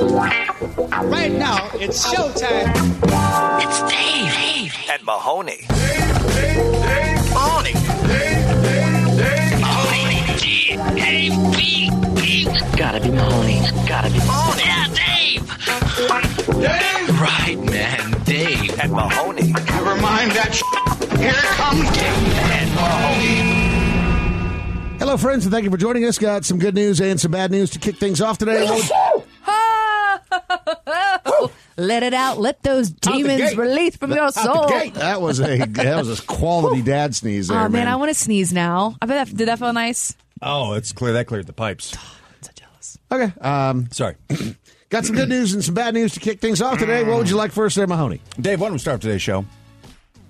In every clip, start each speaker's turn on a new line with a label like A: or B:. A: Right now, it's showtime.
B: It's Dave.
C: and Mahoney.
B: Mahoney. Mahoney. Dave. Dave. Dave. Gotta be Mahoney. Gotta be Mahoney. Yeah, Dave. Dave. Right, man. Dave.
C: And Mahoney.
D: Never mind that. Here comes
E: Hello, friends, and thank you for joining us. Got some good news and some bad news to kick things off today. Well,
F: Let it out. Let those demons
E: gate.
F: release from your soul.
E: that was a that was a quality dad sneeze there,
F: Oh man,
E: man.
F: I want to sneeze now. I bet that did that feel nice.
G: Oh, it's clear that cleared the pipes.
F: I'm so jealous.
E: okay, um,
G: Sorry,
E: got some good news and some bad news to kick things off today. What would you like first, there, Mahoney?
G: Dave. Why don't we start today's show?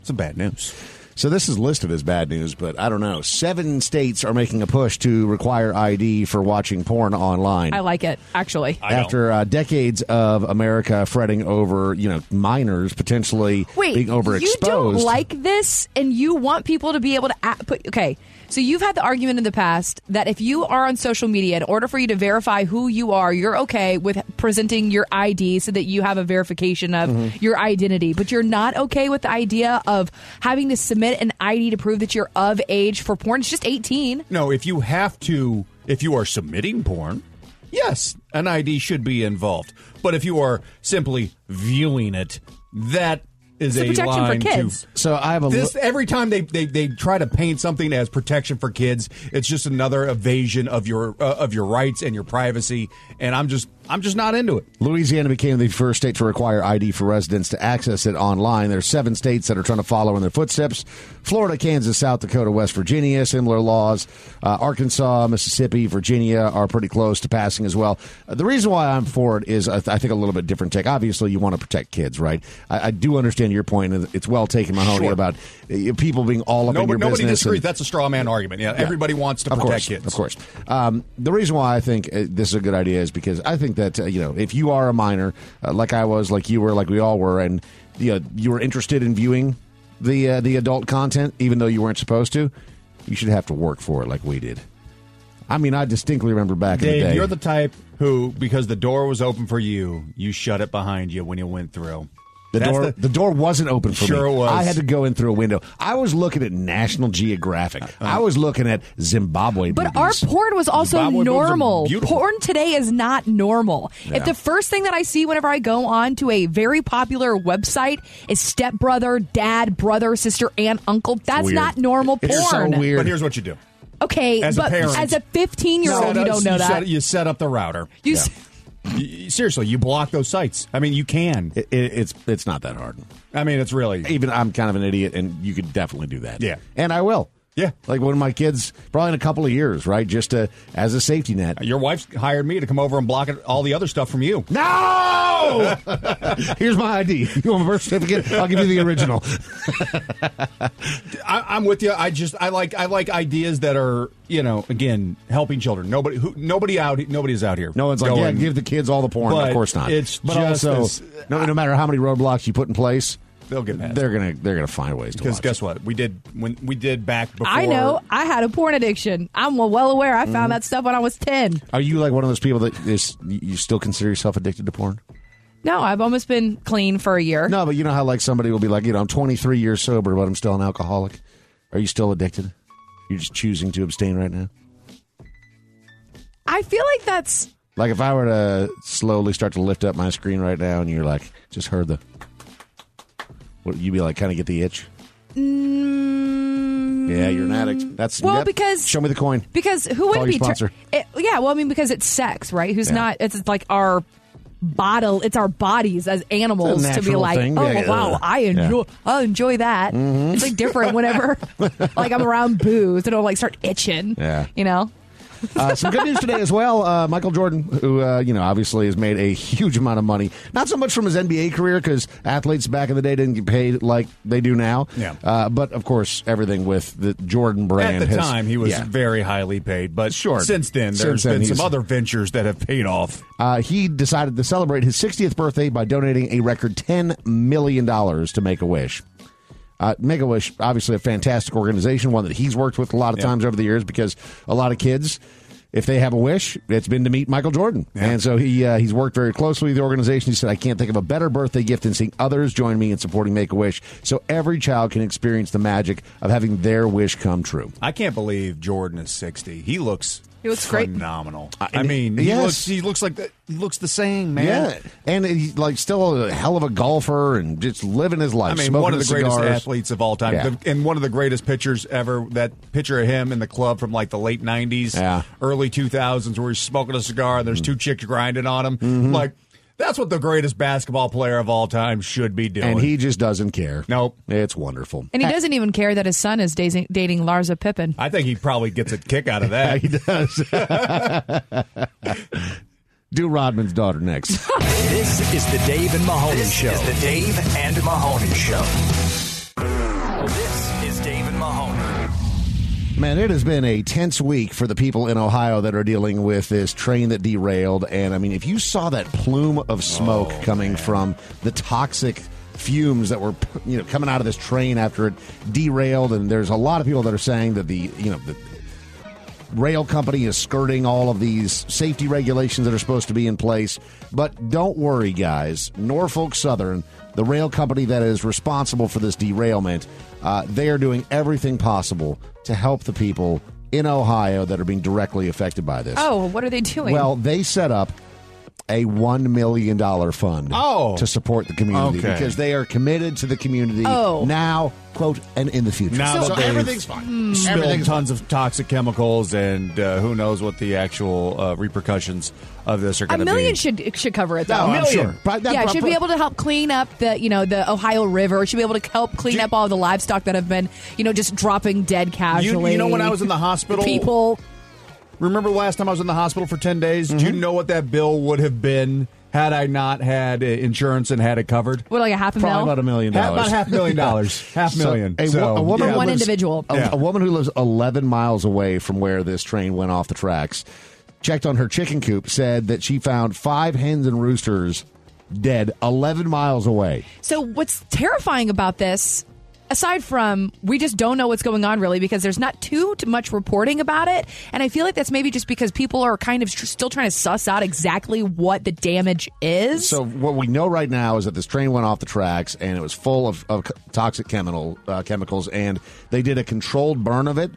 G: Some bad news.
E: So this is listed as bad news, but I don't know. Seven states are making a push to require ID for watching porn online.
F: I like it actually.
G: know.
E: after uh, decades of America fretting over, you know, minors potentially
F: Wait,
E: being overexposed,
F: you don't like this, and you want people to be able to a- put. Okay, so you've had the argument in the past that if you are on social media, in order for you to verify who you are, you're okay with presenting your ID so that you have a verification of
E: Mm-hmm.
F: your identity, but you're not okay with the idea of having to submit an ID to prove that you're of age for porn. It's just 18.
G: No, if you have to, if you are submitting porn, yes, an ID should be involved. But if you are simply viewing it, that is
F: It's a
G: a
F: protection for
G: line
F: kids.
G: to.
E: So I have a
G: This
E: li-
G: every time they, they, they try to paint something as protection for kids, it's just another evasion of your uh, of your rights and your privacy. And I'm just I'm just not into it.
E: Louisiana became the first state to require ID for residents to access it online. There are seven states that are trying to follow in their footsteps Florida, Kansas, South Dakota, West Virginia, similar laws. Uh, Arkansas, Mississippi, Virginia are pretty close to passing as well. Uh, the reason why I'm for it is I, th- I think a little bit different take. Obviously, you want to protect kids, right? I, I do understand your point, and It's well taken, Mahoney,
G: Sure.
E: about uh, people being all up in
G: Nobody,
E: your
G: nobody
E: business. and-
G: disagrees. That's a straw man argument. Yeah, everybody wants to
E: of
G: protect
E: course,
G: kids.
E: Of course. Um, the reason why I think uh, this is a good idea is because I think that, uh, you know, if you are a minor, uh, like I was, like you were, like we all were, and you, know, you were interested in viewing the, uh, the adult content, even though you weren't supposed to, you should have to work for it like we did. I mean, I distinctly remember back in
G: Dave,
E: the day.
G: you're the type who, because the door was open for you, you shut it behind you when you went through.
E: The
G: That's
E: door, the, door wasn't open for
G: Sure
E: me.
G: it was.
E: I had to go in through a window. I was looking at National Geographic.
G: Uh-huh.
E: I was looking at Zimbabwe.
F: But our
E: movies.
F: porn was also
G: Zimbabwe boobs are
F: normal.
G: beautiful.
F: Porn today is not normal. If the first thing that I see whenever I go on to a very popular website is stepbrother, dad, brother, sister, aunt, uncle, that's
E: weird.
F: not normal
E: It's so
F: porn.
E: weird.
G: But here's what you do.
F: Okay,
G: As a
F: but
G: parent.
F: as a 15 year old,
G: set
F: you
G: up-
F: don't know that.
G: Set, you set up the router.
F: You
G: Yeah.
F: s-
G: Y- Seriously, you block those sites. I mean, you can.
E: It- it- it's, it's not that hard.
G: I mean, it's really.
E: even I'm kind of an idiot, and you could definitely do that.
G: Yeah.
E: and I will.
G: Yeah.
E: like one of my kids, probably in a couple of years, right? Just to, as a safety net.
G: Your wife's hired me to come over and block it, all the other stuff from you.
E: No, here's my ID. You want my birth certificate? I'll give you the original.
G: I, I'm with you. I just I like I like ideas that are you know again helping children. Nobody who nobody out nobody's out here.
E: No one's like, yeah,
G: going-
E: give the kids all the porn. Of
G: But
E: course not.
G: it's
E: but
G: just
E: also,
G: as-
E: no, no matter how many roadblocks you put in place,
G: They'll get past
E: They're gonna they're gonna find ways to
G: Because
E: watch
G: guess
E: it.
G: what? We did when we did back before.
F: I know. I had a porn addiction. I'm well aware. I found that stuff when I was 10.
E: Are you like one of those people that is you still consider yourself addicted to porn?
F: No, I've almost been clean for a year.
E: No, but you know how like somebody will be like, you know, I'm 23 years sober, but I'm still an alcoholic. Are you still addicted? You're just choosing to abstain right now.
F: I feel like that's.
E: Like if I were to slowly start to lift up my screen right now, and you're like, just heard the, what you'd be like, kind of get the itch. Yeah, you're an addict. That's
F: Mm. Well,
E: yep.
F: because-
E: show me the coin.
F: Because who
E: Call
F: wouldn't
E: your
F: be? tur-
E: sponsor.
F: it- yeah, well, I mean, because it's sex, right? Who's
E: Yeah.
F: not? It's like our bottle. It's our bodies as animals to be
E: natural
F: like,
E: thing.
F: oh
E: Yeah, yeah. Mm-hmm.
F: wow, I enjoy, I enjoy that. It's like different whenever, like I'm around booze and I'll like start itching.
E: Yeah.
F: you know.
E: Uh, some good news today as well. Uh, Michael Jordan, who uh, you know obviously has made a huge amount of money, not so much from his NBA career because athletes back in the day didn't get paid like they do now.
G: Yeah.
E: Uh, but of course, everything with the Jordan brand
G: At the
E: has-
G: time, he was
E: Yeah.
G: very highly paid, but
E: Sure.
G: since then,
E: Since
G: there's
E: then,
G: been
E: he's-
G: some other ventures that have paid off.
E: Uh, he decided to celebrate his 60th birthday by donating a record $10 million to Make a Wish. Uh, Make a Wish, obviously a fantastic organization, one that he's worked with a lot of times over the years because a lot of kids. if they have a wish, it's been to meet Michael Jordan. And so he uh, he's worked very closely with the organization. He said, "I can't think of a better birthday gift than seeing others join me in supporting Make a Wish, so every child can experience the magic of having their wish come true."
G: I can't believe Jordan is sixty. He looks
F: He looks great.
G: phenomenal. I mean, he
E: Uh, Yes.
G: looks he looks like the, he looks the same man.
E: Yeah, and he's like still a hell of a golfer and just living his life.
G: I mean,
E: smoking
G: one of the greatest
E: cigars.
G: athletes of all time,
E: Yeah.
G: The- and one of the greatest pitchers ever. That picture of him in the club from like the late '90s,
E: Yeah. Mm-hmm.
G: early 2000s, where he's smoking a cigar and there's two chicks grinding on him. Like that's what the greatest basketball player of all time should be doing.
E: and he just doesn't care.
G: Nope.
E: it's wonderful.
F: And he doesn't even care that his son is dating, dating Larza Pippen.
G: I think he probably gets a kick out of that.
E: He does. Do Rodman's daughter next.
C: This is the Dave and Mahoney Show. This is the Dave and Mahoney Show. This is Dave and Mahoney.
E: Man, it has been a tense week for the people in Ohio that are dealing with this train that derailed. And I mean, if you saw that plume of smoke
G: Oh,
E: coming from the toxic fumes that were you know coming out of this train after it derailed, and there's a lot of people that are saying that the you know the rail company is skirting all of these safety regulations that are supposed to be in place. But don't worry, guys. Norfolk Southern, the rail company that is responsible for this derailment, uh, they are doing everything possible to help the people in Ohio that are being directly affected by this.
F: Oh, what are they doing?
E: Well, they set up a one million dollar fund
G: Oh.
E: to support the community
G: Okay.
E: because they are committed to the community
F: Oh.
E: now, quote, and in the future.
G: Now
E: so
G: that they've
E: everything's fine.
G: Spilled
E: Everything's
G: tons of toxic chemicals, and uh, who knows what the actual uh, repercussions of this are
F: a
G: going to be.
F: million should should cover it though.
G: Oh,
E: No, I'm sure. Pro- that
F: yeah, it
E: pro-
F: should be able to help clean up the you know the Ohio River. It should be able to help clean
G: Do-
F: up all the livestock that have been you know just dropping dead
G: You,
F: casually.
G: you know when I was in the hospital,
F: people
G: Remember last time I was in the hospital for 10 days? Do you
F: Mm-hmm.
G: know what that bill would have been had I not had uh, insurance and had it covered?
F: what like a half a
E: Probably
F: mil.
E: about a million
G: Half,
E: dollars.
G: about half a million dollars. half
E: So,
G: million.
E: a wo-
G: So,
E: a woman
F: For
G: yeah.
F: one individual.
E: A,
G: Yeah.
E: a woman who lives 11 miles away from where this train went off the tracks checked on her chicken coop, said that she found five hens and roosters dead 11 miles away.
F: So what's terrifying about this, aside from we just don't know what's going on really because there's not too, too much reporting about it, and I feel like that's maybe just because people are kind of tr- still trying to suss out exactly what the damage is.
E: So what we know right now is that this train went off the tracks and it was full of, of c- toxic chemical uh, chemicals, and they did a controlled burn of it.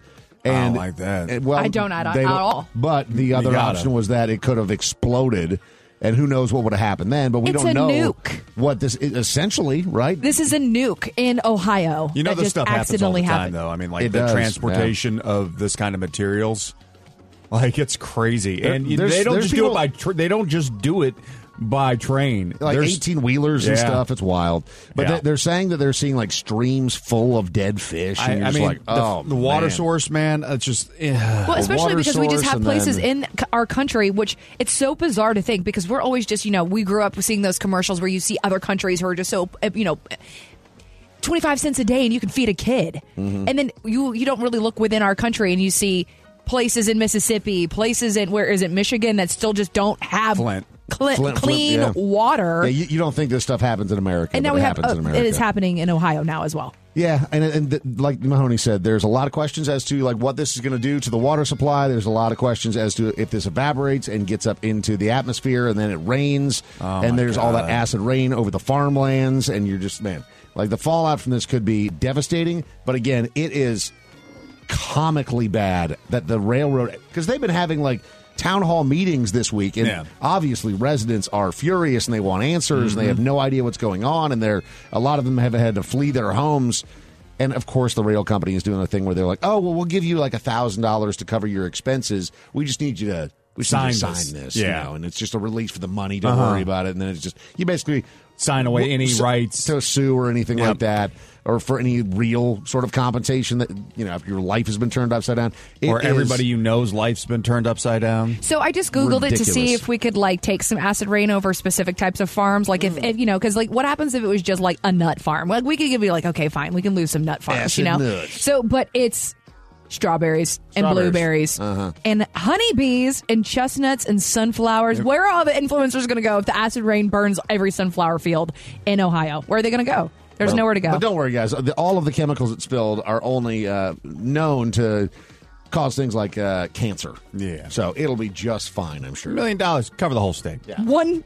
E: And
G: don't like that.
E: and, Uh, well,
F: I don't at-
E: they
F: at all.
E: But the other
G: gotta.
E: option was that it could have exploded, and who knows what would have happened then? But we
F: It's
E: don't
F: a
E: know
F: nuke.
E: what this essentially, right?
F: this is a nuke in Ohio.
G: You know
F: that
G: this
F: just
G: stuff happens all the
F: accidentally
G: time,
F: happened.
G: though. I mean, like
E: It
G: the
E: does,
G: transportation of this kind of materials, like it's crazy. and you-
E: there's-
G: they don't
E: there's
G: just do
E: people-
G: it by. Tra- they don't just do it by train.
E: like
G: There's-
E: 18 wheelers and
G: Yeah.
E: stuff. It's wild. But
G: Yeah.
E: they- they're saying that they're seeing like streams full of dead fish. And
G: I,
E: you're
G: I
E: just
G: mean,
E: like,
G: the,
E: oh,
G: the water
E: man.
G: source, man. It's just eh,
F: Well, especially
E: water
F: because we just
E: source
F: have
E: and
F: places
E: then-
F: in c- our country, which it's so bizarre to think because we're always just, you know, we grew up seeing those commercials where you see other countries who are just so, uh, you know, 25 cents a day and you can feed a kid.
E: Mm-hmm.
F: And then you you don't really look within our country and you see places in Mississippi, places in where is it Michigan that still just don't have
G: Flint.
F: cle-
E: Flint, Flint,
F: clean
E: yeah.
F: water.
E: Yeah, you, you don't think this stuff happens in America,
F: and now
E: but
F: we
E: it
F: have
E: happens
F: uh,
E: in America.
F: it is happening in Ohio now as well.
E: Yeah, and and th- like Mahoney said, there's a lot of questions as to like what this is going to do to the water supply. There's a lot of questions as to if this evaporates and gets up into the atmosphere, and then it rains, and there's all that acid rain over the farmlands, and you're just man, like the fallout from this could be devastating. But again, it is comically bad that the railroad because they've been having like town hall meetings this week and
G: Yeah.
E: obviously residents are furious and they want answers
G: Mm-hmm.
E: and they have no idea what's going on and they're a lot of them have had to flee their homes and of course the rail company is doing a thing where they're like oh well we'll give you like a thousand dollars to cover your expenses we just need you to we just need you to
G: Sign this.
E: sign this
G: Yeah. Uh-huh.
E: you know and it's just a release for the money don't worry about it and then it's just you basically
G: Sign away
E: w-
G: any rights.
E: to sue or anything
G: Yep.
E: like that or for any real sort of compensation that you know if your life has been turned upside down It
G: or
E: is-
G: everybody you know's life's been turned upside down.
F: So I just googled it to see
E: Ridiculous.
F: if we could like take some acid rain over specific types of farms, like if, if you know, because like what happens if it was just like a nut farm? Like we could give you like, okay, fine, we can lose some nut farms, you know.
E: Acid nuts.
F: So, but it's strawberries and
E: Strawberries. Uh-huh.
F: blueberries and honeybees and chestnuts and sunflowers. Where are all the influencers going to go if the acid rain burns every sunflower field in Ohio? Where are they going to go? There's nowhere to go.
E: But don't worry, guys. The- All of the chemicals that spilled are only uh, known to cause things like uh, cancer.
G: Yeah.
E: So it'll be just fine, I'm sure.
G: Million dollars cover the whole state.
F: One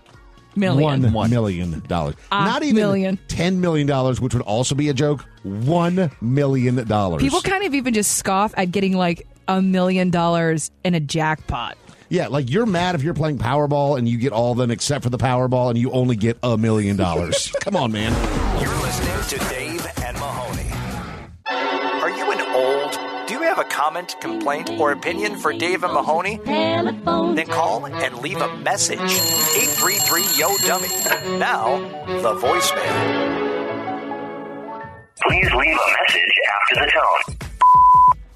F: million.
E: One million dollars.
F: Ah,
E: Not even
F: million.
E: ten million dollars, which would also be a joke. One million dollars.
F: People kind of even just scoff at getting like a million dollars in a jackpot.
E: Yeah, like you're mad if you're playing Powerball and you get all them except for the Powerball and you only get a million dollars. Come on, man.
C: You're listening to Dave and Mahoney. Are you an old? Do you have a comment, complaint, or opinion for Dave and Mahoney? Then call and leave a message. 833 Yo Dummy. Now, the voicemail.
H: Please leave a message after the tone.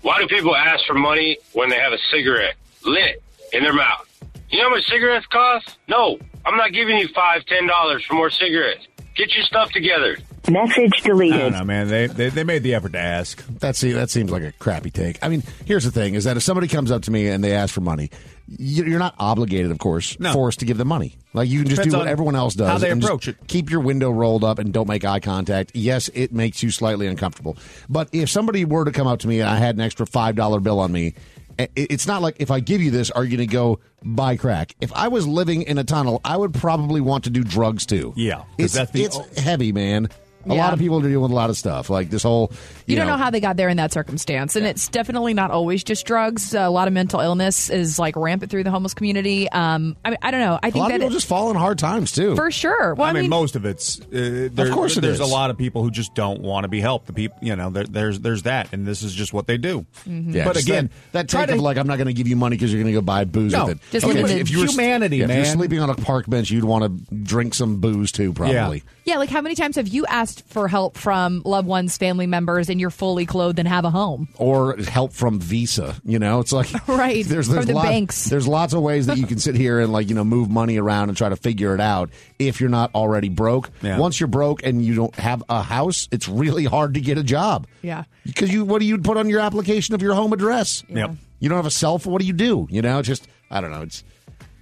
I: Why do people ask for money when they have a cigarette lit in their mouth? You know how much cigarettes cost? No, I'm not giving you five, ten dollars for more cigarettes. Get your stuff together.
H: Message
G: I don't
H: deleted.
G: know, man. They, they they made the effort to ask.
E: That seems, that seems like a crappy take. I mean, here's the thing: is that if somebody comes up to me and they ask for money, you- you're not obligated, of course,
G: No.
E: forced to give them money. Like you can just
G: Depends
E: do what
G: on
E: everyone else does.
G: how they
E: and just
G: approach it.
E: Keep your window rolled up and don't make eye contact. Yes, it makes you slightly uncomfortable. But if somebody were to come up to me and I had an extra five dollar bill on me. i- It's not like if I give you this, are you going to go buy crack? If I was living in a tunnel, I would probably want to do drugs too.
G: Yeah, 'cause
E: it's
G: that's the-
E: it's heavy, man. A
F: Yeah.
E: lot of people are dealing with a lot of stuff, like this whole.
F: You, don't know. how they got there in that circumstance, and it's definitely not always just drugs. a lot of mental illness is like rampant through the homeless community. Um, I mean, I don't know. I
E: A
F: think
E: lot of
F: that
E: people
F: it-
E: just fall in hard times too.
F: for sure. Well,
G: I mean, most of it's. Uh, there,
E: course it
G: there's
E: is.
G: a lot of people who just don't want to be helped. The people, you know, there, there's there's that, and this is just what they do.
F: Mm-hmm.
E: yeah,
G: but
E: just
G: again,
E: that, that
G: try
E: take
G: to-
E: of like, I'm not going to give you money because you're going to go buy booze
G: No,
E: with it.
F: just
E: Okay,
F: leave it.
E: were-
G: Humanity,
E: yeah, If
G: man.
E: you're sleeping on a park bench, you'd want to drink some booze too, probably.
F: yeah, like how many times have you asked for help from loved ones, family members, and you're fully clothed and have a home?
E: Or help from Visa. You know, it's like
F: Right,
E: There's
F: from
E: there's
F: the
E: lot-
F: banks.
E: There's lots of ways that you can sit here and like you know move money around and try to figure it out if you're not already broke.
G: Yeah.
E: Once you're broke and you don't have a house, it's really hard to get a job.
F: Yeah.
E: because you what do you put on your application of your home address?
G: Yep.
E: You don't have a cell phone. What do you do? You know, it's just I don't know. It's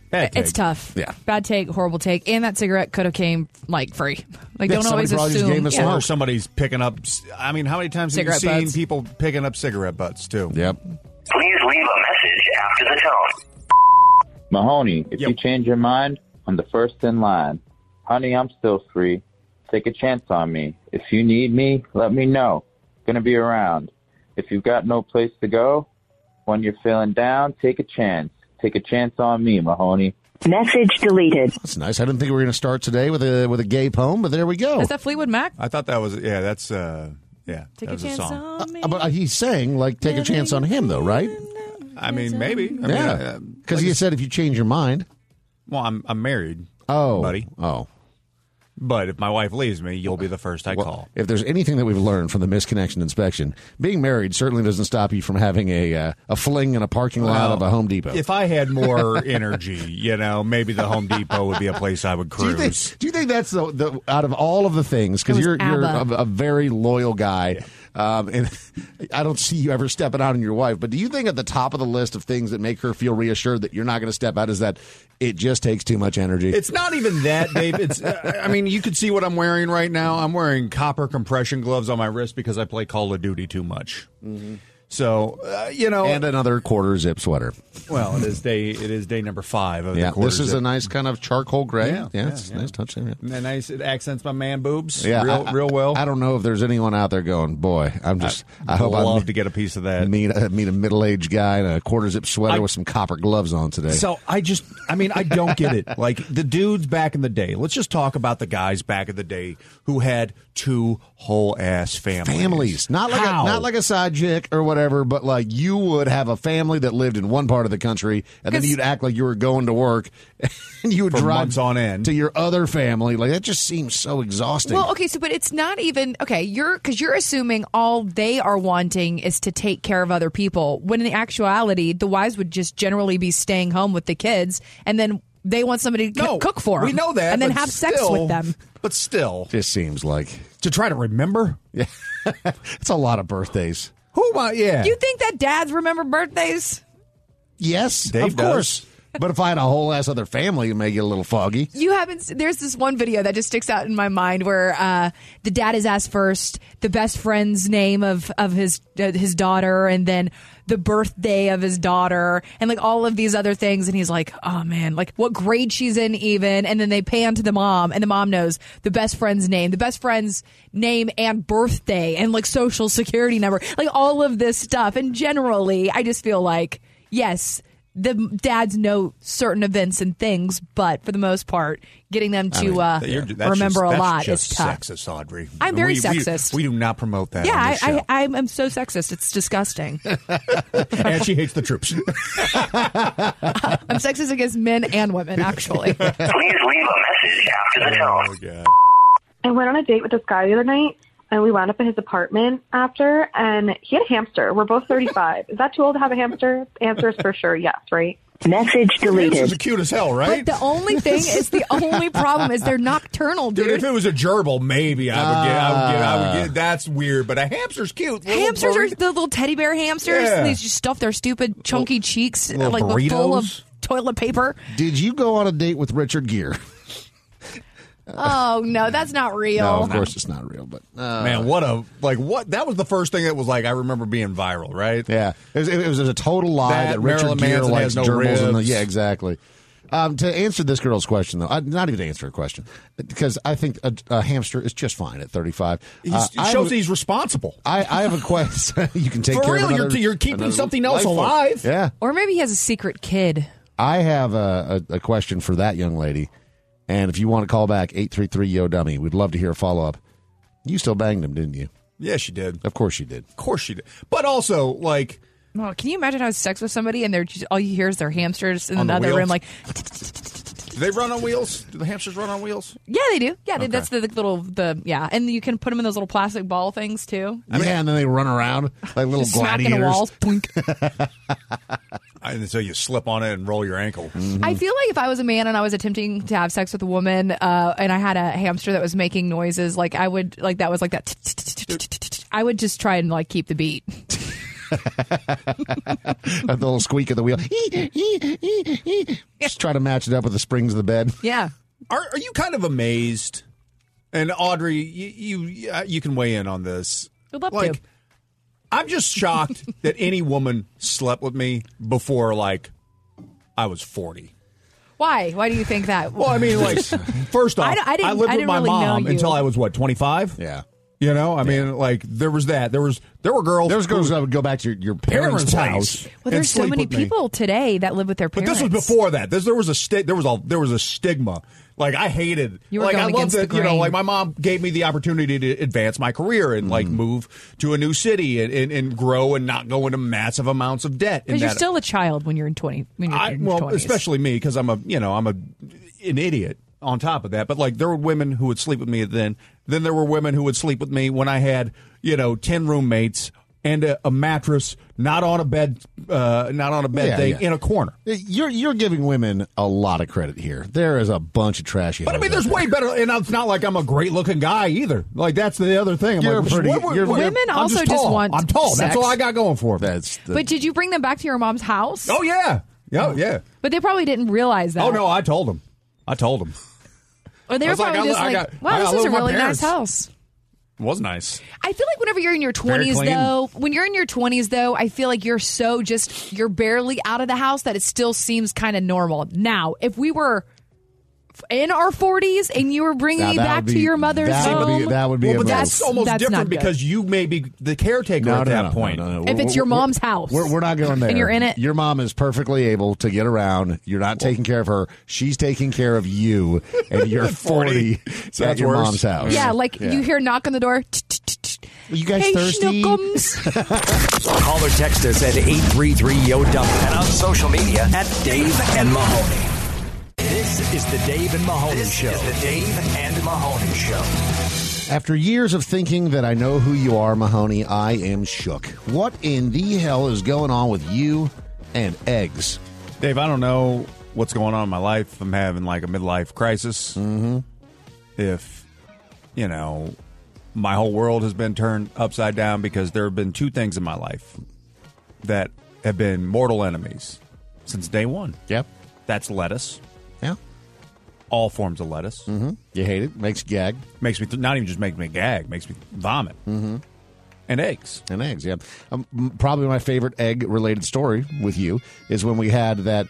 G: Bad
F: It's
G: take.
F: tough.
E: Yeah.
F: bad take, horrible take, and that cigarette could have came like free. Like
E: Yeah,
F: don't
E: somebody
F: always
E: probably just
F: assume.
E: gave us
F: yeah.
G: Or somebody's picking up. s- I mean, how many times
F: Cigarette
G: have you seen
F: butts.
G: people picking up cigarette butts too?
E: yep.
H: Please leave a message after the tone.
J: Mahoney, if
G: Yep.
J: you change your mind, I'm the first in line. Honey, I'm still free. Take a chance on me. If you need me, let me know. Gonna be around. If you've got no place to go, when you're feeling down, take a chance. Take a chance on me, Mahoney.
H: Message deleted.
E: That's nice. I didn't think we were going to start today with a with a gay poem, but there we go.
F: Is that Fleetwood Mac?
G: I thought that was yeah. That's uh yeah. that
F: Take a
G: was
F: chance
G: song.
F: on me.
E: Uh, but he's saying like take a chance on him though, right?
G: I mean, maybe. I mean,
E: Yeah,
G: uh,
E: because
G: like,
E: he said if you change your mind,
G: well, I'm I'm married.
E: oh,
G: buddy.
E: oh.
G: But if my wife leaves me, you'll be the first I
E: Well,
G: call.
E: If there's anything that we've learned from the misconnection inspection, being married certainly doesn't stop you from having a uh, a fling in a parking lot
G: Well,
E: of a Home Depot.
G: If I had more energy, you know, maybe the Home Depot would be a place I would
E: do you
G: cruise.
E: think? Do you think that's the, the out of all of the things?
F: It
E: Because
F: was
E: you're you're a,
F: ABBA.
E: a very loyal guy, um, and I don't see you ever stepping out on your wife. But do you think at the top of the list of things that make her feel reassured that you're not going to step out is that it just takes too much energy?
G: It's not even that, Dave. It's uh, I mean, you could see what I'm wearing right now. I'm wearing copper compression gloves on my wrist because I play Call of Duty too much.
F: Mm-hmm.
G: So uh, you know,
E: and another quarter zip sweater.
G: well, it is day. It is day number five of
E: Yeah,
G: the quarter
E: this is
G: zip.
E: a nice kind of charcoal gray.
G: Yeah,
E: Yeah,
G: yeah,
E: it's
G: yeah.
E: nice touch there. Yeah.
G: Isn't that nice. It accents my man boobs.
E: Yeah,
G: real,
E: I-
G: real well.
E: I don't know if there's anyone out there going, boy. I'm just. I, hope
G: I'd love
E: I
G: to get a piece of that.
E: meet a, meet a middle aged guy in a quarter zip sweater
G: I-
E: with some copper gloves on today.
G: So I just, I mean, I don't get it. Like the dudes back in the day. Let's just talk about the guys back in the day who had two whole ass families.
E: families, not like
G: How?
E: a, not like a side chick or whatever, but like you would have a family that lived in one part of the country, and then
F: 'Cause-
E: you'd act like you were going to work, and you would
G: For
E: drive
G: months on end.
E: to your other family. Like that just seems so exhausting.
G: uh
F: Well, okay, so but it's not even okay. You're because you're assuming all they are wanting is to take care of other people. When in actuality, the wives would just generally be staying home with the kids, and then they want somebody to c-
G: no,
F: cook for them.
G: We know that,
F: and then
G: but
F: have sex
G: still-
F: with them.
G: But still,
E: just seems like
G: to try to remember
E: it's a lot of birthdays.
G: who am I? Yeah,
F: You think that dads remember birthdays?
E: Yes,
G: Dave
E: of course.
G: does.
E: But if I had a whole ass other family, it may get a little foggy.
F: You haven't. s- There's this one video that just sticks out in my mind where uh, the dad is asked first the best friend's name of of his uh, his daughter, and then the birthday of his daughter, and like all of these other things. And he's like, "Oh man, like what grade she's in, even." And then they pan to the mom, and the mom knows the best friend's name, the best friend's name and birthday, and like social security number, like all of this stuff. And generally, I just feel like yes the dads know certain events and things, but for the most part, getting them to
G: I mean,
F: uh,
G: that- you're- that's just-
F: remember a
G: that's
F: lot is
G: just
F: tough.
G: Sexist, Audrey.
F: I'm very
G: We- we-
F: sexist.
G: We, do not promote that. on
F: yeah,
G: this
F: I,
G: show.
F: I, I'm, I'm so sexist. It's disgusting.
G: and she hates the troops.
F: I'm sexist against men and women, actually.
H: Please leave a message after the
G: Oh,
H: tone.
K: I went on a date with this guy the other night, and we wound up in his apartment after, and he had a hamster. We're both 35. Is that too old to have a hamster? Answer is for sure yes, right?
H: Message
G: This is cute as hell, right?
F: But the only thing is, the only problem is they're nocturnal,
G: Dude,
F: dude.
G: if it was a gerbil, maybe I would get. I would get. I
E: Ah.
G: would get. That's weird, but a hamster's cute. Little
F: hamsters
G: bird.
F: are the little teddy bear hamsters.
G: Yeah.
F: And they just stuff their stupid chunky cheeks uh,
E: little
F: like with full
E: burritos.
F: of toilet paper.
E: Did you go on a date with Richard Gere?
F: Oh no, that's not real.
E: No, of course it's not real, but
G: Man, what a like what that was the first thing that was like I remember being viral, right?
E: Yeah, it was, it was a total lie that, Richard
G: Marilyn
E: Gere
G: Manson
E: likes
G: has no
E: gerbils. And the,
G: ribs.
E: yeah, exactly. Um, to answer this girl's question, though, I, not even to answer her question, because I think a, a hamster is just fine at 35.
G: He's,
E: Uh,
G: it
E: I
G: shows
E: have,
G: that he's responsible.
E: I, I have a question. you can take
G: For
E: care
G: real,
E: of another,
G: you're- you're keeping
E: another
G: something
E: life
G: else
E: form.
G: alive.
E: Yeah.
F: Or maybe he has a secret kid.
E: I have a, a, a question for that young lady. And if you want to call back 833 Yo Dummy, we'd love to hear a follow up. You still banged him, didn't you?
G: Yeah, she did.
E: Of course you did.
G: Of course she did. But also, like
F: Oh, can you imagine having sex with somebody and they're just, all you hear is their hamsters in
G: On the
F: another room?
G: wheels?
F: Like,
G: do they run on wheels? Do the hamsters run on wheels?
F: yeah, they do. Yeah, they, that's the, the little the yeah, and you can put them in those little plastic ball things too.
E: yeah, and then they run around like little
F: Just smacking the
E: gladiators.
F: walls. Boink.
G: And so you slip on it and roll your ankle.
E: Mm.
F: I feel like if I was a man and I was attempting to have sex with a woman, uh, and I had a hamster that was making noises, like I would like that was like that. I would just try and like keep the beat.
E: the little squeak of the wheel. Just try to match it up with the springs of the bed.
F: Yeah.
G: Are are you kind of amazed? And Audrey, you you uh, you can weigh in on this.
F: We'd love to.
G: like, I'm just shocked that any woman slept with me before like I was 40.
F: Why? Why do you think that?
G: Well, I mean, like, first off,
F: I d- I
G: I,
F: didn't-
G: lived with
F: I didn't
G: my
F: really know
G: mom
F: you.
G: until I was what twenty five.
E: Yeah.
G: You know, I mean, like there was that. There was there were girls.
E: There's girls
G: who-
E: that would go back to your, your parents',
G: parents'
E: house.
G: house.
F: well,
G: and
F: there's so
G: sleep
F: many
G: with me.
F: people today that live with their
G: But
F: parents.
G: this was before that. This there was a sti- there was a there was a stigma. Like I hated.
F: You were
G: like
F: going
G: I loved
F: against the
G: that. You know,
F: grain.
G: like my mom gave me the opportunity to advance my career and like
E: Mm-hmm.
G: move to a new city and, and, and grow and not go into massive amounts of debt. in
F: because you're
G: that-
F: still a child when you're in twenty. When you're
G: I,
F: in your
G: well,
F: 20s.
G: especially me because I'm a you know I'm a an idiot on top of that. But like there were women who would sleep with me then. Then there were women who would sleep with me when I had you know ten roommates and a, a mattress, not on a bed, uh, not on a bed
E: Yeah,
G: thing
E: yeah.
G: in a corner.
E: Uh, You're you're giving women a lot of credit here. There is a bunch of trashy.
G: But I
E: hoes
G: mean,
E: out
G: there's
E: there.
G: way better, and it's not like I'm a great looking guy either. Like that's the other thing. I'm
E: You're
G: like,
E: pretty-
G: what- what-
E: you're-
G: what-
E: Women
G: I'm
F: also just
G: tall.
F: want
G: I'm tall.
F: sex.
G: That's all I got going for me.
E: That's the,
F: But did you bring them back to your mom's house?
G: Oh yeah, yeah, yeah.
F: But they probably didn't realize that.
G: Oh no, I told him. I told him.
F: Or they
G: I
F: were
G: was like,
F: probably
G: I
F: just
G: li- I
F: like,
G: got- I got
F: wow, this is a
G: lived with my
F: really nice
G: parents.
F: house.
G: Was nice.
F: I feel like whenever you're in your
G: Very
F: 20s,
G: clean.
F: though, when you're in your 20s, though, I feel like you're so just, you're barely out of the house that it still seems kind of normal. Now, if we were f- in our 40s and you were bringing
E: Now,
F: me
E: that
F: back
E: would
F: to
E: be-
F: your mother's
E: that would be-
F: home,
E: that would be
G: well,
E: a
G: but that's
E: move.
G: almost
F: That's not
G: different
F: good.
G: because you may be the caretaker
E: No,
G: at
E: no,
G: that
E: no,
G: point.
E: no, no, no.
F: If
E: We're-
F: it's your
E: we're-
F: mom's house.
E: we're, we're not going there.
F: you're in it.
E: Your mom is perfectly able to get around. You're not taking care of her. She's taking care of you, and you're 40 at
G: Sounds
E: your
G: worse.
E: mom's house.
F: yeah, like
E: Yeah.
F: you hear a knock on the door. "Tch-tch-tch-tch."
E: You guys
F: hey,
E: thirsty?
F: Schnookums.
C: Call or text us at 833-YO-DUMP and on social media at Dave and Mahoney. This is the Dave and Mahoney Show. This is the Dave and Mahoney Show.
E: After years of thinking that I know who you are, Mahoney, I am shook. What in the hell is going on with you and eggs?
G: Dave, I don't know what's going on in my life. I'm having like a midlife crisis. Mm-hmm. If, you know, my whole world has been turned upside down because there have been two things in my life that have been mortal enemies since day one.
E: Yep.
G: That's lettuce.
E: Yeah.
G: All forms of lettuce. Mm-hmm.
E: You hate it. Makes gag.
G: Makes me th- not even just makes me gag. Makes me vomit. Mm-hmm. And eggs.
E: And eggs, yeah. Um, m- probably my favorite egg related story with you is when we had that.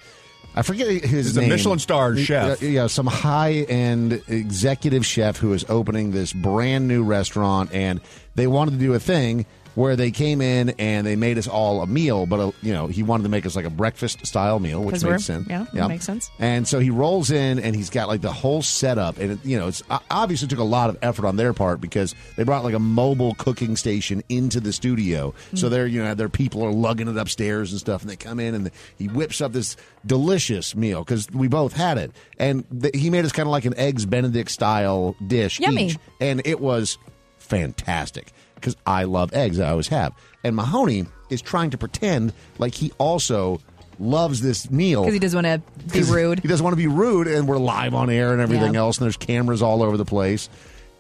E: I forget his
G: He's a
E: name.
G: Michelin starred
E: Y-
G: chef.
E: Yeah, yeah, some high end executive chef who is opening this brand new restaurant, and they wanted to do a thing where they came in and they made us all a meal, but uh you know he wanted to make us like a breakfast style meal, which
F: 'Cause we're-
E: makes sense.
F: yeah, makes sense.
E: And so he rolls in, and he's got like the whole setup, and it, you know, it's o- obviously took a lot of effort on their part because they brought like a mobile cooking station into the studio.
F: Mm.
E: So they're you know their people are lugging it upstairs and stuff, and they come in and he whips up this delicious meal because we both had it, and th- he made us kind of like an eggs Benedict style dish,
F: Yummy.
E: each, and it was fantastic because I love eggs. I always have. And Mahoney is trying to pretend like he also loves this meal
F: because he doesn't want to be
E: 'Cause
F: rude.
E: He doesn't want to be rude, and we're live on air and everything
F: Yeah.
E: else, and there's cameras all over the place.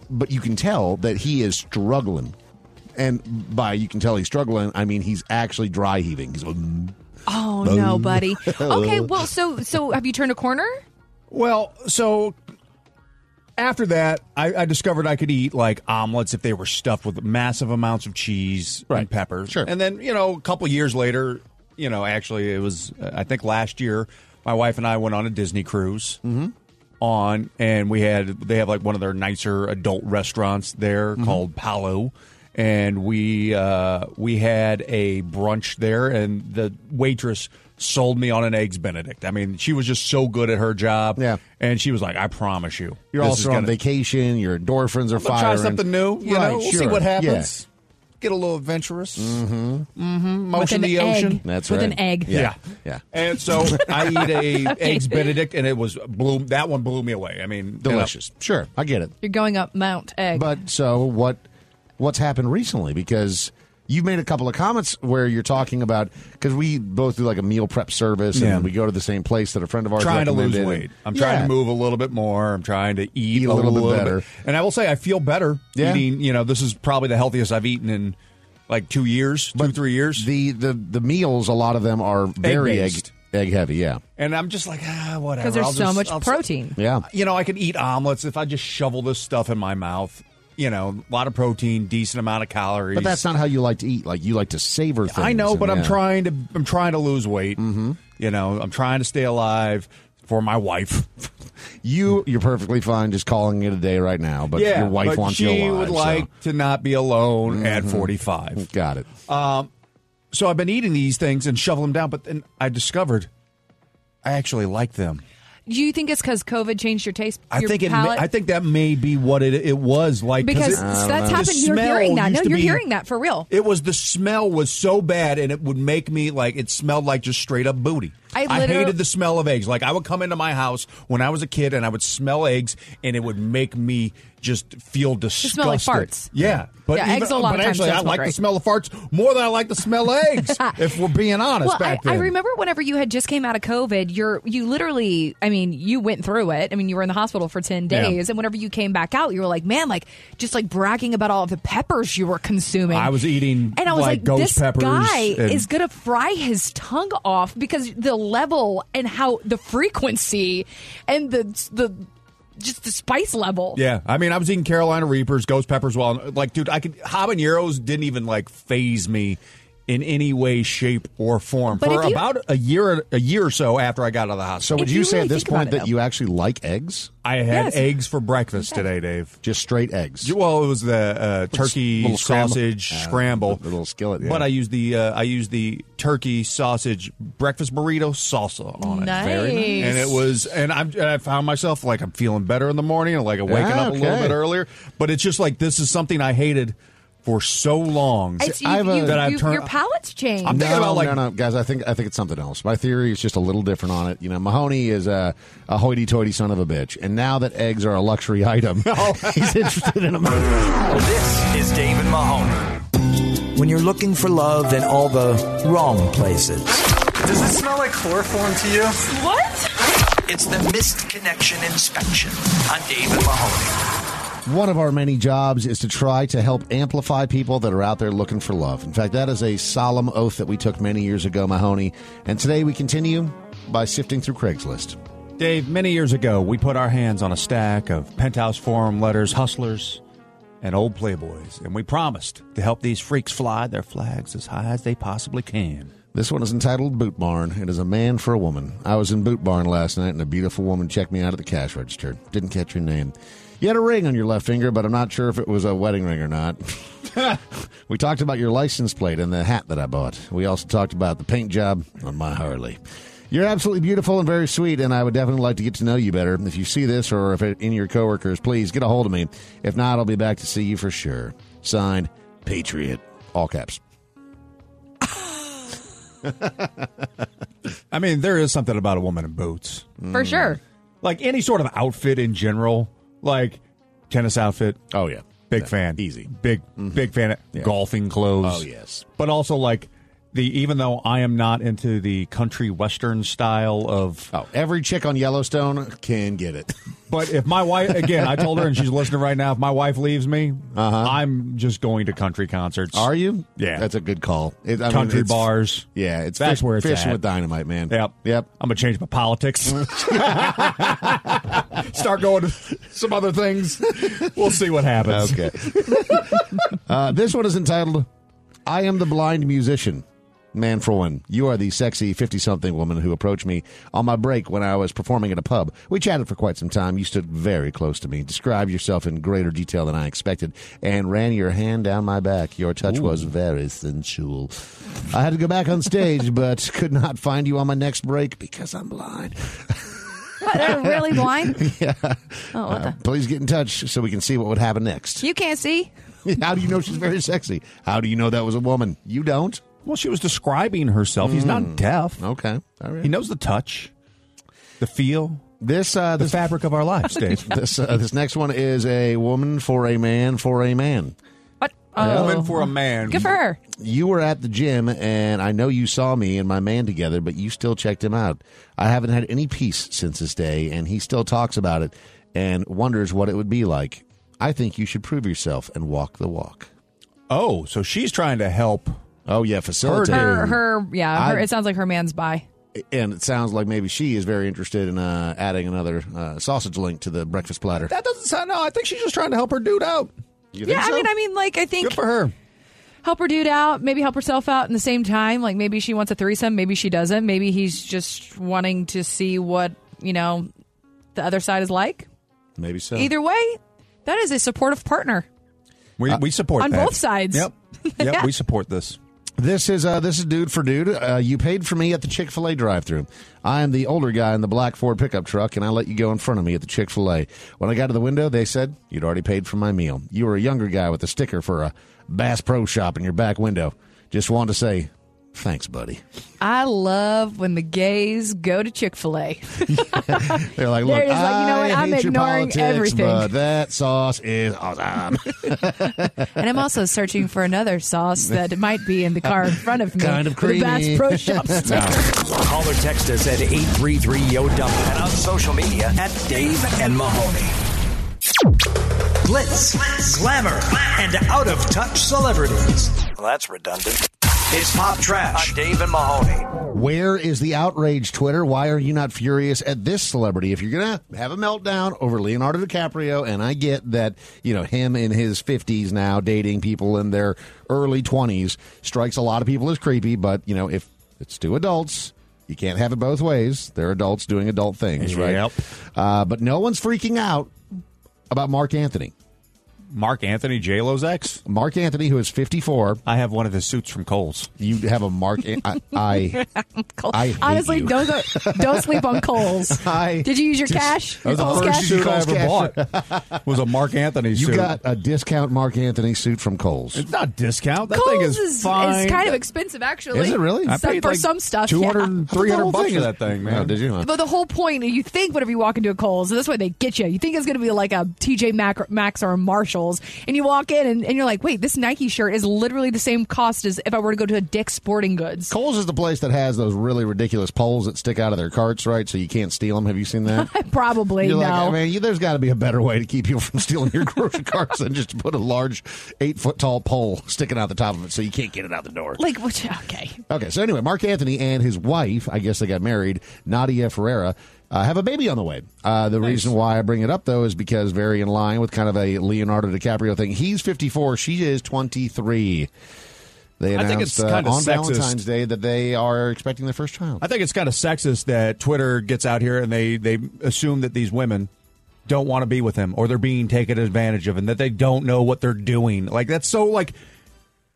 E: But you can tell that he is struggling. And by you can tell he's struggling, I mean he's actually dry heaving. He's like, "Mm."
F: Oh
E: Boom.
F: no, buddy. Okay, well, so so have you turned a corner?
G: Well, so after that, I, I discovered I could eat like omelets if they were stuffed with massive amounts of cheese and pepper. Sure. And then, you know, a couple years later, you know, actually, it was, uh, I think last year, my wife and I went on a Disney cruise. On and we had they have like one of their nicer adult restaurants there called Palo, and we uh, we had a brunch there, and the waitress sold me on an eggs Benedict. I mean, she was just so good at her job, yeah. And she was like, "I promise you,
E: You're
G: this is
E: also on
G: gonna-
E: vacation. Your endorphins are
G: Let's
E: firing.
G: try something new. You
E: Right,
G: know, we'll see
E: sure,
G: what
E: yeah.
G: happens. Get a little adventurous.
E: Mhm.
G: Mm-hmm.
F: With
G: Motion
F: an
G: the
F: egg.
G: ocean.
E: That's
F: With
E: right.
F: an egg.
E: Yeah.
G: Yeah.
E: Yeah.
G: And so I eat a eggs Benedict, and it was blew that one blew me away. I mean, you know.
E: Delicious. Sure. I get it.
F: You're going up Mount Egg.
E: But so what? What's happened recently? Because you made a couple of comments where you're talking about because we both do like a meal prep service
G: Yeah.
E: and we go to the same place that a friend of ours
G: trying to lose
E: recommended.
G: weight. I'm trying
E: Yeah.
G: to move a little bit more. I'm trying to eat,
E: a little bit better.
G: And I will say, I feel better
E: Yeah.
G: eating. You know, this is probably the healthiest I've eaten in like two years, two three years.
E: The the the meals, a lot of them are very egg
G: based.
E: egg heavy. Yeah,
G: And I'm just like, ah, whatever.
F: because there's
G: I'll
F: so
G: just-
F: much
G: I'll-
F: protein.
E: yeah.
G: You know, I could eat omelets if I just shovel this stuff in my mouth. You know, a lot of protein, decent amount of calories.
E: But that's not how you like to eat. Like you like to savor things.
G: I know,
E: and
G: but I'm
E: yeah.
G: trying to I'm trying to lose weight. Mm-hmm. You know, I'm trying to stay alive for my wife.
E: You you're perfectly fine just calling it a day right now. But
G: yeah,
E: your wife
G: but
E: wants
G: she
E: you alive.
G: would
E: so-
G: like to not be alone at
E: Mhm.
G: 45.
E: Got it.
G: Um, Mm-hmm. so I've been eating these things and shovel them down, but then I discovered I actually like them.
F: Do you think it's because COVID changed your taste?
G: I
F: your
G: think it. May,
F: palate?
G: I think that may be what it it was like
F: because
G: it-
F: that's
G: the
F: happened. You're
G: smell
F: hearing that. No,
G: used to
F: you're
G: be-
F: hearing that for real.
G: It was the smell was so bad, and it would make me like it smelled like just straight up booty.
F: I literally-
G: hated the smell of eggs. Like I would come into my house when I was a kid, and I would smell eggs, and it would make me just feel disgusted.
F: smell like farts.
G: Yeah, but
F: Yeah,
G: even-
F: eggs a lot
G: but
F: of times
G: actually,
F: don't
G: I
F: smell
G: like the
F: great.
G: smell of farts more than I like the smell of eggs. if we're being honest,
F: Well, I,
G: back
F: I
G: then.
F: remember whenever you had just came out of COVID, you're you literally, I mean, you went through it. I mean, you were in the hospital for ten
G: Yeah.
F: days, and whenever you came back out, you were like, man, like just like bragging about all of the peppers you were consuming.
G: I was eating
F: and I was
G: like,
F: like,
G: ghost
F: this
G: peppers
F: guy
G: and-
F: is gonna fry his tongue off because the level and how the frequency and the the just the spice level.
G: Yeah, I mean, I was eating Carolina Reapers, ghost peppers. Well, like, dude, I could habaneros didn't even like phase me in any way, shape, or form
F: But
G: for
F: if you-
G: about a year, a year or so after I got out of the
E: So
G: hospital.
E: would you, say at this point that you actually like eggs?
G: I had
F: Yes.
G: eggs for breakfast today, Dave?
E: Just straight eggs.
G: Well, it was the uh, turkey
E: little scramble.
G: sausage
E: Uh,
G: scramble,
E: the little skillet, yeah.
G: But I used the uh, I used the turkey sausage breakfast burrito salsa on
F: Nice.
G: it,
F: Very nice.
G: and it was. And I'm, and I found myself like I'm feeling better in the morning, and like I'm waking
E: Ah,
G: up a little
E: okay.
G: bit earlier. But it's just like this is something I hated for so long
F: It's, you,
E: I have a-
F: you-
G: that I've
F: you-
G: turned.
F: your palate's changed.
G: I'm thinking
E: no,
G: about, like-
E: no, no, guys. I think I think it's something else. My theory is just a little different on it. You know, Mahoney is a, a hoity-toity son of a bitch, and now that eggs are a luxury item, he's interested in them.
C: This is Dave and Mahoney.
L: When you're looking for love in all the wrong places.
C: Does it smell like chloroform to you?
M: What?
C: It's the missed connection inspection on Dave and Mahoney.
E: One of our many jobs is to try to help amplify people that are out there looking for love. In fact, that is a solemn oath that we took many years ago, Mahoney. And today we continue by sifting through Craigslist.
G: Dave, many years ago, we put our hands on a stack of Penthouse Forum letters, hustlers, and old playboys, and we promised to help these freaks fly their flags as high as they possibly can.
E: This one is entitled Boot Barn. It is a man for a woman. I was in Boot Barn last night and a beautiful woman checked me out at the cash register. Didn't catch your name. You had a ring on your left finger, but I'm not sure if it was a wedding ring or not. we talked about your license plate and the hat that I bought. We also talked about the paint job on my Harley. You're absolutely beautiful and very sweet, and I would definitely like to get to know you better. If you see this or if it, any of your coworkers, please get a hold of me. If not, I'll be back to see you for sure. Signed, Patriot. All caps.
G: I mean, there is something about a woman in boots.
F: For sure.
G: Like any sort of outfit in general, like tennis outfit.
E: Oh, yeah. Mm-hmm.
G: Big fan. Easy. Big, big fan. Golfing clothes.
E: Oh, yes.
G: But also, like, the even though I am not into the country western style of.
E: Oh, every chick on Yellowstone can get it.
G: But if my wife, again, I told her, and she's listening right now, if my wife leaves me, I'm just going to country concerts.
E: Uh-huh. Are you?
G: Yeah.
E: That's a good call. It- I mean,
G: country
E: it's-
G: bars.
E: Yeah, it's
G: That's
E: fish-
G: where it's
E: fishing
G: at.
E: with dynamite, man.
G: Yep.
E: Yep.
G: I'm gonna change my politics. Start going to some other things. We'll see what happens.
E: Okay. uh, this one is entitled I Am the Blind Musician. Man for one, you are the sexy 50 something woman who approached me on my break when I was performing at a pub. We chatted for quite some time. You stood very close to me, described yourself in greater detail than I expected, and ran your hand down my back. Your touch was very sensual. I had to go back on stage, but could not find you on my next break because I'm blind.
F: What, are you really blind?
E: yeah.
F: Oh, what
E: Uh, please get in touch so we can see what would happen next.
F: the? You can't see.
E: How do you know she's very sexy? How do you know that was a woman? You don't.
G: Well, she was describing herself. He's not deaf.
E: Okay. All right.
G: He knows the touch, the feel,
E: This uh,
G: the
E: this
G: fabric of our lives, Dave.
E: this uh, this next one is a woman for a man for a man.
F: What? Oh.
G: Woman for a man.
F: Good for her.
E: You were at the gym, and I know you saw me and my man together, but you still checked him out. I haven't had any peace since this day, and he still talks about it and wonders what it would be like. I think you should prove yourself and walk the walk.
G: Oh, so she's trying to help.
E: Oh yeah, facilitate.
F: Her, her, yeah. Her,
E: I-
F: it sounds like her man's by.
E: and it sounds like maybe she is very interested in uh, adding another uh, sausage link to the breakfast platter.
G: That doesn't sound. No, I think she's just trying to help her dude out.
E: You think
F: Yeah, I
E: so?
F: mean, I mean, like, I think
G: Good for her.
F: help her dude out, maybe help herself out in the same time. Like, maybe she wants a threesome, maybe she doesn't. Maybe he's just wanting to see what, you know, the other side is like.
E: maybe so.
F: Either way, that is a supportive partner.
G: We, we support
F: on
G: that.
F: both sides.
G: Yep. Yep. We support this.
E: This is uh, this is dude for dude. Uh, you paid for me at the Chick Fil A drive-through. I am the older guy in the black Ford pickup truck, and I let you go in front of me at the Chick Fil A. When I got to the window, they said you'd already paid for my meal. You were a younger guy with a sticker for a Bass Pro Shop in your back window. Just wanted to say thanks, buddy.
F: I love when the gays go to Chick fil A.
E: They're like,
F: They're
E: look,
F: just like, you know what,
E: I
F: I'm
E: hate your
F: ignoring
E: politics,
F: everything."
E: but that sauce is awesome.
F: and I'm also searching for another sauce that might be in the car in front of me.
E: Kind of
F: with a
E: creamy.
F: Bass Pro Shop sticker.
L: Call or text us at 833 yo dump
C: And on social media at Dave and Mahoney.
L: Blitz, glamour, and out of touch celebrities.
C: Well, that's redundant.
L: It's pop
C: On
L: trash.
C: Dave and Mahoney.
E: Where is the outrage, Twitter? Why are you not furious at this celebrity? If you're going to have a meltdown over Leonardo DiCaprio, and I get that, you know, him in his 50s now dating people in their early 20s strikes a lot of people as creepy, but, you know, if it's two adults, you can't have it both ways. They're adults doing adult things, right?
G: Yep.
E: Uh, but no one's freaking out about Mark Anthony.
G: Mark Anthony J Lo's ex.
E: Mark Anthony, who is 54,
G: I have one of his suits from Cole's.
E: you have a Mark. An- I, I
F: Cole-
E: I hate
F: Honestly,
E: you.
F: don't don't sleep on Coles.
E: I-
F: Did you use your
E: Just-
F: cash?
E: that was
F: Your
E: the
F: Kohl's
E: first
F: cash?
E: suit I ever
G: bought was a Mark Anthony
E: You
G: suit.
E: got a discount Mark Anthony suit from Kohl's.
G: It's not discount. That thing
F: Kohl's
G: is,
F: is, is
G: fine.
F: kind of expensive, actually.
E: Is it really? I
F: Some-
G: paid
F: for
G: like
F: some stuff,
G: 200,
F: yeah.
G: 300
F: The whole
G: bucks
F: thing
G: for
F: is-
G: that thing, man.
E: Oh, did you? Huh?
F: But the whole point, you think whenever you walk into a Kohl's, this way they get you. You think it's going to be like a TJ Mac- Maxx or a commercials, and you walk in and, and you're like, wait, this Nike shirt is literally the same cost as if I were to go to a Dick's Sporting Goods.
E: Kohl's is the place that has those really ridiculous poles that stick out of their carts, right? So you can't steal them. Have you seen that?
F: Probably
E: You're
F: no.
E: like, man, you, there's got to be a better way to keep you from stealing your grocery carts than just to put a large eight foot tall pole sticking out the top of it so you can't get it out the door.
F: like, which, okay.
E: Okay, so anyway, Mark Anthony and his wife, I guess they got married, Nadia Ferreira, uh, have a baby on the way. Uh, the reason why I bring it up, though, is because very in line with kind of a Leonardo DiCaprio thing. He's 54, she is 23. They
G: I
E: announced
G: think it's
E: uh,
G: kinda
E: on
G: sexist.
E: Valentine's Day that they are expecting their first child.
G: I think it's kind of sexist that Twitter gets out here and they, they assume that these women don't want to be with him or they're being taken advantage of and that they don't know what they're doing. Like, that's so like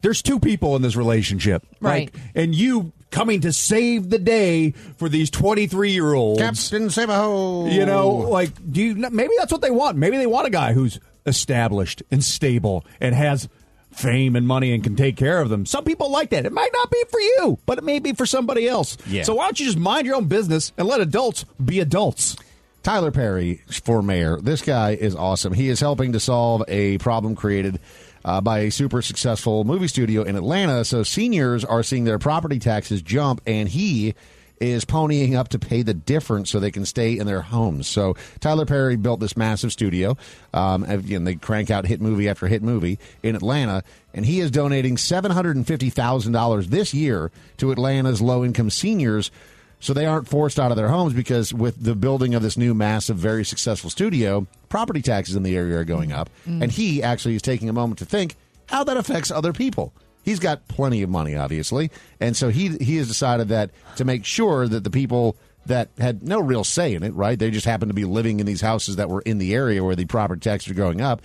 G: there's two people in this relationship.
E: Right.
G: Like, and you coming to save the day for these 23 year olds.
E: Captain Savaho.
G: You know, like, do you maybe that's what they want? Maybe they want a guy who's established and stable and has fame and money and can take care of them. Some people like that. It might not be for you, but it may be for somebody else.
E: Yeah.
G: So why don't you just mind your own business and let adults be adults?
E: Tyler Perry for mayor. This guy is awesome. He is helping to solve a problem created uh, by a super successful movie studio in Atlanta. So seniors are seeing their property taxes jump, and he is ponying up to pay the difference so they can stay in their homes. So Tyler Perry built this massive studio, um, and again, they crank out hit movie after hit movie in Atlanta, and he is donating seven hundred and fifty thousand dollars this year to Atlanta's low income seniors so they aren't forced out of their homes because with the building of this new massive very successful studio property taxes in the area are going up
M: Mm.
E: and he actually is taking a moment to think how that affects other people he's got plenty of money obviously and so he he has decided that to make sure that the people that had no real say in it right they just happened to be living in these houses that were in the area where the property taxes are going up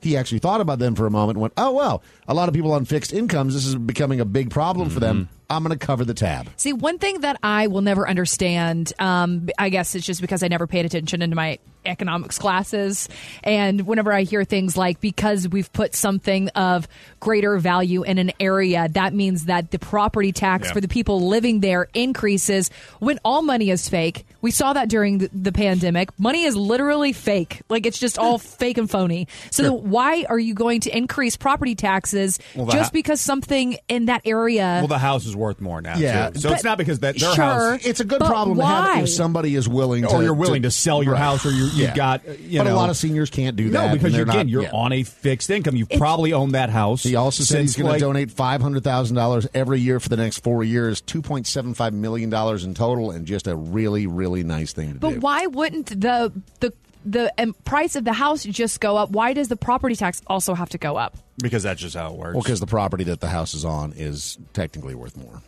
E: he actually thought about them for a moment and went oh well a lot of people on fixed incomes this is becoming a big problem for them i'm going to cover the tab
F: See, one thing that I will never understand, um, I guess it's just because I never paid attention into my economics classes. And whenever I hear things like, because we've put something of greater value in an area, that means that the property tax
N: Yeah.
F: for the people living there increases when all money is fake. We saw that during the, the pandemic. Money is literally fake. Like it's just all fake and phony. So then why are you going to increase property taxes
G: Well, the
F: just
G: ha-
F: because something in that area?
G: Well, the house is worth more now.
E: Yeah,
G: too. so
E: but-
G: it's not because that their
F: Sure,
G: house.
E: It's a good
F: but
E: problem to
F: why?
E: have if somebody is willing,
G: Or
E: to,
G: Oh, you're willing to sell your house or you- you've got, uh, you
E: but a
G: know-
E: lot of seniors can't do that.
G: No, because
E: and
G: you,
E: they're
G: again,
E: not-
G: you're
E: yeah.
G: on a fixed income. You've probably owned that house. He
E: also said he's going to donate five hundred thousand dollars every year for the next four years, two point seven five million dollars in total, and just a really, really nice thing to
F: But
E: do.
F: why wouldn't the the the um, price of the house just go up? Why does the property tax also have to go up?
G: because that's just how it works.
E: Well, because the property that the house is on is technically worth more,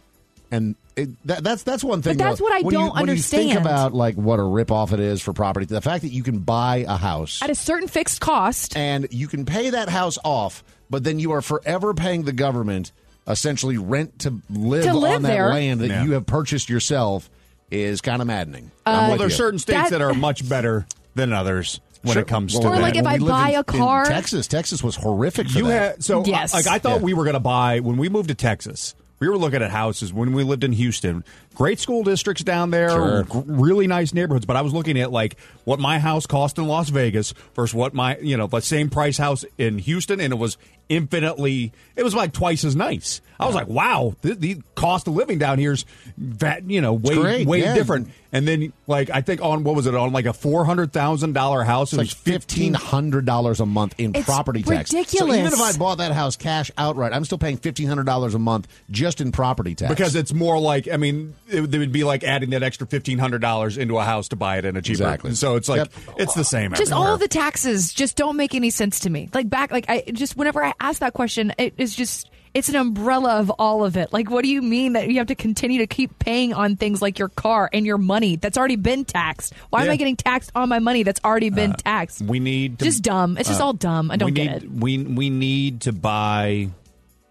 E: and it, that, that's that's one thing.
F: But that's
E: though.
F: what I
E: When you-
F: don't
E: when You
F: understand.
E: think about like what a ripoff it is for property. The fact that you can buy a house
F: At a certain fixed cost,
E: and you can pay that house off, but then you are forever paying the government essentially rent to live,
F: To live
E: on that
F: there.
E: land that
G: Yeah.
E: you have purchased yourself is kind of maddening.
F: Uh,
G: well, there's
F: you.
G: certain states that,
F: That-
G: are much better than others when
E: Sure.
G: it comes
E: Well,
G: to
F: Or
G: that.
F: like if
E: When
F: I
E: we lived
F: buy
E: in-
F: a car-
E: in Texas, Texas was horrific. For
G: You
E: that.
G: had so
F: Yes.
G: like I thought
E: Yeah.
G: we were going to buy when we moved to Texas. We were looking at houses when we lived in Houston. Great school districts down there,
E: Sure.
G: gr- really nice neighborhoods. But I was looking at like what my house cost in Las Vegas versus what my you know the same price house in Houston, and it was infinitely. It was like twice as nice. I was like, wow, the, the cost of living down here's that you know way
E: great,
G: way
E: yeah.
G: different. And then like I think on what was it on like a four hundred thousand dollar
E: It's
G: house, it
E: like
G: was fifteen
E: fifteen hundred dollars a month in
F: It's
E: property tax. So even
F: ridiculous.
E: if I bought that house cash outright, I'm still paying fifteen hundred dollars a month just in property tax.
G: Because it's more like, I mean, it, would- it would be like adding that extra fifteen hundred dollars into a house to buy it in a cheaper.
E: Exactly.
G: So it's like it's the same.
F: just
G: everywhere.
F: all the taxes just don't make any sense to me. Like back, like I just whenever I ask that question, it is just it's an umbrella of all of it. Like, what do you mean that you have to continue to keep paying on things like your car and your money that's already been taxed? Why am
G: Yeah. Uh,
F: I getting taxed on my money that's already been taxed?
G: we need to, uh,
F: Just dumb. It's just all dumb. I
G: we
F: don't get
G: need-
F: it.
G: We we need to buy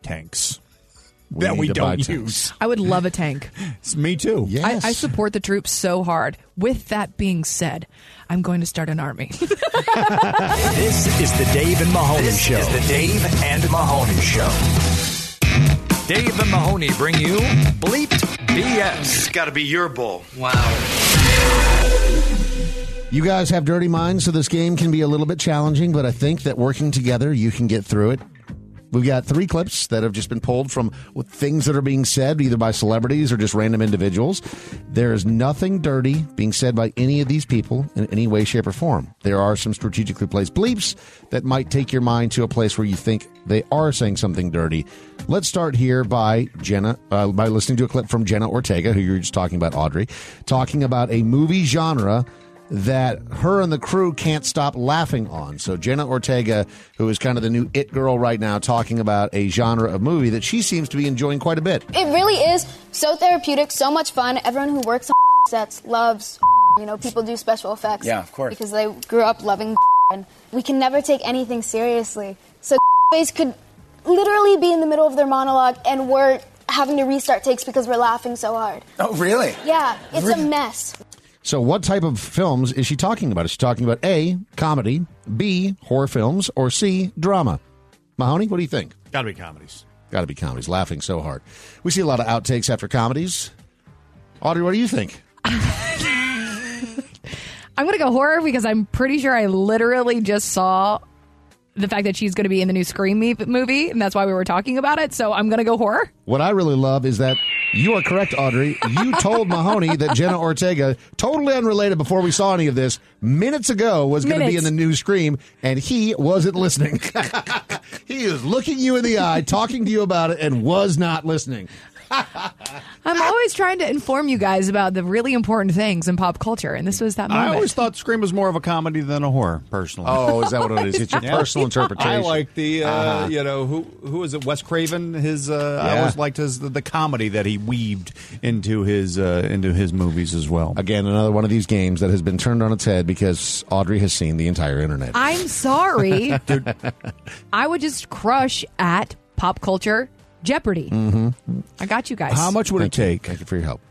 G: tanks
E: We
G: that
E: need
G: we
E: to buy
G: don't
E: tanks.
G: use.
F: I would love a tank.
G: It's me too.
E: Yes.
F: I, I support the troops so hard. With that being said, I'm going to start an army.
L: This is the Dave and Mahoney
C: This
L: Show.
C: is the Dave and Mahoney Show. Dave and Mahoney bring you bleeped BS.
O: It's got to be your bull.
C: Wow.
E: You guys have dirty minds, so this game can be a little bit challenging, but I think that working together, you can get through it. We've got three clips that have just been pulled from things that are being said, either by celebrities or just random individuals. There is nothing dirty being said by any of these people in any way, shape, or form. There are some strategically placed bleeps that might take your mind to a place where you think they are saying something dirty. Let's start here by Jenna, uh, by listening to a clip from Jenna Ortega, who you were just talking about, Audrey, talking about a movie genre that her and the crew can't stop laughing on. So Jenna Ortega, who is kind of the new it girl right now, talking about a genre of movie that she seems to be enjoying quite a bit.
M: It really is so therapeutic, so much fun. Everyone who works on sets loves. You know, people do special effects.
N: Yeah, of course.
M: Because they grew up loving, and we can never take anything seriously. So face could literally be in the middle of their monologue, and we're having to restart takes because we're laughing so hard.
N: Oh, really?
M: Yeah, it's a mess.
E: So what type of films is she talking about? Is she talking about A, comedy, B, horror films, or C, drama? Mahoney, what do you think?
G: Got to be comedies.
E: Got to be comedies. Laughing so hard. We see a lot of outtakes after comedies. Audrey, what do you think?
F: I'm going to go horror because I'm pretty sure I literally just saw the fact that she's going to be in the new Scream me- movie, and that's why we were talking about it. So I'm going to go horror.
E: What I really love is that you are correct, Audrey. You told Mahoney that Jenna Ortega, totally unrelated before we saw any of this, minutes ago was going to be
O: Minutes.
E: in the new Scream, and he wasn't listening. he is looking you in the eye, talking to you about it, and was not listening.
F: I'm always trying to inform you guys about the really important things in pop culture, and this was that
G: I
F: moment.
G: always thought Scream was more of a comedy than a horror, personally.
E: Oh, is that what it is? It's your personal interpretation.
G: I like the, uh,
E: Uh-huh.
G: you know, who who is it? Wes Craven. His uh, I
E: Yeah.
G: always liked his the, the comedy that he weaved into his uh, into his movies as well.
E: Again, another one of these games that has been turned on its head because Audrey has seen the entire internet.
F: I'm sorry.
E: Dude.
F: I would just crush at pop culture Jeopardy.
G: Mm-hmm.
F: I got you guys.
G: How much would it take?
E: Thank you for your help.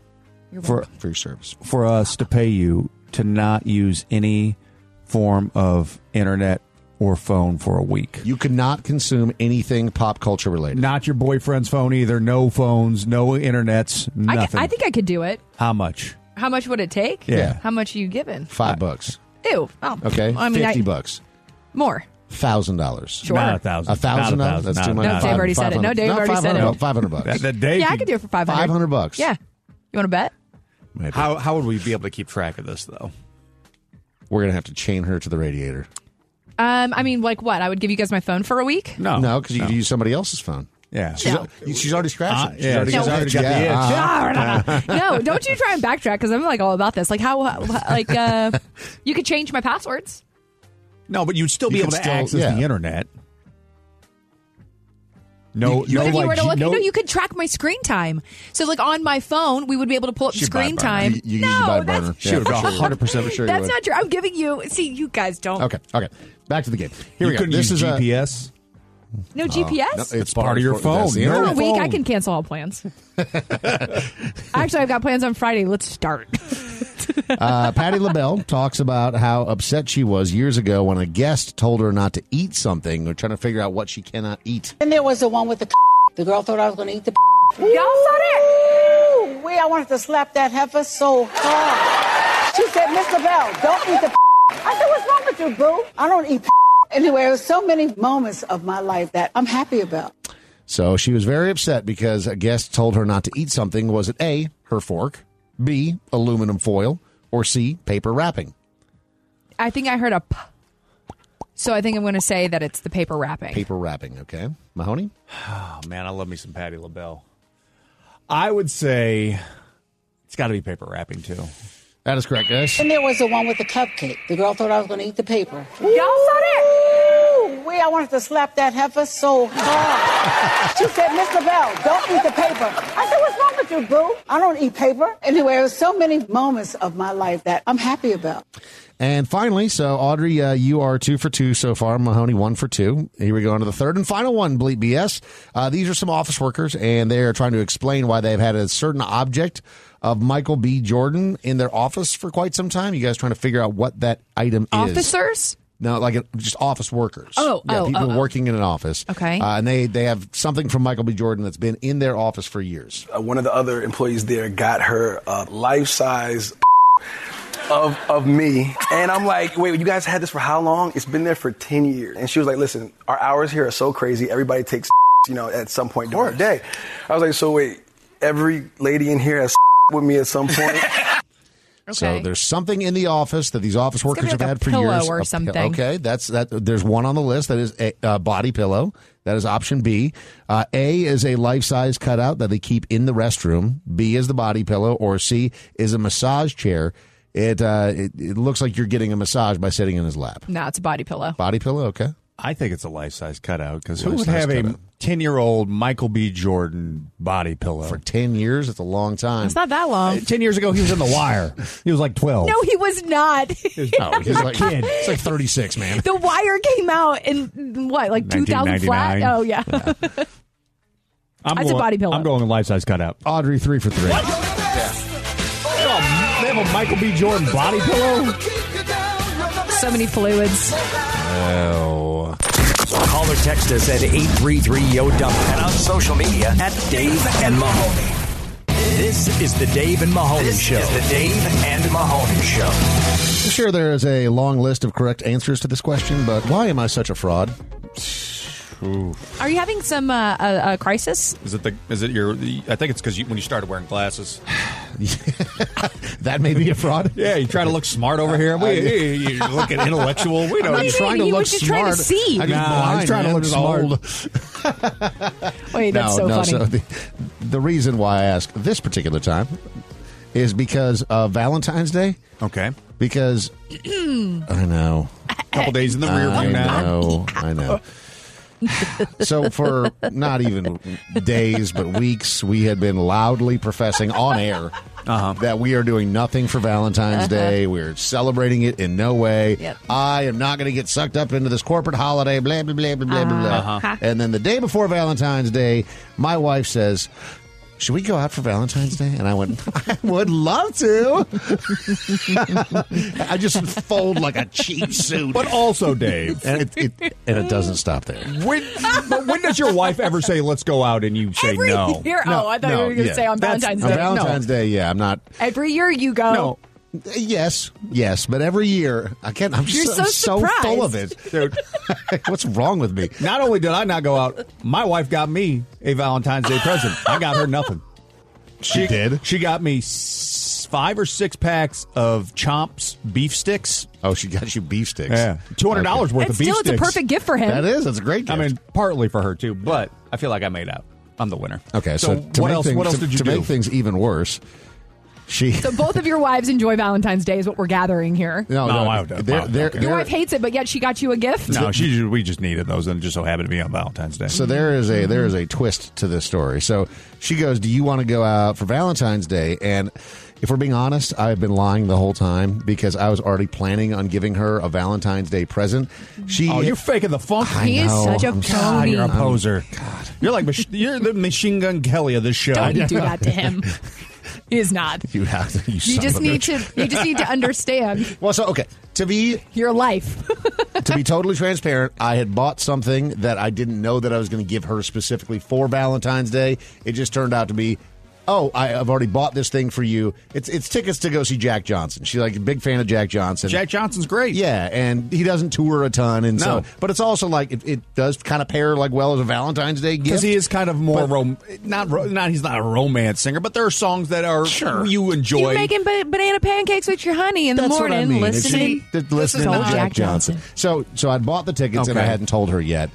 F: You're
G: for
E: welcome. for your service.
G: For us to pay you to not use any form of internet or phone for a week.
E: You cannot consume anything pop culture related.
G: Not your boyfriend's phone either. No phones. No internets.
F: I,
G: Nothing.
F: I think I could do it.
G: How much?
F: How much would it take?
G: Yeah.
F: How much are you giving?
E: Five bucks.
F: Ew. Oh,
E: Okay,
F: I mean,
E: fifty
F: I-
E: bucks.
F: More.
E: Thousand dollars.
F: Sure. Not a
G: thousand.
E: A thousand.
G: Not a thousand.
E: That's too
G: Not
E: much.
G: a thousand. No, Dave
F: already said it. No, Dave already said it.
E: Five hundred bucks.
G: That Dave
F: yeah, I could do it for 500.
E: 500 bucks.
F: Yeah. You want to bet?
G: How how would we be able to keep track of this though?
E: We're gonna have to chain her to the radiator.
F: Um, I mean, like what? I would give you guys my phone for a week?
E: No, no, because you could use somebody else's phone.
G: Yeah,
E: she's,
F: No.
E: al- she's already scratching.
G: Uh,
E: she's
G: yeah,
E: already,
G: she's
E: got Uh-huh. the
G: already
E: itch.
G: got the itch.
E: Yeah.
F: Ah, no, don't you try and backtrack because I'm like all about this. Like how, how like uh, you could change my passwords.
G: No, but you'd still
E: You
G: be able
E: could
G: to
E: still-
G: access
E: yeah.
G: the internet. No,
E: You- you
G: no,
E: could-
F: If you
G: like,
F: were to look,
G: no,
F: no, you could track my screen time. So like on my phone, we would be able to pull up
E: She'd
F: screen
E: buy a burner.
F: time.
E: You- you- you
F: no,
E: buy a
F: that's-
E: burner.
G: She would
E: for sure.
G: 100%
E: for sure you
F: That's
E: would.
F: not true. I'm giving you. See, you guys don't.
E: Okay, okay. Back to the game. Here
G: you
E: we go.
G: couldn't
E: This
G: use
E: is a-
G: GPS.
F: No GPS.
E: Oh, no, it's
G: It's part of your
E: part- that's
G: phone.
E: the
G: No
F: For a week, I
G: phone.
F: can cancel all plans. Actually, I've got plans on Friday. Let's start.
E: uh, Patty LaBelle talks about how upset she was years ago when a guest told her not to eat something. We're trying to figure out what she cannot eat.
P: And there was the one with the. The girl thought I was going to eat the. Y'all saw that? Ooh, wait, I wanted to slap that heifer so hard. She said, Mr. Bell, don't eat the. I said, what's wrong with you, boo? I don't eat. Anyway, there was so many moments of my life that I'm happy about.
E: So she was very upset because a guest told her not to eat something. Was it A, her fork, B, aluminum foil, or C, paper wrapping?
F: I think I heard a. P- so I think I'm going to say that it's the paper wrapping.
E: Paper wrapping, okay. Mahoney?
G: Oh man, I love me some Patty LaBelle. I would say it's got to be paper wrapping too.
E: That is correct, guys.
P: And there was the one with the cupcake. The girl thought I was going to eat the paper. Y'all saw that? Ooh, wait, I wanted to slap that heifer so hard. she said, Mr. Bell, don't eat the paper. I said, what's wrong with you, boo? I don't eat paper. Anyway, there was so many moments of my life that I'm happy about.
E: And finally, so Audrey, uh, you are two for two so far. Mahoney, one for two. Here we go on to the third and final one, Bleep BS. Uh, these are some office workers, and they are trying to explain why they've had a certain object of Michael B. Jordan in their office for quite some time. You guys trying to figure out what that item is.
F: Officers?
E: No, like uh, just office workers.
F: Oh,
E: yeah,
F: oh,
E: people
F: oh, oh.
E: working in an office.
F: Okay.
E: Uh, and they, they have something from Michael B. Jordan that's been in their office for years.
Q: Uh, one of the other employees there got her a life size
N: of, of me. And I'm like, wait, you guys had this for how long? It's been there for 10 years. And she was like, listen, our hours here are so crazy. Everybody takes, you know, at some point during the day. I was like, so wait, every lady in here has with me at some point?
E: So there's something in the office that these office workers
F: be
E: have
F: like a
E: had for
F: pillow
E: years.
F: or
E: A pill-
F: something.
E: okay, that's that. There's one on the list that is a uh, body pillow. That is option B. Uh, a is a life size cutout that they keep in the restroom. B is the body pillow, or C is a massage chair. It uh, it, it looks like you're getting a massage by sitting in his lap.
F: No, it's a body pillow.
E: Body pillow, okay.
G: I think it's a life size cutout because who would
E: Life-size
G: have a
E: cutout.
G: 10 year old Michael B. Jordan body pillow? For
E: 10 years? It's a long time.
F: It's not that long.
G: 10 years ago, he was in The Wire. He was like 12.
F: No, he was not.
E: No, he's like kid. It's like 36, man.
F: The Wire came out in what, like 2000 flat?
G: 1999.
F: Oh, yeah.
G: I'm
F: That's a
G: going-
F: body pillow.
G: I'm going life size cutout.
E: Audrey, three for three.
G: They have a Michael B. Jordan body pillow?
F: So many fluids.
E: Oh.
L: Call or text us at 833-YO-DUMP and on social media at Dave and Mahoney. This is the Dave and Mahoney Show. This is the Dave and Mahoney Show.
E: I'm sure there is a long list of correct answers to this question, but why am I such a fraud?
F: Are you having some uh, a, a crisis?
G: Is it the? Is it your? I think it's because you, when you started wearing glasses,
E: that may be a fraud.
G: yeah, you try to look smart over here. We, you look intellectual. We don't.
F: What do you mean? He was just trying to see.
G: Nah, I was trying to look smart.
F: Wait, that's so
E: no.
F: funny.
E: So the, the reason why I ask this particular time is because of Valentine's Day.
G: Okay.
E: Because I know.
G: Couple days in the rear
E: I
G: view now.
E: know. I know. so for not even days but weeks, we had been loudly professing on air that we are doing nothing for Valentine's
O: Uh-huh.
E: Day. We're celebrating it in no way.
O: Yep.
E: I am not going to get sucked up into this corporate holiday. Blah blah blah blah blah blah. blah.
O: Uh-huh. Uh-huh.
E: And then the day before Valentine's Day, my wife says. Should we go out for Valentine's Day? And I went, I would love to. I just fold like a cheap suit.
G: But also, Dave,
E: and it, it, and it doesn't stop there.
G: When, but when does your wife ever say, "Let's go out," and you say
F: Every
G: no?
F: year- oh, I thought you were gonna say on Valentine's
E: on
F: Day.
E: Valentine's
F: No.
E: Day, yeah, I'm not.
F: Every year you go.
E: No. Yes, yes, but every year I can't. I'm
F: You're
E: just
F: so
E: I'm so
F: surprised.
E: full of it.
G: Dude,
E: what's wrong with me?
G: Not only did I not go out, my wife got me a Valentine's Day present. I got her nothing.
E: She, did.
G: She got me s- five or six packs of Chomps beef sticks.
E: Oh, she got you beef sticks.
G: Yeah, two hundred dollars
E: Okay.
G: worth
F: And
G: of beef
F: still, it's
G: sticks.
F: a perfect gift for him.
E: That is. That's a great
G: I mean, partly for her too, but I feel like I made out. I'm the winner.
E: Okay, so, to
G: what
E: make
G: else?
E: things,
G: what else
E: to,
G: did you
E: to
G: do?
E: make things even worse? She
F: So both of your wives enjoy Valentine's Day, is what we're gathering here.
E: no,
G: No,
E: no,
G: I don't- I
E: they're,
G: don't
E: they're,
G: care.
F: Your
E: they're-
F: wife hates it, but yet she got you a gift.
G: no, she ju- we just needed those, and it just so happened to be on Valentine's Day.
E: So there is a there is a twist to this story. So she goes, "Do you want to go out for Valentine's Day?" And if we're being honest, I've been lying the whole time because I was already planning on giving her a Valentine's Day present. She
G: Oh, you're faking the funk.
E: I He is know. such a
G: I'm sorry.
E: phony.
G: You're a
E: I'm-
G: poser. You're like mach- you're the machine gun Kelly of this show.
F: Don't do that to him. He is not.
E: you have to, you,
F: You
E: son
F: just
E: of a
F: need to.
E: bitch.
F: You just need to understand
E: Well, so okay to be
F: your life.
E: to be totally transparent, I had bought something that I didn't know that I was going to give her specifically for Valentine's Day. It just turned out to be, oh, I, have already bought this thing for you. It's it's tickets to go see Jack Johnson. She's like a big fan of Jack Johnson.
G: Jack Johnson's great.
E: Yeah, and he doesn't tour a ton, and
G: No.
E: so but it's also like it, it does kind of pair like well as a Valentine's Day gift
G: Because he is kind of more
E: But-
G: rom- not ro- not he's not a romance singer, but there are songs that are you enjoy.
F: You're making ba- banana pancakes with your honey in the
E: That's
F: morning,
E: what I mean. It's
F: listening,
E: just- that listening to
F: Soul
E: Jack, Johnson. So, so I bought the tickets and I
G: Okay. Mm-hmm.
E: hadn't told her yet.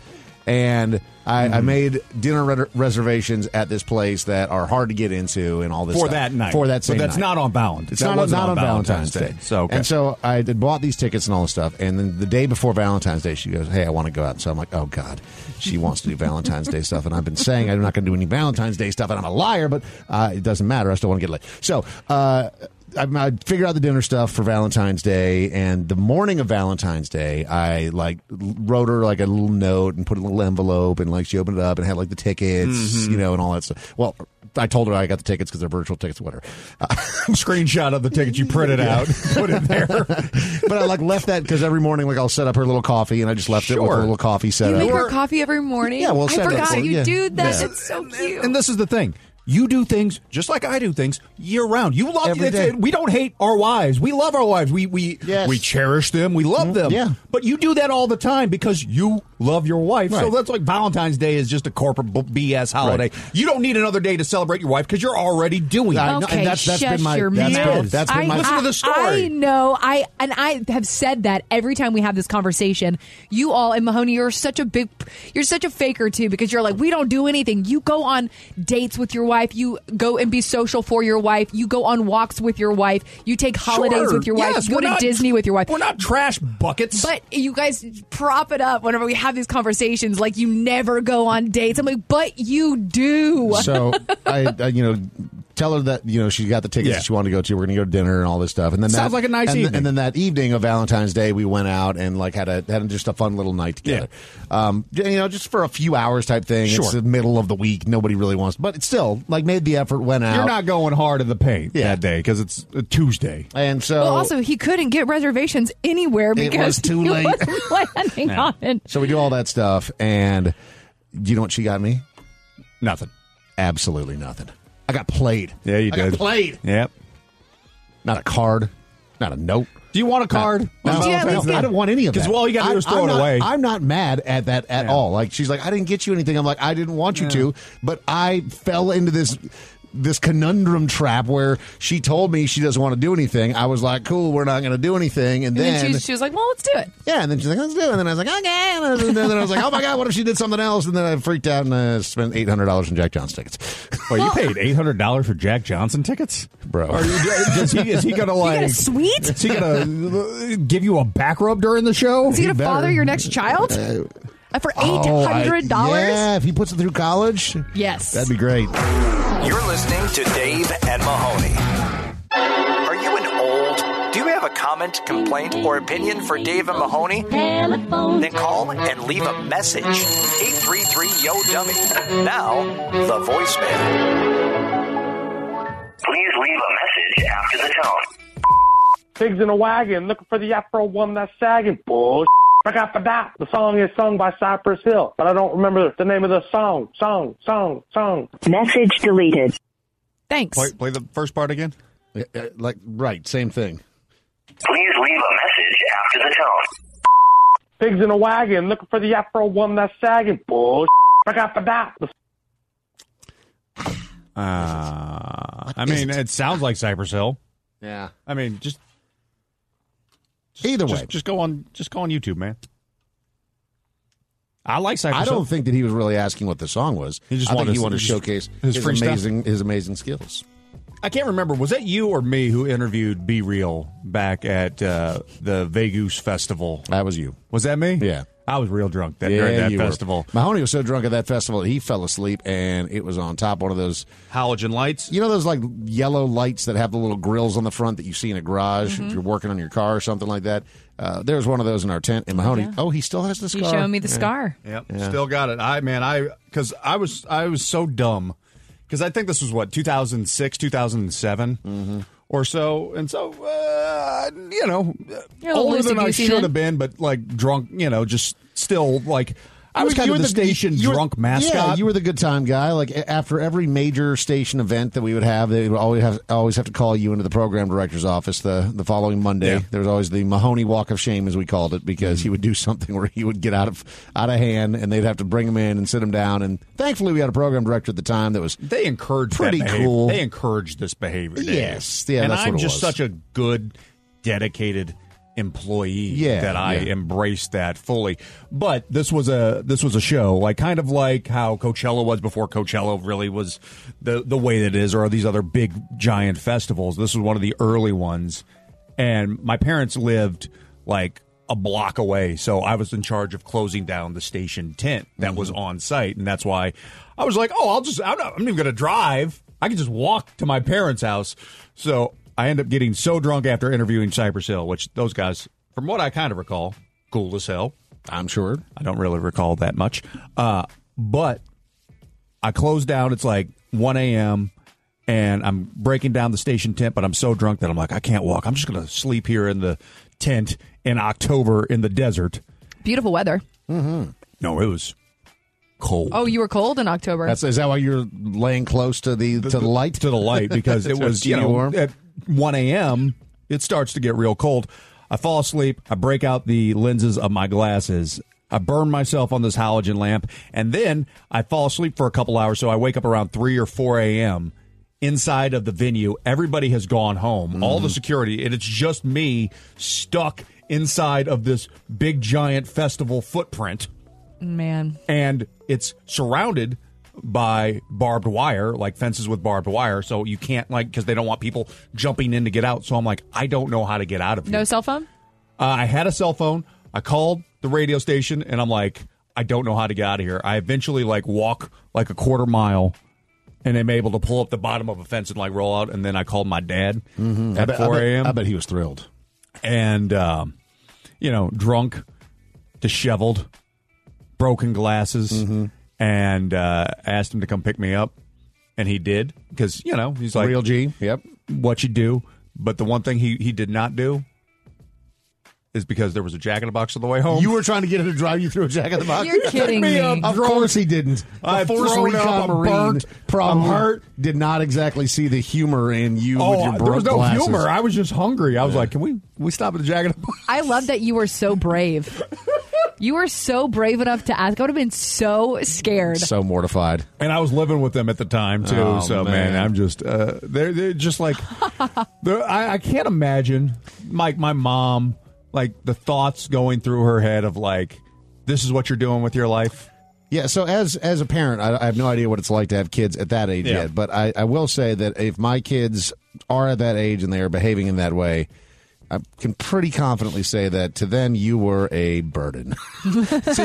E: And I, I made dinner re- reservations at this place that are hard to get into and all this
G: For
E: stuff.
G: that night.
E: for that same
G: But that's
E: night.
G: not on Valent-
E: It's
G: that
E: not,
G: wasn't
E: not
G: on
E: on Valentine's,
G: Valentine's
E: Day.
G: Day. So, okay.
E: and so I had bought these tickets and all this stuff. And then the day before Valentine's Day, she goes, "Hey, I want to go out." So I'm like, "Oh God, she wants to do Valentine's Day stuff." And I've been saying I'm not going to do any Valentine's Day stuff, and I'm a liar. But uh, it doesn't matter. I still want to get laid. So. Uh, I, I figured out the dinner stuff for Valentine's Day, and the morning of Valentine's Day, I like wrote her like a little note and put a little envelope, and like she opened it up and had like the tickets,
G: Mhm.
E: you know, and all that stuff. Well, I told her I got the tickets because they're virtual tickets, whatever. Uh,
G: screenshot of the ticket you printed out, put it there.
E: but I like left that because every morning, like I'll set up her little coffee, and I just left it with
G: Sure.
E: a little coffee set
F: You
E: up.
F: make her coffee every morning.
E: Yeah, well,
F: I
E: set it up
F: forgot
E: for-
F: you
E: yeah,
F: do that.
E: yeah.
F: It's so cute.
G: And this is the thing. You do things just like I do things year round. You love
E: Every
G: it's-
E: day.
G: it- We don't hate our wives. We love our wives. We we we cherish them. We love them.
E: yeah.
G: But you do that all the time because you love your wife. So
E: Right.
G: that's like Valentine's Day is just a corporate b- BS holiday. You don't need another day to celebrate your wife because you're already doing it.
E: I know, and Okay, that's- that's been shush my- your that's been- mouth. that's been
F: I,
E: my-
G: Listen
F: I,
G: to the story.
F: I know. I and I have said that every time we have this conversation. You all and Mahoney, you're such a big, you're such a faker too because you're like we don't do anything. You go on dates with your wife. You go and be social for your wife. You go on walks with your wife. You take holidays
G: Sure.
F: with your wife.
G: Yes,
F: you go
G: we're
F: to
G: not-
F: Disney with your wife. We're
G: not trash buckets.
F: But you guys prop it up whenever we have these conversations. Like you never go on dates. I'm like, but you do.
E: So I, I, you know, tell her that you know she got the tickets
G: Yeah.
E: that she wanted to go to. We're going to go to dinner and all this stuff. And then
G: Sounds
E: that,
G: like a nice
E: and,
G: evening.
E: And then that evening of Valentine's Day, we went out and like had a had just a fun little night together. Um, you know, just for a few hours type thing. It's
G: Sure.
E: the middle of the week. Nobody really wants, but it's still like made the effort. Went out.
G: You're not going hard in the paint that day because it's a Tuesday.
E: And so
F: Well, also he couldn't get reservations anywhere
E: It
F: because
E: was too
F: he
E: late.
F: wasn't planning
E: Yeah.
F: on it.
E: So we do all that stuff, and do you know what she got me?
G: Nothing.
E: Absolutely nothing. I got played.
G: Yeah, you
E: I got
G: did.
E: played.
G: Yep.
E: Not a card. Not a note.
G: Do you want a card?
E: No,
G: on
E: no,
G: Valentine's Day?
E: I don't want any of that.
G: 'Cause all you got to do
E: I-
G: is throw
E: I'm
G: it
E: not-
G: away.
E: I'm not mad at that at all. Like she's like, I didn't get you anything. I'm like, I didn't want you to, but I fell into this this conundrum trap where she told me she doesn't want to do anything. I was like, cool, we're not going to do anything. And,
F: And then, she, she was like, "Well, let's do it."
E: yeah, and then she's like, let's do it. And then I was like, okay. And then- and then I was like, oh my God, what if she did something else? And then I freaked out and uh, spent $800 on Jack John's tickets.
G: Well, you paid eight hundred dollars for Jack Johnson tickets,
E: bro.
G: Are you, does he, is he gonna like
F: got a suite?
G: Is he gonna uh, give you a back rub during the show?
F: Is he gonna father your next child
E: Uh,
F: Uh, for eight
E: Oh, I-
F: hundred dollars?
E: Yeah, if he puts it through college.
F: Yes.
E: That'd be great.
C: You're listening to Dave and Mahoney. Are you an old? Do you have a comment, complaint, or opinion for Dave and Mahoney? Then call and leave a message. 833 Yo Dummy. Now, the voicemail.
H: Please leave a message after the tone.
O: Pigs in a wagon, looking for the Afro woman that's sagging. Bullshit. I got the dot. The song is sung by Cypress Hill, but I don't remember the name of the song. Song, song, song.
Q: Message deleted.
F: Thanks.
G: Play, play the first part again.
E: Like right, same thing.
H: Please leave a message after the tone.
O: Pigs in a wagon, looking for the Afro woman that's sagging. Bullshit. I got the dot. The
G: Uh, I mean, it? sounds like Cypress Hill.
E: Yeah.
G: I mean, just,
E: either way,
G: just, just go on, just go on YouTube, man. I like Cypress.
E: I don't
G: Hill.
E: think that he was really asking what the song was.
G: He just
E: I think
G: wanted
E: he
G: to-
E: wanted to
G: just
E: showcase his,
G: his free stuff.
E: amazing his amazing skills.
G: I can't remember. Was that you or me who interviewed Be Real back at uh, the Vegas Festival?
E: That was you.
G: Was that me?
E: Yeah.
G: I was real drunk that,
E: Yeah,
G: during that
E: you were.
G: festival.
E: Mahoney was so drunk at that festival he fell asleep, and it was on top of one of those
G: halogen lights.
E: You know those like yellow lights that have the little grills on the front that you see in a garage if you're working on your car or something like that. Uh, there was one of those in our tent, and Mahoney. Oh, he still has the
F: He
E: scar.
F: showed me the
E: Yeah.
F: scar.
G: Yep,
E: Yeah.
G: still got it. I man, I because I was I was so dumb because I think this was what 2006, 2007
E: Mm-hmm.
G: or so, and so uh, you know,
F: You're a little
G: older than I
F: loosey-goosey
G: should
F: then.
G: have been, but like drunk, you know, just still like I
E: You
G: was
E: were
G: kind of the, station
E: you were-
G: drunk
E: Yeah,
G: mascot.
E: you were the good time guy. Like a- after every major station event that we would have, they would always have always have to call you into the program director's office the the following Monday.
G: Yeah.
E: There was always the Mahoney Walk of Shame, as we called it, because he would do something where he would get out of out of hand, and they'd have to bring him in and sit him down. And thankfully, we had a program director at the time that was
G: they encouraged that
E: pretty
G: behavior.
E: cool.
G: They encouraged this behavior. Dave.
E: Yes. Yeah,
G: and
E: that's
G: I'm
E: what it
G: just
E: was.
G: such a good, dedicated employee
E: Yeah,
G: that I
E: yeah.
G: embraced that fully. But this was a this was a show like kind of like how Coachella was before Coachella really was the the way that it is, or these other big giant festivals. This was one of the early ones, and my parents lived like a block away, so I was in charge of closing down the station tent that was
E: Mm-hmm.
G: on site, and that's why I was like, oh, I'll just I'm not I'm not even gonna drive. I can just walk to my parents' house. So I end up getting so drunk after interviewing Cypress Hill, which those guys, from what I kind of recall, cool as hell.
E: I'm sure.
G: I don't really recall that much. Uh, but I close down. It's like 1 a.m. and I'm breaking down the station tent, but I'm so drunk that I'm like, I can't walk. I'm just going to sleep here in the tent in October in the desert.
F: Beautiful weather.
G: No, it was cold.
F: Oh, you were cold in October.
E: That's, is that why you're laying close to the to the light?
G: to the light because it was you know at 1 a.m. It starts to get real cold. I fall asleep. I break out the lenses of my glasses. I burn myself on this halogen lamp, and then I fall asleep for a couple hours. So I wake up around three or four a.m. Inside of the venue, everybody has gone home. All the security, and it's just me stuck inside of this big giant festival footprint
F: Man.
G: and it's surrounded by barbed wire, like fences with barbed wire. So you can't like because they don't want people jumping in to get out. So I'm like, I don't know how to get out of here.
F: No cell phone?
G: Uh, I had a cell phone. I called the radio station, and I'm like, I don't know how to get out of here. I eventually like walk like a quarter mile. And am able to pull up the bottom of a fence and like roll out, and then I called my dad
E: Mhm. I
G: at
E: bet- I
G: four
E: bet-
G: a.m.
E: I bet he was thrilled,
G: and um, you know, drunk, disheveled, broken glasses, and uh, asked him to come pick me up, and he did because you know he's like
E: Real G. Yep,
G: what you do. But the one thing he he did not do is because there was a jack in the box on the way home.
E: You were trying to get him to drive you through a jack in the box.
G: You're kidding
E: Pick
G: me.
E: Of course he didn't. The
G: I've
E: Force
G: thrown
E: Recon
G: up, I'm
E: Marine
G: burnt,
E: probably
G: I'm hurt.
E: did not exactly see the humor in you with
G: Oh,
E: your
G: there
E: broke
G: was no
E: glasses.
G: humor. I was just hungry. I was like, "Can we we stop at the Jack in the Box?"
F: I love that you were so brave. you were so brave enough to ask. I would have been so scared.
E: So mortified.
G: And I was living with them at the time too.
E: Oh,
G: so man.
E: man.
G: I'm just uh, they're they're just like they're, I, I can't imagine like my mom like the thoughts going through her head of like this is what you're doing with your life.
E: Yeah, so as as a parent, I, I have no idea what it's like to have kids at that age
G: Yeah.
E: yet. But I, I will say that if my kids are at that age and they are behaving in that way, I can pretty confidently say that to them you were a burden.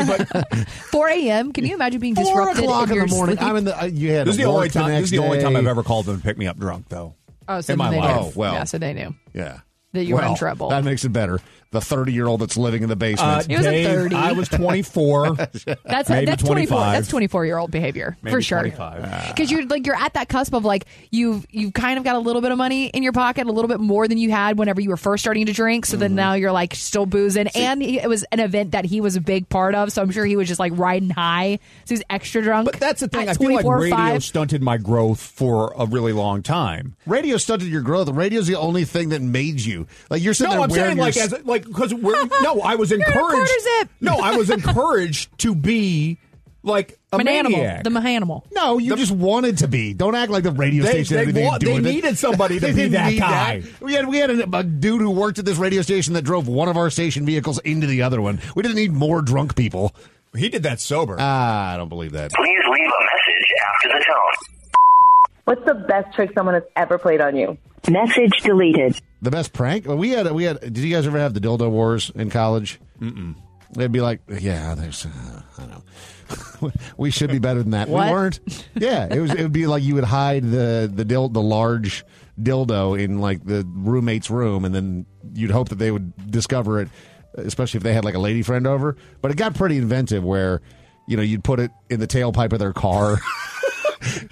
F: 4 a.m. Can you imagine being
E: Four
F: disrupted
E: o'clock
F: in
E: in
F: your
E: the morning.
F: sleep?
E: I'm in the. uh, You had
G: This is
E: to
G: the only
E: work the
G: time. This is the
E: next
G: only time
E: day.
G: I've ever called them to pick me up drunk though.
F: oh, so
G: in my
F: then they
G: life.
F: knew.
E: Oh, well.
F: yeah, so they knew
E: Yeah.
F: that you were
E: Well,
F: in trouble.
E: That makes it better. The 30 year old that's living in the
G: Uh,
E: basement.
F: He was a
G: Dave,
F: 30.
G: I was 24.
F: that's
G: maybe
F: that's 24.
G: 25.
F: That's 24 year old behavior
G: Maybe
F: for sure.
G: 25.
F: because you're like you're at that cusp of like you've you've kind of got a little bit of money in your pocket, a little bit more than you had whenever you were first starting to drink. So
G: Mm-hmm.
F: then now you're like still boozing, and he, it was an event that he was a big part of. So I'm sure he was just like riding high, so he's extra drunk. But
G: that's the thing. I feel like radio stunted my growth for a really long time.
E: Radio stunted your growth. Radio's the only thing that made you. Like you're sitting
G: No,
E: there wearing
G: I'm saying
E: your
G: like
E: s-
G: as like because we're no, I was encouraged.
F: zip.
G: No, I was encouraged to be like a
F: an animal,
G: maniac.
F: the mahanimal.
E: No, you just wanted to be. Don't act like the radio
G: They-
E: station.
G: they
E: had anything to
G: want-
E: do
G: they
E: with it.
G: needed somebody to
E: They
G: be
E: didn't
G: that
E: need
G: guy.
E: We had we had a, a dude who worked at this radio station that drove one of our station vehicles into the other one. We didn't need more drunk people.
G: He did that sober.
E: Ah, I don't believe that.
H: Please leave a message after the tone.
Q: What's the best trick someone has ever played on you? Message deleted.
E: The best prank we had. We had. Did you guys ever have the dildo wars in college? Mm-mm. They'd be like, yeah, there's. Uh, I don't know. we should be better than that.
F: What?
E: We weren't. Yeah, it was. It would be like you would hide the the dil- the large dildo in like the roommate's room, and then you'd hope that they would discover it, especially if they had like a lady friend over. But it got pretty inventive, where you know you'd put it in the tailpipe of their car.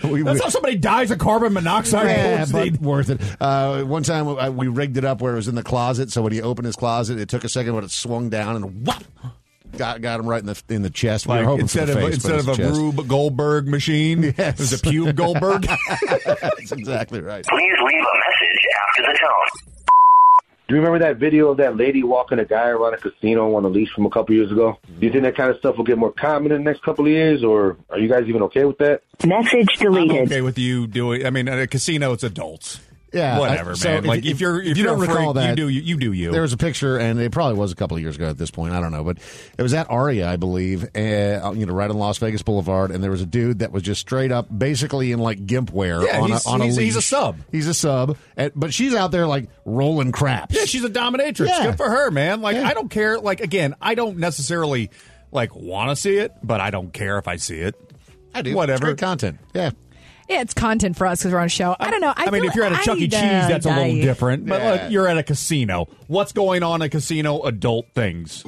E: We-
G: That's
E: we-
G: how somebody dies of carbon monoxide
E: yeah,
G: poisoning.
E: but worth it. Uh, one time I, we rigged it up where it was in the closet, so when he opened his closet, it took a second, but it swung down and whop, got got him right in the in the chest. we were
G: Like,
E: hoping
G: instead
E: for
G: of
E: the face, but
G: instead
E: it was
G: of a
E: the chest.
G: Rube Goldberg machine, it was a pube Goldberg.
E: That's exactly right.
H: Please leave a message after the tone.
R: Do you remember that video of that lady walking a guy around a casino on a leash from a couple years ago? Do you think that kind of stuff will get more common in the next couple of years, or are you guys even okay with that?
Q: Message
G: I'm okay with you doing. I mean, at a casino, it's adults.
E: Yeah,
G: whatever,
E: I-
G: man.
E: so if-
G: like if,
E: if-
G: you're if,
E: if you
G: you're
E: don't
G: a freak,
E: recall that-
G: you do you, you do you.
E: There was a picture, and it probably was a couple of years ago at this point. I don't know, but it was at Aria, I believe, uh, you know, right on Las Vegas Boulevard, and there was a dude that was just straight up, basically in like gimp wear
G: Yeah,
E: on,
G: he's-
E: a, on
G: he's-
E: a leash.
G: he's a sub.
E: He's a sub, and, but she's out there like rolling craps.
G: Yeah, she's a dominatrix.
E: Yeah.
G: Good for her, man. Like I don't care. Like again, I don't necessarily like want to see it, but I don't care if I see it.
E: I do.
G: Whatever
E: It's great content. Yeah.
F: Yeah, it's content for us because we're on a show. I, don't know. I,
G: I, mean,
F: feel
G: if you're at a
F: like
G: Chuck E.
F: I,
G: Cheese,
F: uh,
G: that's a little
F: die.
G: different. But
F: Yeah.
G: like, you're at a casino. What's going on at casino? Adult things,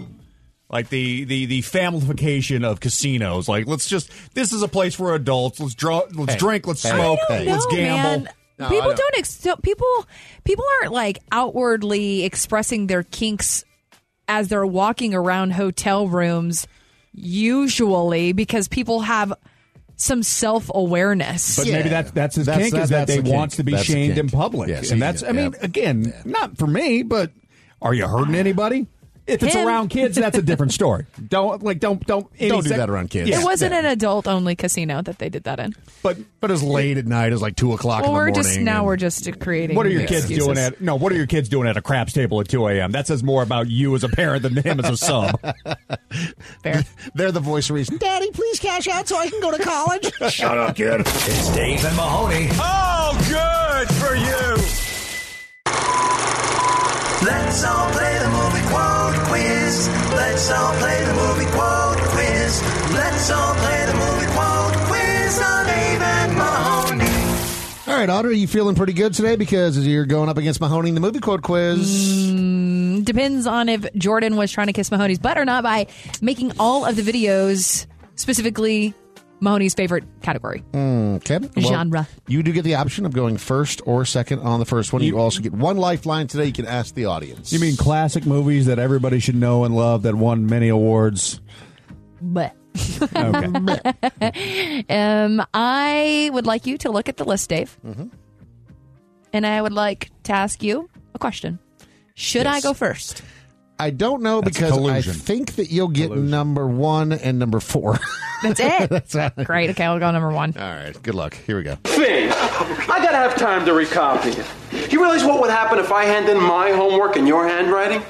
G: like the the the familyfication of casinos. Like, let's just this is a place for adults. Let's draw. Let's
E: Hey.
G: drink. Let's
E: Hey.
G: smoke.
E: I don't
G: Let's
E: know,
G: gamble.
F: Man, people don't, ex- don't- people people aren't like outwardly expressing their kinks as they're walking around hotel rooms usually because people have some self awareness.
G: But maybe that's that's his kink is that, they wants to be shamed in public, and that's I mean again not for me, but are you hurting anybody? If it's
F: Him.
G: around kids, that's a different story. Don't like don't don't any
E: Don't do
G: sec-
E: that around kids.
G: Yeah.
F: It wasn't an adult only casino that they did that in.
G: But
E: but it's late at night. It's like two o'clock.
F: Well,
E: in the
F: we're
E: morning.
F: just now we're just creating.
G: What are your kids
F: excuses.
G: doing at no? What are your kids doing at a craps table at two a.m.? That says more about you as a parent than him as a sub.
F: Fair.
E: They're the voice of reason.
B: Daddy, please cash out so I can go to college.
L: Shut up, kid. It's Dave and Mahoney.
B: Oh, good for you.
C: Let's all play the movie quote quiz. Let's all play the movie quote quiz. Let's all play the movie quote quiz on Dave and Mahoney.
E: All right, Audrey, you feeling pretty good today because you're going up against Mahoney in the movie quote quiz.
F: Mm, depends on if Jordan was trying to kiss Mahoney's butt or not by making all of the videos specifically Mahoney's favorite category.
E: Okay. Well,
F: Genre.
E: You do get the option of going first or second on the first one. You, also get one lifeline today. You can ask the audience.
G: You mean classic movies that everybody should know and love that won many awards?
F: But
G: Okay.
F: um, I would like you to look at the list, Dave,
E: Mm-hmm.
F: and I would like to ask you a question. Should I
E: Yes.
F: go first?
E: I don't know because
G: collusion.
E: I think that you'll get number one and number four.
F: That's it.
E: That's it.
F: Great. Okay, I'll go number one.
E: All right. Good luck. Here we go.
S: Finn, I gotta have time to recopy it. You realize what would happen if I hand in my homework in your handwriting?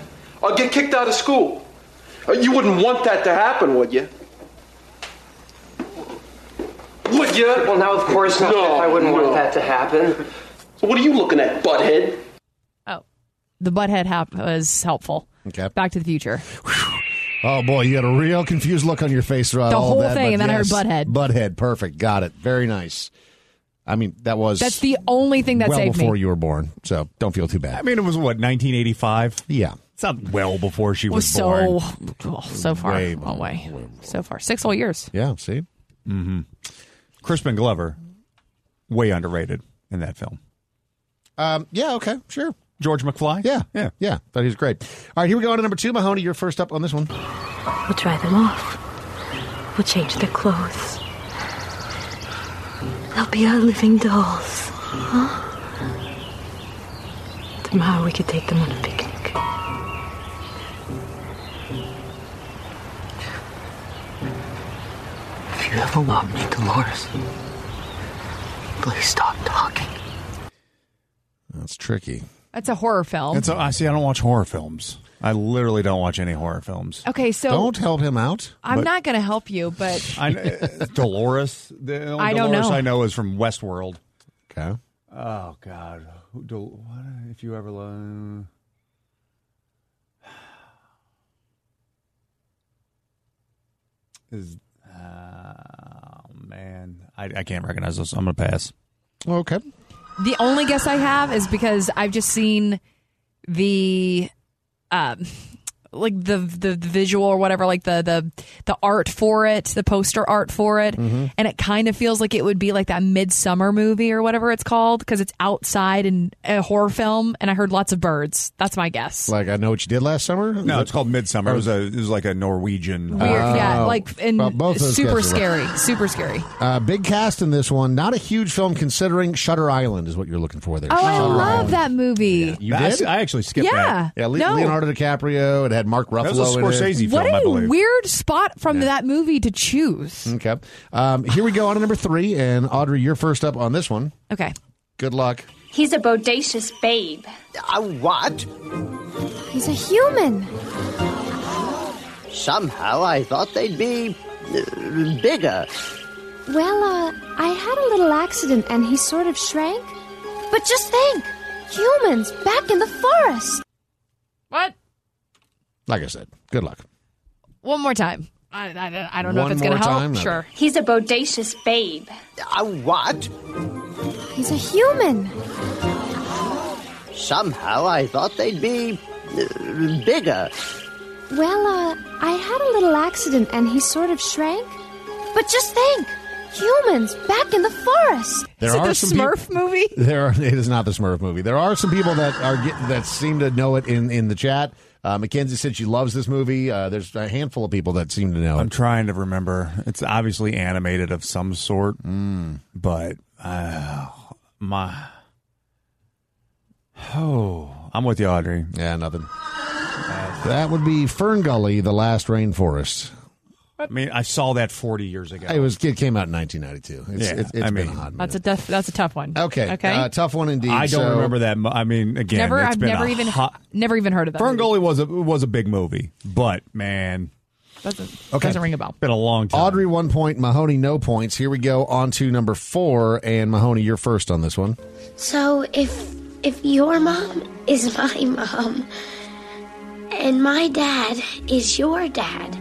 S: I'll get kicked out of school. Uh, You wouldn't want that to happen, would you? Would you? Well, now of course
T: not.
S: No,
T: I wouldn't want that
S: to happen. What are you looking at, butthead?
F: The butthead hap was helpful.
E: Okay.
F: Back to the Future.
E: Oh boy, you had a real confused look on your face throughout
F: The
E: all
F: whole
E: that,
F: thing,
E: but
F: and then I heard
E: yes,
F: butthead.
E: Butthead, perfect, got it, very nice. I mean, that was
F: That's the only thing that
E: well
F: saved
E: before
F: me.
E: you were born, so don't feel too bad.
G: I mean, it was what 1985.
E: Yeah,
G: it's not well before she
F: was
G: was,
F: so
G: born.
F: oh, so far
G: Way-
F: Long way. so far six whole years.
E: Yeah, see.
G: Mm-hmm. Crispin Glover, way underrated in that film.
E: Um, yeah, okay, sure.
G: George McFly.
E: Yeah, yeah, yeah. Thought he was great. All right, here we go on to number two, Mahoney. You're first up on this one.
U: We'll dry them off. We'll change their clothes. They'll be our living dolls. Huh? Tomorrow we could take them on a picnic.
T: If you ever love me, Dolores, please stop talking.
E: That's tricky.
F: That's a horror film.
G: And so I see. I don't watch horror films. I literally don't watch any horror films.
F: okay, so
E: help him out.
F: I'm not going to help you, but
G: I, Dolores. The only
F: I don't
G: Dolores
F: know.
G: I know is from Westworld.
E: Okay.
G: Oh God. Who- Dol- what- if you ever love. Is oh man, I, I can't recognize those. I'm gonna pass.
E: Okay.
F: the only guess I have is because I've just seen the um like the the visual or whatever like the the the art for it, the poster art for it,
E: Mm-hmm.
B: Mhm.
F: and it kind of feels like it would be like that midsummer movie or whatever it's called because it's outside and a horror film and I heard lots of birds. That's my guess.
E: Like I know what you did last summer.
G: No, it's called Midsummer. It was a it was like a Norwegian.
F: Weird, yeah, like and
E: Well, both those
F: super
E: guesses are
F: scary, super scary.
E: Uh, big cast in this one. Not a huge film considering Shutter Island is what you're looking for there.
F: Oh, I
E: Shutter
F: love
E: Island.
F: that movie.
E: You
G: I,
E: did?
G: I actually skipped
F: Yeah.
G: that.
E: Yeah, Le-
F: No.
E: Leonardo DiCaprio. It had Mark Ruffalo.
G: That was a Scorsese
E: in it.
G: film,
F: What a weird spot from that movie to choose.
E: Okay. Um, here we go on to number three, and Audrey, you're first up on this one.
F: Okay.
E: Good luck.
V: He's a bodacious babe. A what?
M: He's a human.
T: Somehow I thought they'd be uh, bigger.
M: Well, uh, I had a little accident and he sort of shrank. But just think humans back in the forest.
F: What?
E: Like I said, good luck.
F: One more time. I, I, I don't know
E: One
F: if it's going
E: more
F: to help.
E: time?
F: Sure.
V: He's a bodacious babe.
T: A what?
M: He's a human.
T: Somehow I thought they'd be uh, bigger.
M: Well, uh, I had a little accident and he sort of shrank. But just think humans back in the forest.
E: There are some peop-
F: movie?
E: There, are, it is not the Smurf movie. There are some people that are get, that seem to know it in in the chat. Uh, Mackenzie said she loves this movie. Uh, there's a handful of people that seem to know.
G: I'm trying to remember. It's obviously animated of some sort, mm. but uh, my oh, I'm with you, Audrey.
E: Yeah, nothing. That would be Fern Gully, The Last Rainforest.
G: I mean, I saw that 40 years ago.
E: It was it came out in 1992. It's,
G: Yeah,
E: it's, it's
G: I
E: been
G: mean-
E: a hot minute.
F: That's a tough, that's a tough one.
E: Okay,
F: Okay.
E: uh, tough one indeed.
G: I don't
E: So-
G: remember that. mu- I mean, again,
F: never.
G: it's
F: I've
G: been
F: never
G: a
F: even
G: hot-
F: never even heard of that. movie.
G: Ferngully was a was a big movie, but man,
F: Doesn't,
E: Okay.
F: doesn't ring a bell.
G: been a long time.
E: Audrey one point, Mahoney no points. Here we go on to number four, and Mahoney, you're first on this one.
A: So if if your mom is my mom and my dad is your dad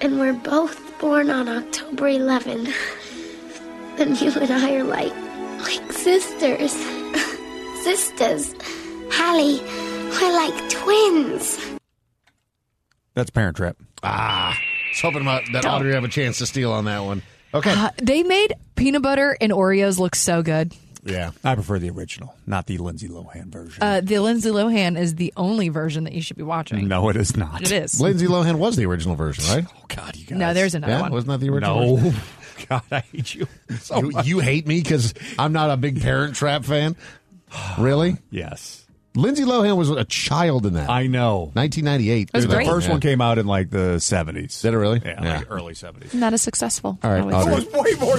A: and we're both born on October 11 then you and I are like like sisters sisters Hallie we're like twins
G: That's Parent Trap.
E: Ah, I was hoping about- that Audrey have a chance to steal on that one. Okay,
F: Uh, they made peanut butter and Oreos look so good.
E: yeah,
G: I prefer the original, not the Lindsay Lohan version.
F: Uh, the Lindsay Lohan is the only version that you should be watching.
G: No, it is not.
F: It is.
E: Lindsay Lohan was the original version, right? Oh
G: God, you
F: No, there's another
E: yeah,
F: one.
E: wasn't that the original?
G: No.
E: version?
G: God, I hate you. so
E: you,
G: much.
E: you hate me because I'm not a big Parent Trap fan. Really?
G: yes.
E: Lindsay Lohan was a child in that.
G: I know.
E: 1998.
G: The
E: That
G: first
E: yeah.
G: one came out in like the 70s. Did
E: it really?
G: Yeah,
E: Yeah.
G: like early 70s.
F: Not as successful.
E: All right,
F: I would
E: Audrey.
F: say.
G: It was way more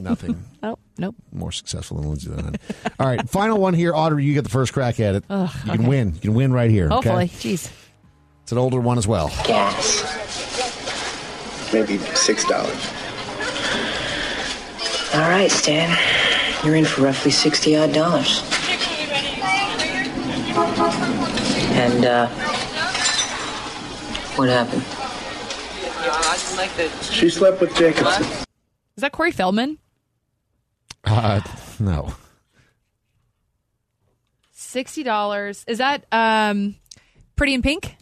E: Nothing
F: Oh nope.
E: more successful than Lindsay Lohan. All right, final one here, Audrey. You get the first crack at it.
F: Ugh,
E: you can
F: okay.
E: win. You can win right here. okay?
F: Hopefully, jeez.
E: It's an older one as well.
D: Gas. Maybe six dollars.
W: All right, Stan. You're in for roughly 60 odd dollars. And, uh, what happened?
D: She slept with Jacobson.
F: Is that Corey Feldman?
E: Uh, no.
F: Sixty dollars. Is that um, Pretty in Pink?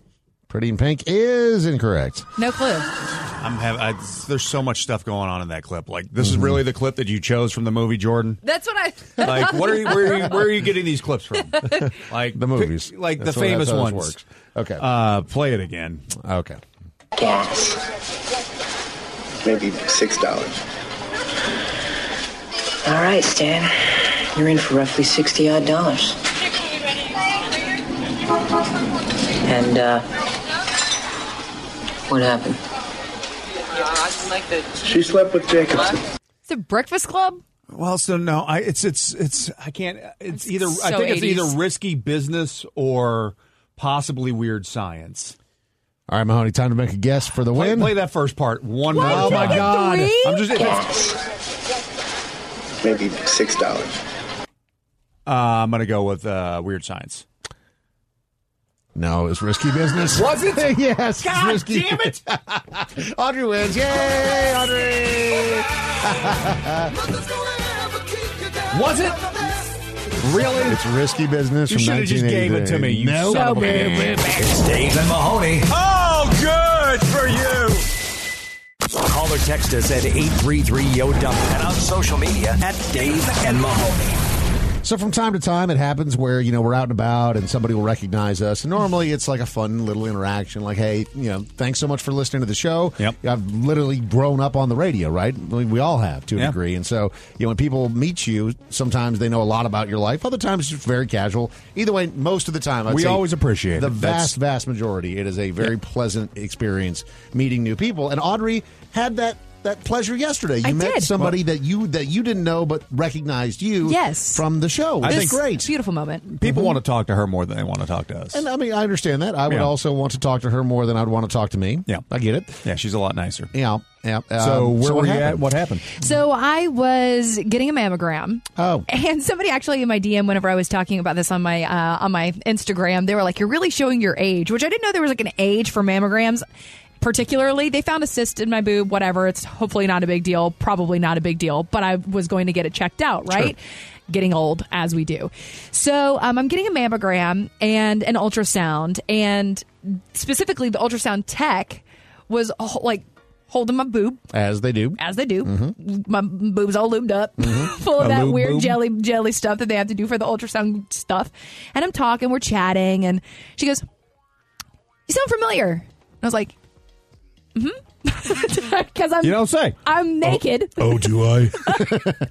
E: Pretty in Pink is incorrect.
F: No clue.
G: I'm have I, there's so much stuff going on in that clip. Like this
E: Mm-hmm.
G: is really the clip that you chose from the movie Jordan.
F: That's what I.
G: Like what are you where are you, where are you getting these clips from? Like
E: The movies.
G: like
E: That's
G: the
E: what-
G: famous
E: that's how this
G: ones.
E: works. Okay.
G: Uh, play it again.
E: Okay.
D: Maybe six dollars.
W: All right, Stan. You're in for roughly 60 odd dollars. And, uh, what happened?
D: She slept with Jacobson.
F: Is it Breakfast Club?
G: Well, so no, I it's it's it's I can't. It's either I
F: so
G: think it's
F: 80s.
G: either risky business or possibly weird science.
E: All right, Mahoney, time to make a guess for the
G: Play,
E: win.
G: play that first part one more.
D: Why
G: time.
D: did you get three?
G: I'm just it's-
D: Maybe six dollars.
G: uh, I'm gonna go with uh, weird science.
E: No, it's risky business.
G: Was it?
E: yes.
G: God
E: it's risky.
G: damn it!
E: Audrey wins. Yay, Audrey!
G: Was it? Really?
E: It's risky business
G: You
E: from
G: shoulda
E: 1988.
G: just gave it to me, you
E: No.
G: son of a No, bitch. bitch.
L: It's Dave and Mahoney.
B: Oh, good for you.
L: Call or text us at 833 Yo Dump and on social media at Dave and Mahoney.
E: So from time to time, it happens where you know we're out and about, and somebody will recognize us. And normally, it's like a fun little interaction, like, "Hey, you know, thanks so much for listening to the show." Yep. I've literally grown up on the radio, right? I mean, we all have to a
G: Yeah.
E: degree. And so, you know, when people meet you, sometimes they know a lot about your life. Other times, it's just very casual. Either way, most of the time, I'd
G: We
E: say
G: always appreciate
E: the
G: it.
E: vast,
G: That's-
E: vast majority. It is a very pleasant experience meeting new people. And Audrey had that. That pleasure yesterday. You
F: I
E: met
F: did.
E: somebody that you that you didn't know but recognized you
F: Yes.
E: from the show.
G: I
E: It's
G: think-
E: great.
F: Beautiful moment.
G: People want to talk to her more than they want to talk to us.
E: And I mean, I understand that. I would
G: Yeah.
E: also want to talk to her more than I'd want to talk to me.
G: Yeah,
E: I get it.
G: Yeah, she's a lot nicer.
E: Yeah, yeah.
G: So
E: Um,
G: where were
E: what
G: you at?
E: happened?
G: What happened?
F: So I was getting a mammogram.
E: Oh.
F: And somebody actually in my DM whenever I was talking about this on my uh, on my Instagram, they were like, "You're really showing your age," which I didn't know there was like an age for mammograms. Particularly, they found a cyst in my boob. Whatever, it's hopefully not a big deal. Probably not a big deal, but I was going to get it checked out, right? Getting old as we do. So um, I'm getting a mammogram and an ultrasound, and specifically the ultrasound tech was uh, like holding my boob
E: As they do.
F: as they do.
G: Mm-hmm.
F: My boobs all lubed up, full of
E: A
F: that
E: lube
F: weird
E: boob?
F: jelly jelly stuff that they have to do for the ultrasound stuff. And I'm talking, we're chatting, and she goes, you sound familiar. And I was like, mm-hmm. Because I'm,
G: You don't say.
F: I'm naked.
G: Oh, do I?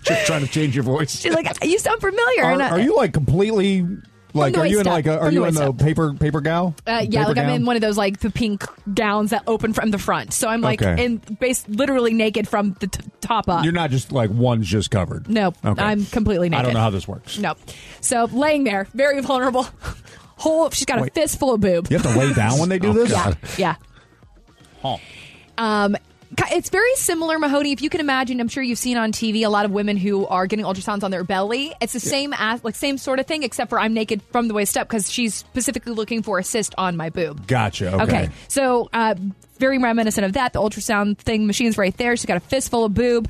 G: Just trying to change your voice.
F: She's like, you sound familiar.
G: Are,
F: and I-
G: are you like completely like?
F: the
G: Are you
F: waist
G: in like? A,
F: up.
G: are
F: From the
G: you in
F: waist
G: the
F: up.
G: paper paper gal?
F: Uh, yeah,
G: Paper
F: like I'm
G: gown?
F: in one of those like the pink gowns that open from the front. So I'm like
G: Okay.
F: in base literally naked from the t- top up.
G: You're not just like one's just covered.
F: No,
G: Okay.
F: I'm completely naked.
G: I don't know how this works.
F: No, so laying there, very vulnerable. Whole, she's got
G: Wait.
F: a fistful of boob.
G: You have to lay down when they do this? Oh,
F: Yeah,
G: God.
F: yeah.
G: Huh.
F: Um, ki- it's very similar, Mahoney. If you can imagine, I'm sure you've seen on TV a lot of women who are getting ultrasounds on their belly. It's the same as like same sort of thing, except for I'm naked from the waist up because she's specifically looking for a cyst on my boob.
G: Gotcha. Okay.
F: So uh, very reminiscent of that. The ultrasound thing machine's right there. She's got a fistful of boob.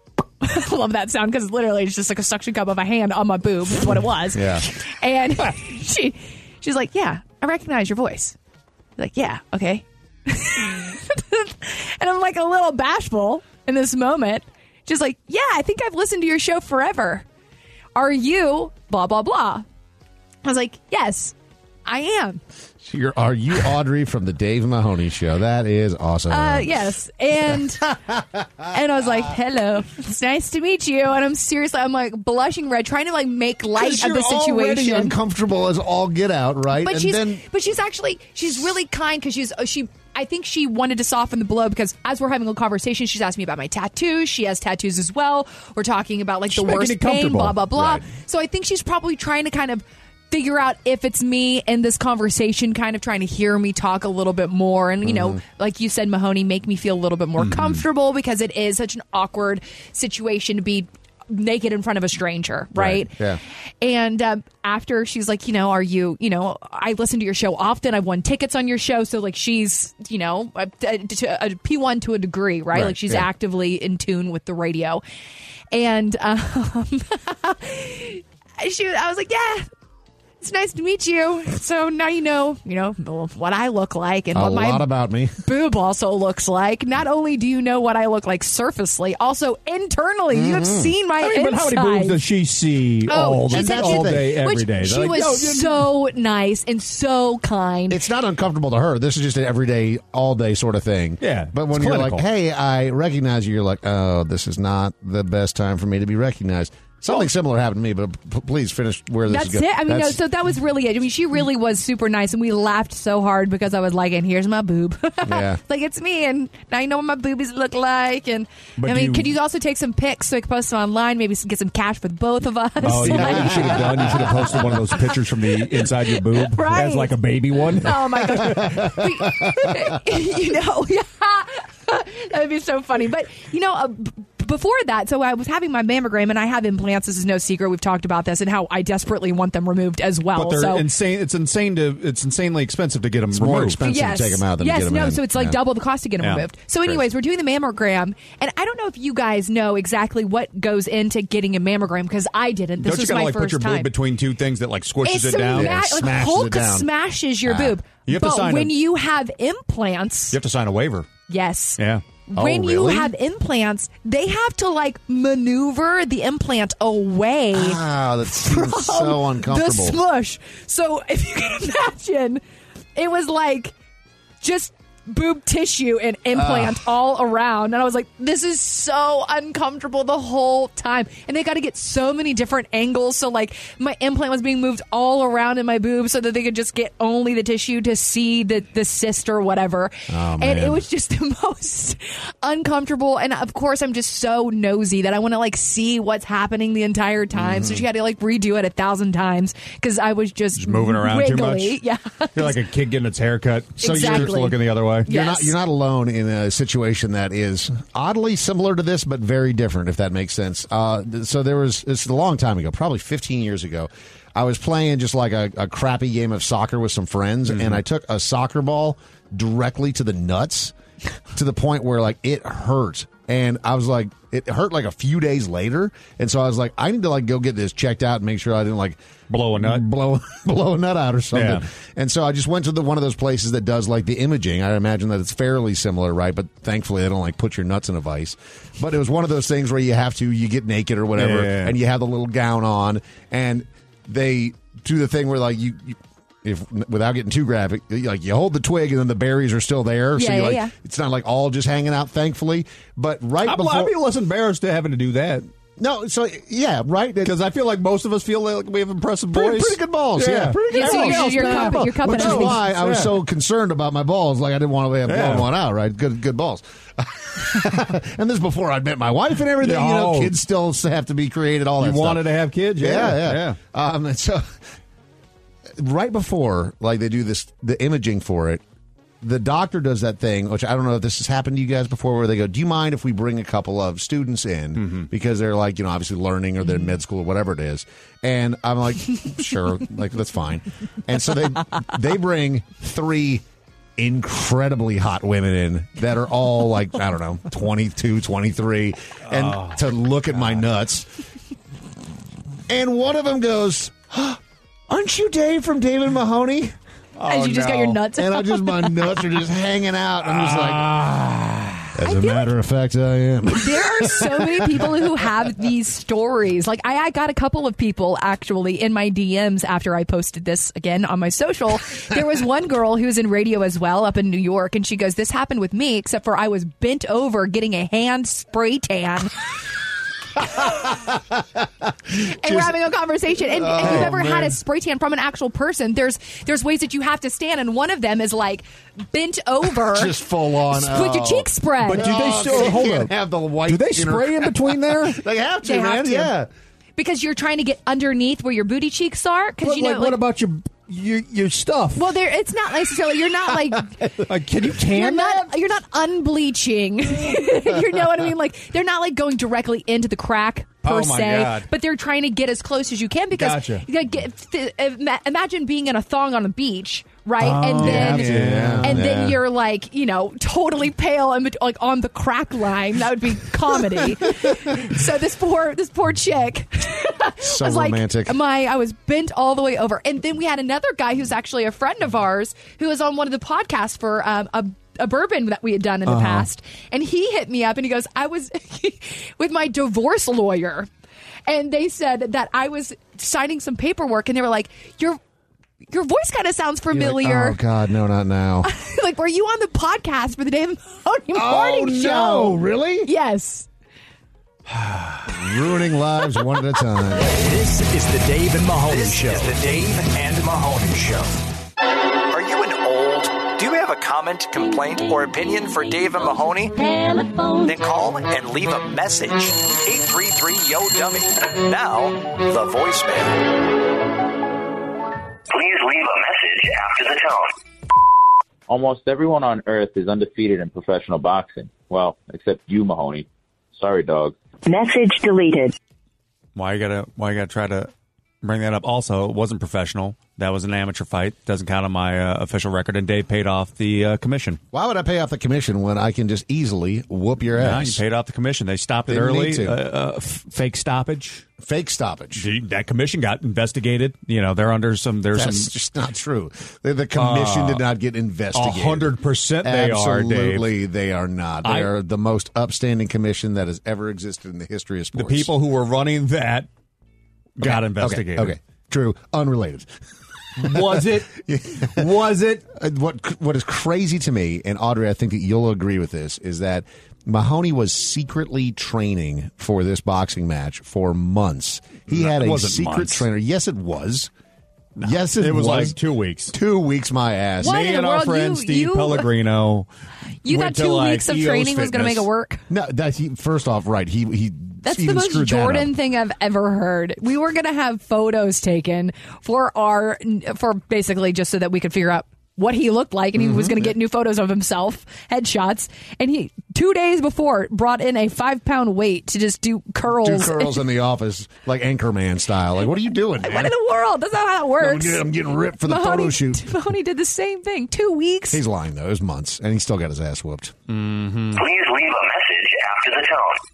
F: I love that sound because literally it's just like a suction cup of a hand on my boob is what it was.
B: Yeah.
F: And she she's like, Yeah, I recognize your voice. Like, yeah, okay. and I'm like a little bashful in this moment. Just like, yeah, I think I've listened to your show forever. Are you blah blah blah? I was like, Yes, I am.
E: So you're, are you Audrey from the Dave Mahoney Show? That is awesome.
F: Uh, yes, and and I was like, "Hello, it's nice to meet you." And I'm seriously, I'm like blushing red, trying to like make light
E: 'Cause
F: of the
E: you're already
F: situation.
E: uncomfortable as all get out, right?
F: But
E: and
F: she's
E: then
F: but she's actually she's really kind because she's uh, she I think she wanted to soften the blow because as we're having a conversation, she's asking me about my tattoos. She has tattoos as well. We're talking about like the
B: making
F: worst
B: it
F: pain,
B: comfortable.
F: blah blah blah.
B: Right.
F: So I think she's probably trying to kind of figure out if it's me in this conversation, kind of trying to hear me talk a little bit more, and you know,
B: Mhm.
F: like you said, Mahoney, make me feel a little bit more
B: Mhm.
F: comfortable because it is such an awkward situation to be naked in front of a stranger, right?
B: Yeah.
F: And um, after she's like, you know, are you, you know, I listen to your show often. I've won tickets on your show. So, like, she's, you know, a, a, a P1 to a degree, right?
B: Right,
F: Like, she's
B: yeah.
F: actively in tune with the radio. And um, she, I was like, yeah. It's nice to meet you. So now you know, you know what I look like and
E: a
F: what my
E: lot about me.
F: boob also looks like. Not only do you know what I look like surfacely, also internally, you have
G: Mhm.
F: seen my
G: I mean, but how many boobs
F: inside.
G: does she see all,
F: Oh,
G: the,
F: she said
G: all
F: she-
G: day, every
F: which
G: day? They're
F: She
G: like, "Yo,
F: was so nice and so kind.
E: It's not uncomfortable to her. This is just an everyday, all day sort of thing.
G: Yeah,
E: But when
G: it's
E: you're
G: clinical.
E: like, hey, I recognize you, you're like, oh, this is not the best time for me to be recognized. Something similar happened to me, but p- please finish where this
F: That's
E: is going.
F: it. I mean, no,
E: That's-
F: so that was really it. I mean, she really was super nice, and we laughed so hard because I was like, "And here's my boob."
E: Yeah.
F: Like it's me, and now you know what my boobies look like. And
G: But
F: I mean,
G: you-
F: could you also take some pics so I can post them online? Maybe get some cash for both of us.
G: Oh, you know what you
F: Like-
G: should have done? You should have posted one of those pictures from the inside your boob
F: Right.
G: as like a baby one.
F: Oh my gosh! you know, yeah, that would be so funny. But you know, uh, b- before that, so I was having my mammogram, and I have implants. This is no secret. We've talked about this and how I desperately want them removed as well.
G: But they're
F: so.
G: insane. It's insane to. It's insanely expensive to get them
E: more
G: removed.
E: expensive
F: yes. yes, no, so it's like double the cost to get them
G: Yeah.
F: removed. So, anyways, we're doing the mammogram, and I don't know if you guys know exactly what goes into getting a mammogram because I didn't. This
G: Don't you
F: was
G: gotta
F: my
G: like put
F: first
G: your
F: time.
G: boob between two things that like squishes
F: it's
G: it down?
F: sma- like Hulk smashes your
G: Ah.
F: boob.
G: You have to
F: but
G: sign a-
F: when you have implants,
G: You have to sign a waiver. Oh,
F: yes.
G: Yeah.
E: Oh,
F: When you have implants, they have to like maneuver the implant away.
E: Ah, that seems so
F: the
E: uncomfortable.
F: smush. So if you can imagine, it was like just boob tissue and implant all around. And I was like, this is so uncomfortable the whole time. And they got to get so many different angles. So like my implant was being moved all around in my boob so that they could just get only the tissue to see the, the cyst or whatever.
B: Oh,
F: And it
B: man.
F: was just the most uncomfortable. And of course, I'm just so nosy that I want to like see what's happening the entire time. So
G: Mhm.
F: she had to like redo it a thousand times because I was just,
G: Just moving around too
F: wiggly.
G: much?
F: Yeah.
G: You're like a kid getting its haircut. So you're just
F: Exactly.
G: looking the other way.
E: You're not you're not alone in a situation that is oddly similar to this, but very different. If that makes sense. Uh, th- so there was it's a long time ago, probably 15 years ago. I was playing just like a, a crappy game of soccer with some friends, and I took a soccer ball directly to the nuts, to the point where like it hurt, and I was like it hurt like a few days later, and so I was like I need to like go get this checked out and make sure I didn't like
G: blow a nut,
E: blow blow a nut out or something.
G: Yeah.
E: And so I just went to the one of those places that does like the imaging. I imagine that it's fairly similar, right? But thankfully, they don't like put your nuts in a vice. But it was one of those things where you have to you get naked or whatever,
G: Yeah.
E: and you have the little gown on, and they do the thing where like you. you if without getting too graphic, like you hold the twig and then the berries are still there, so
F: Yeah,
E: you
F: yeah,
E: like
F: yeah.
E: it's not like all just hanging out. Thankfully, but right
G: I'm-
E: before
G: I'd be
E: less embarrassed to having to do that. No, so yeah, right. Because I feel like most of us feel like we have impressive
G: voice.
E: Pretty, good balls, yeah.
G: Yeah.
E: Pretty
G: Yeah,
E: good
G: so
E: balls.
G: you're- you're
E: Pretty
G: cupping-
E: good balls.
G: you're cupping
E: Which is
G: everything.
E: why I was
G: Yeah.
E: so concerned about my balls. Like I didn't want to have
G: Yeah.
E: blown one out. Right, good, good balls. and this is before I met my wife and everything. You know,
G: No.
E: kids still have to be created. All
G: Oh. You
E: that stuff.
G: wanted to have kids, yeah,
E: yeah, yeah. Um, and so right before like they do this the imaging for it the doctor does that thing which i don't know if this has happened to you guys before where they go do you mind if we bring a couple of students in because they're like you know obviously learning or they're in med school or whatever it is and i'm like sure like that's fine and so they they bring three incredibly hot women in that are all like i don't know 22 23 and
G: Oh,
E: to look at my nuts and one of them goes Aren't you Dave from David Mahoney?
F: As you just got your nuts
E: and I
F: out.
E: just my nuts are just hanging out. I'm just
F: Ah.
E: like, as a matter of fact, I am.
F: There are so many people who have these stories. Like I, I got a couple of people actually in my DMs after I posted this again on my social. There was one girl who was in radio as well up in New York, and she goes, "This happened with me, except for I was bent over getting a hand spray tan." and we're
B: Just-
F: having a conversation. And if
B: Oh,
F: you've ever had
B: man.
F: a spray tan from an actual person, there's there's ways that you have to stand, and one of them is like bent over,
E: Just full on.
F: with your
E: oh.
F: cheeks spread.
E: But do they still hold up? Have the white.
G: Do they spray in between there?
E: they have to,
F: They
E: man.
F: have to.
E: Yeah.
F: Because you're trying to get underneath where your booty cheeks are. Because
G: But,
F: you know,
G: like, what about your your your stuff?
F: well, there it's not necessarily you're not like
G: Like, can you
F: you're
G: tan that?
F: not you're not unbleaching. you know what I mean? Like they're not like going directly into the crack per
G: Oh, my
F: se,
G: God.
F: but they're trying to get as close as you can because
G: Gotcha.
F: you gotta get- th- ima- imagine being in a thong on a beach. Right,
G: Oh,
F: and then
G: yeah, yeah,
F: and
G: yeah.
F: then you're like you know totally pale and bet- like on the crack line. That would be comedy. so this poor this poor chick
E: So
F: was like,
E: romantic.
F: my I was bent all the way over, and then we had another guy who's actually a friend of ours who was on one of the podcasts for um, a. A bourbon that we had done in the
B: Uh-huh.
F: past, and he hit me up and he goes, "I was with my divorce lawyer, and they said that I was signing some paperwork, and they were like, your your voice kind of sounds
E: You're like,
F: familiar.
E: oh God, no, not now.
F: like, were you on the podcast for the Dave Mahoney
E: Oh,
F: Morning
E: no,
F: Show?
E: really?
F: Yes.
E: Ruining lives one at a time.
L: This is the Dave and Mahoney
C: This
L: Show.
C: is the Dave and Mahoney Show. Are you an old? Do you have a comment, complaint, or opinion for Dave and Mahoney? Then call and leave a message. 833 Yo Dummy. Now, the voicemail.
H: Please leave a message after the tone.
I: Almost everyone on earth is undefeated in professional boxing. Well, except you, Mahoney. Sorry, dog.
Q: Message deleted.
G: Why you gotta why you gotta try to bring that up? Also, it wasn't professional. That was an amateur fight. Doesn't count on my uh, official record. And Dave paid off the uh, commission.
E: Why would I pay off the commission when I can just easily whoop your
G: Yeah,
E: ass?
G: you paid off the commission. They stopped it
E: Didn't
G: early.
E: need to.
G: Uh, uh, f- fake stoppage.
E: Fake stoppage.
G: that commission got investigated. You know they're under some. There's
E: That's
G: some.
E: just not true. The, the commission
G: Uh,
E: did not get investigated.
G: 100% they are, Dave.
E: Absolutely, they are not. They
G: I-
E: are the most upstanding commission that has ever existed in the history of
G: The
E: sports.
G: people who were running that got
E: Okay,
G: investigated.
E: Okay, okay. true. Unrelated.
G: Was it? was it?
E: Uh, What What is crazy to me, and Audrey, I think that you'll agree with this, is that Mahoney was secretly training for this boxing match for months. He
G: No,
E: had
G: it
E: a
G: wasn't
E: secret
G: months.
E: trainer. Yes, it was. yes, it,
G: it was like two weeks.
E: Two weeks, my ass.
F: What
G: Me
F: in the
G: and our
F: world?
G: friend
F: You-
G: Steve
F: you-
G: Pellegrino.
F: You
G: went
F: thought
G: to,
F: two
G: like,
F: weeks of
E: E
G: EOS
F: training was going to
G: Fitness.
F: make it work?
E: No, that he, first off, right? He he.
F: That's
E: even
F: the most
E: screwed that up.
F: Jordan thing I've ever heard. We were going to have photos taken for our for basically just so that we could figure out what he looked like and he
E: Mm-hmm.
F: was going to get new photos of himself, headshots. And he 2 days before brought in a 5-pound weight to just do curls.
E: Two curls in the office, like Anchorman style. Like, what are you doing, man?
F: what in the world? That's not how it
E: I'm
F: works.
E: getting- I'm getting ripped for the
F: Mahoney,
E: photo shoot.
F: Mahoney did the same thing. 2 weeks.
E: He's lying though. It was months, and he still got his ass whooped. Mm-hmm.
H: Please leave a message after the tone.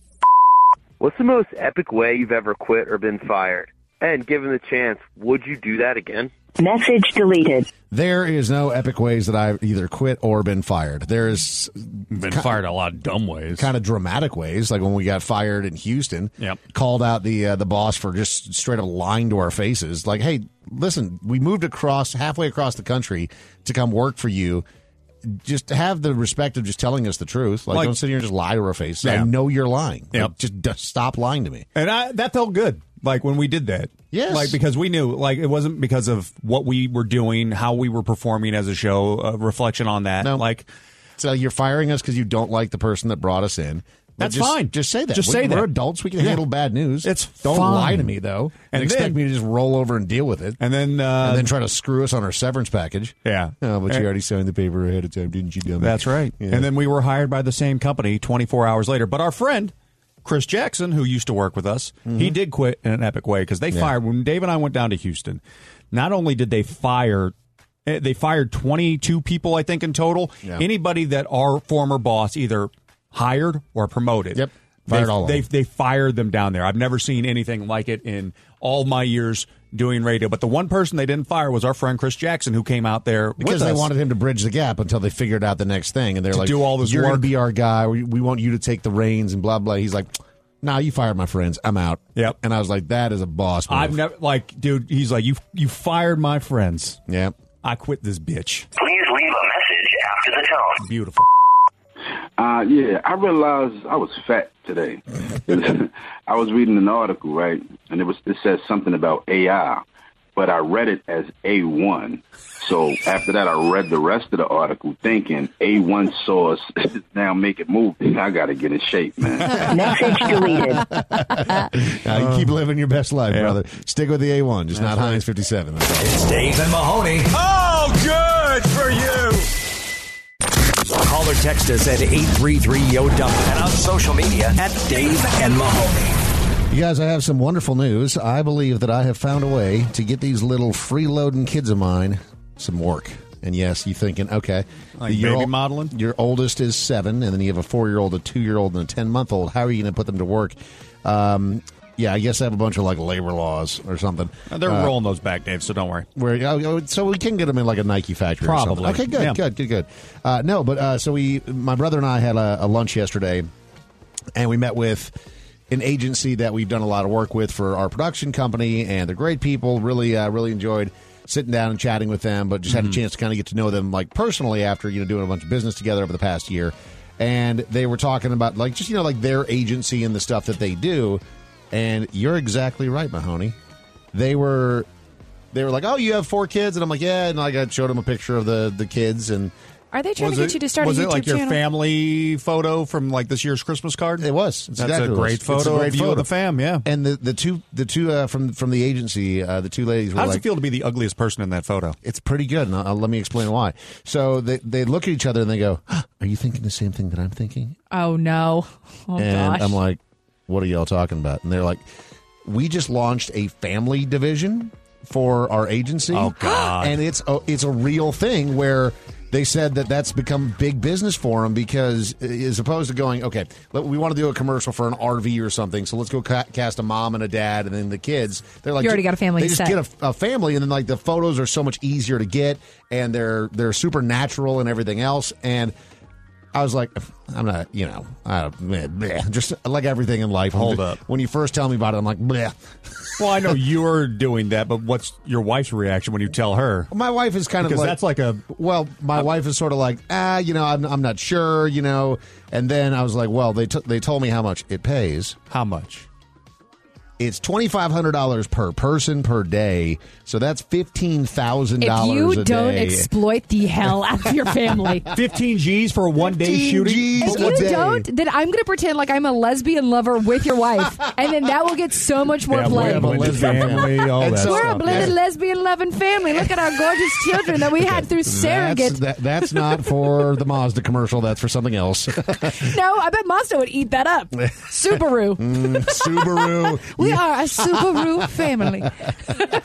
J: What's the most epic way you've ever quit or been fired? And given the chance, would you do that again?
E: Message deleted. There is no epic ways that I've either quit or been fired. There is
G: Been fired a lot of dumb ways.
E: kind of dramatic ways, like when we got fired in Houston.
G: Yep.
E: Called out the uh, the boss for just straight up lying to our faces. Like, hey, listen, we moved across halfway across the country to come work for you. Just have the respect of just telling us the truth. Like,
G: Like-
E: don't sit here and just lie to our face. I
G: Yeah.
E: know you're lying.
G: Yep.
E: Like, just d- stop lying to me.
G: And I that felt good. Like when we did that.
E: Yes.
G: Like because we knew like it wasn't because of what we were doing, how we were performing as a show, a reflection on that.
E: No.
G: Like
E: so you're firing us because you don't like the person that brought us in.
G: That's
E: just,
G: fine.
E: Just say that.
G: Just
E: we,
G: say that.
E: We're adults. We can
G: Yeah.
E: handle bad news. It's don't
G: fine.
E: lie to me though, and,
G: And
E: expect
G: then-
E: me to just roll over and deal with it,
G: and then uh,
E: and then try to screw us on our severance package.
G: Yeah.
E: Oh, but
G: And-
E: you already signed the paper ahead of time, didn't you, dummy?
G: That's right.
E: Yeah.
G: And then we were hired by the same company 24 hours later. But our friend, Chris Jackson, who used to work with us, he did quit in an epic way because they
E: Mm-hmm. Yeah.
G: fired when Dave and I went down to Houston. Not only did they fire eh, they fired 22 people I think in total.
E: Yeah.
G: Anybody that our former boss either hired or promoted. Yep.
E: Fired
G: they,
E: all of
G: they,
E: them.
G: they fired them down there. I've never seen anything like it in all my years doing radio. But the one person they didn't fire was our friend Chris Jackson, who came out there
E: because
G: with
E: they
G: us.
E: wanted him to bridge the gap until they figured out the next thing, and they're
G: To
E: like,
G: do all this
E: "You're
G: work."
E: to be our guy. We, we want you to take the reins," and blah blah. He's like, "Nah, you fired my friends. I'm out." Yep. And I was like, "That is a boss move."
G: I've never like, dude. He's like, you you fired my friends.
E: Yep.
G: I quit this bitch.
H: Please leave a message after the tone.
G: Beautiful.
K: Uh, yeah, I realized I was fat today. I was reading an article, right, and it was it says something about AI, but I read it as A one. So after that, I read the rest of the article, thinking A one source now make it move. I got to get in shape, man.
E: Message deleted. keep
G: Uh,
E: living your best life, brother. Stick with the A1, just not Heinz 57. That's all.
L: It's Dave and Mahoney. Oh, good for you. Call or text us at 833-YO-DUMP. And on social media at Dave and Mahoney.
E: You guys, I have some wonderful news. I believe that I have found a way to get these little freeloading kids of mine some work. And yes, you thinking, okay,
G: Like
E: your
G: baby
E: ol-
G: modeling?
E: Your oldest is seven, and then you have a four-year-old, a two-year-old, and a ten-month-old. How are you going to put them to work? Um, yeah, I guess I have a bunch of like labor laws or something.
G: They're
E: Uh,
G: rolling those back, Dave. So don't worry.
E: Where oh, oh, so we can get them in like a Nike factory,
G: Probably.
E: Or something. Okay, good,
G: Yeah.
E: good, good, good. Uh, no, but uh, so we, my brother and I had a, a lunch yesterday, and we met with an agency that we've done a lot of work with for our production company, and they're great people. Really, uh, really enjoyed sitting down and chatting with them, but just
G: Mm-hmm.
E: had a chance to kind of get to know them like personally after you know doing a bunch of business together over the past year. And they were talking about like just you know like their agency and the stuff that they do. And you're exactly right, Mahoney. They were they were like, "Oh, you have four kids," and I'm like, "Yeah." And like I showed them a picture of the the kids, and
F: Are they trying to get you to start
G: was
F: a
G: it
F: YouTube
G: like your
F: channel?
G: family photo from like this year's Christmas card? It
E: was. It's
G: That's
E: exactly
G: a
E: what it
G: great
E: was.
G: photo.
E: It's a great
G: of you
E: photo.
G: and the fam. Yeah.
E: And the the two the two uh, from from the agency, uh, the two ladies. Were
G: How does
E: like,
G: it feel to be the ugliest person in that photo?
E: It's pretty good, and I'll, let me explain why. So they they look at each other and they go, "Huh, "Are you thinking the same thing that I'm thinking?"
F: Oh no! Oh
E: and
F: gosh!
E: I'm like, "What are y'all talking about?" And they're like, "We just launched a family division for our agency." Oh
G: God.
E: And it's a, it's a real thing where they said that that's become big business for them because uh, as opposed to going, okay, let- we want to do a commercial for an RV or something, so let's go ca- cast a mom and a dad and then the kids. They're like,
F: You already got a family
E: They just
F: set.
E: get a a family, and then like the photos are so much easier to get, and they're they're supernatural and everything else. And I was like, I'm not, you know, I, bleh, bleh. just like everything in life.
G: Hold
E: when,
G: up.
E: when you first tell me about it, I'm like, bleh.
G: Well, I know you're doing that, but what's your wife's reaction when you tell her?
E: My wife is kind of
G: Because
E: like
G: that's like Uh, a
E: well, my wife is sort of like ah, you know, I'm I'm not sure, you know. And then I was like, well, they t- they told me how much it pays.
G: How much?
E: It's twenty five hundred dollars per person per day, so that's fifteen thousand
F: if
E: dollars.
F: you
E: a
F: don't
E: day.
F: exploit the hell out of your family,
G: 15 G's for a one day shooting.
F: If
G: But what-
F: you don't, then I'm going to pretend like I'm a lesbian lover with your wife, and then that will get so much more
G: Yeah, we
F: play.
G: have a lesbian family, all
E: And
G: that
E: so-
F: We're a
G: stuff.
F: blended
E: Yeah.
F: lesbian loving family. Look at our gorgeous children that we had through surrogate.
E: That's, that, that's not for the Mazda commercial. That's for something else.
F: No, I bet Mazda would eat that up. Subaru.
E: Mm, Subaru.
F: We are a Subaru family.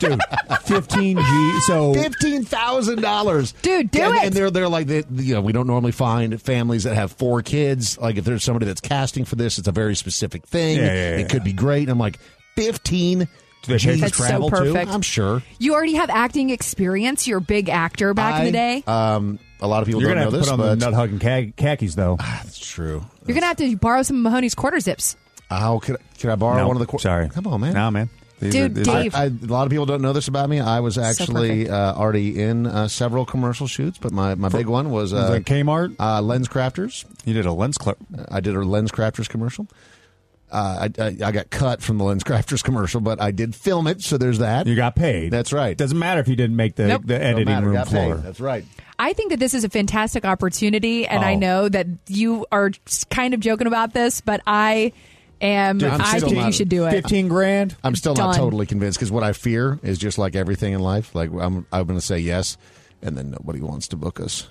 G: Dude, 15 G. So
E: fifteen thousand dollars,
F: dude. Do
E: and,
F: it.
E: And they're they're like they, you know we don't normally find families that have four kids. Like if there's somebody that's casting for this, it's a very specific thing.
G: Yeah, yeah, yeah.
E: it could be great. And I'm like fifteen
G: They pay for
F: That's so
G: travel too.
F: perfect. I'm
E: sure.
F: You already have acting experience. You're a big actor back in the day.
E: Um, a lot of people
G: You're
E: don't
G: gonna
E: know
G: have
E: this,
G: to put
E: but
G: on the nut hugging khak- khakis though.
E: That's true.
F: You're gonna have to borrow some of Mahoney's quarter zips.
E: How could could I borrow
G: No,
E: one of the? Qu- sorry, come on, man.
G: No, man.
F: These Dude, are- these are- Dave.
E: I, I- a lot of people don't know this about me. I was actually
F: perfect.
E: uh, already in uh, several commercial shoots, but my, my
G: For-
E: big one was
G: was
E: uh,
G: that Kmart.
E: Uh, lens crafters.
G: You did a lens clip.
E: I did a lens crafters commercial. Uh, I, I, I got cut from the lens crafters commercial, but I did film it, so there's that. You
G: got paid.
E: That's right.
G: Doesn't matter if you didn't make the,
F: Nope.
G: the
F: Don't
G: editing
E: matter,
G: room
E: got paid.
G: floor.
E: That's right.
F: I think that this is a fantastic opportunity, and I
G: Oh.
F: know that you are kind of joking about this, but I am.
E: Dude, I'm
F: I
E: still
F: think
E: not-
F: you should do it.
G: grand.
E: I'm still not
F: Done.
E: totally convinced because what I fear is just like everything in life. Like I'm, I'm going to say yes, and then nobody wants to book us.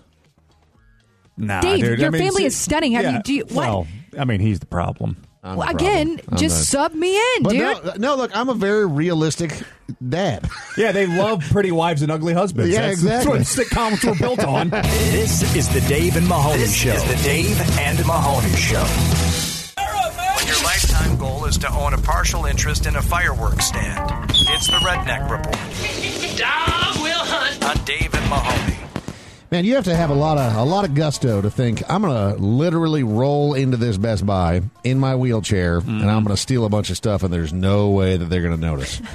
G: Nah,
F: Dave,
G: dude,
F: your
G: I mean,
F: family
G: see-
F: is stunning. Have you? Do you what?
G: Well, I mean, he's the problem.
F: Well, again, just sub me in,
E: But
F: dude.
E: no, no, look, I'm a very realistic dad.
G: Yeah, they love pretty wives and ugly husbands.
E: Yeah,
G: that's,
E: exactly.
G: That's what sitcoms were built on.
L: This is the Dave and Mahoney
C: This
L: Show.
C: is the Dave and Mahoney Show. When your lifetime goal is to own a partial interest in a fireworks stand, it's the Redneck Report
B: Dog will hunt.
C: on Dave and Mahoney.
E: Man, you have to have a lot of a lot of gusto to think I'm going to literally roll into this Best Buy in my wheelchair and I'm going to steal a bunch of stuff and there's no way that they're going to notice.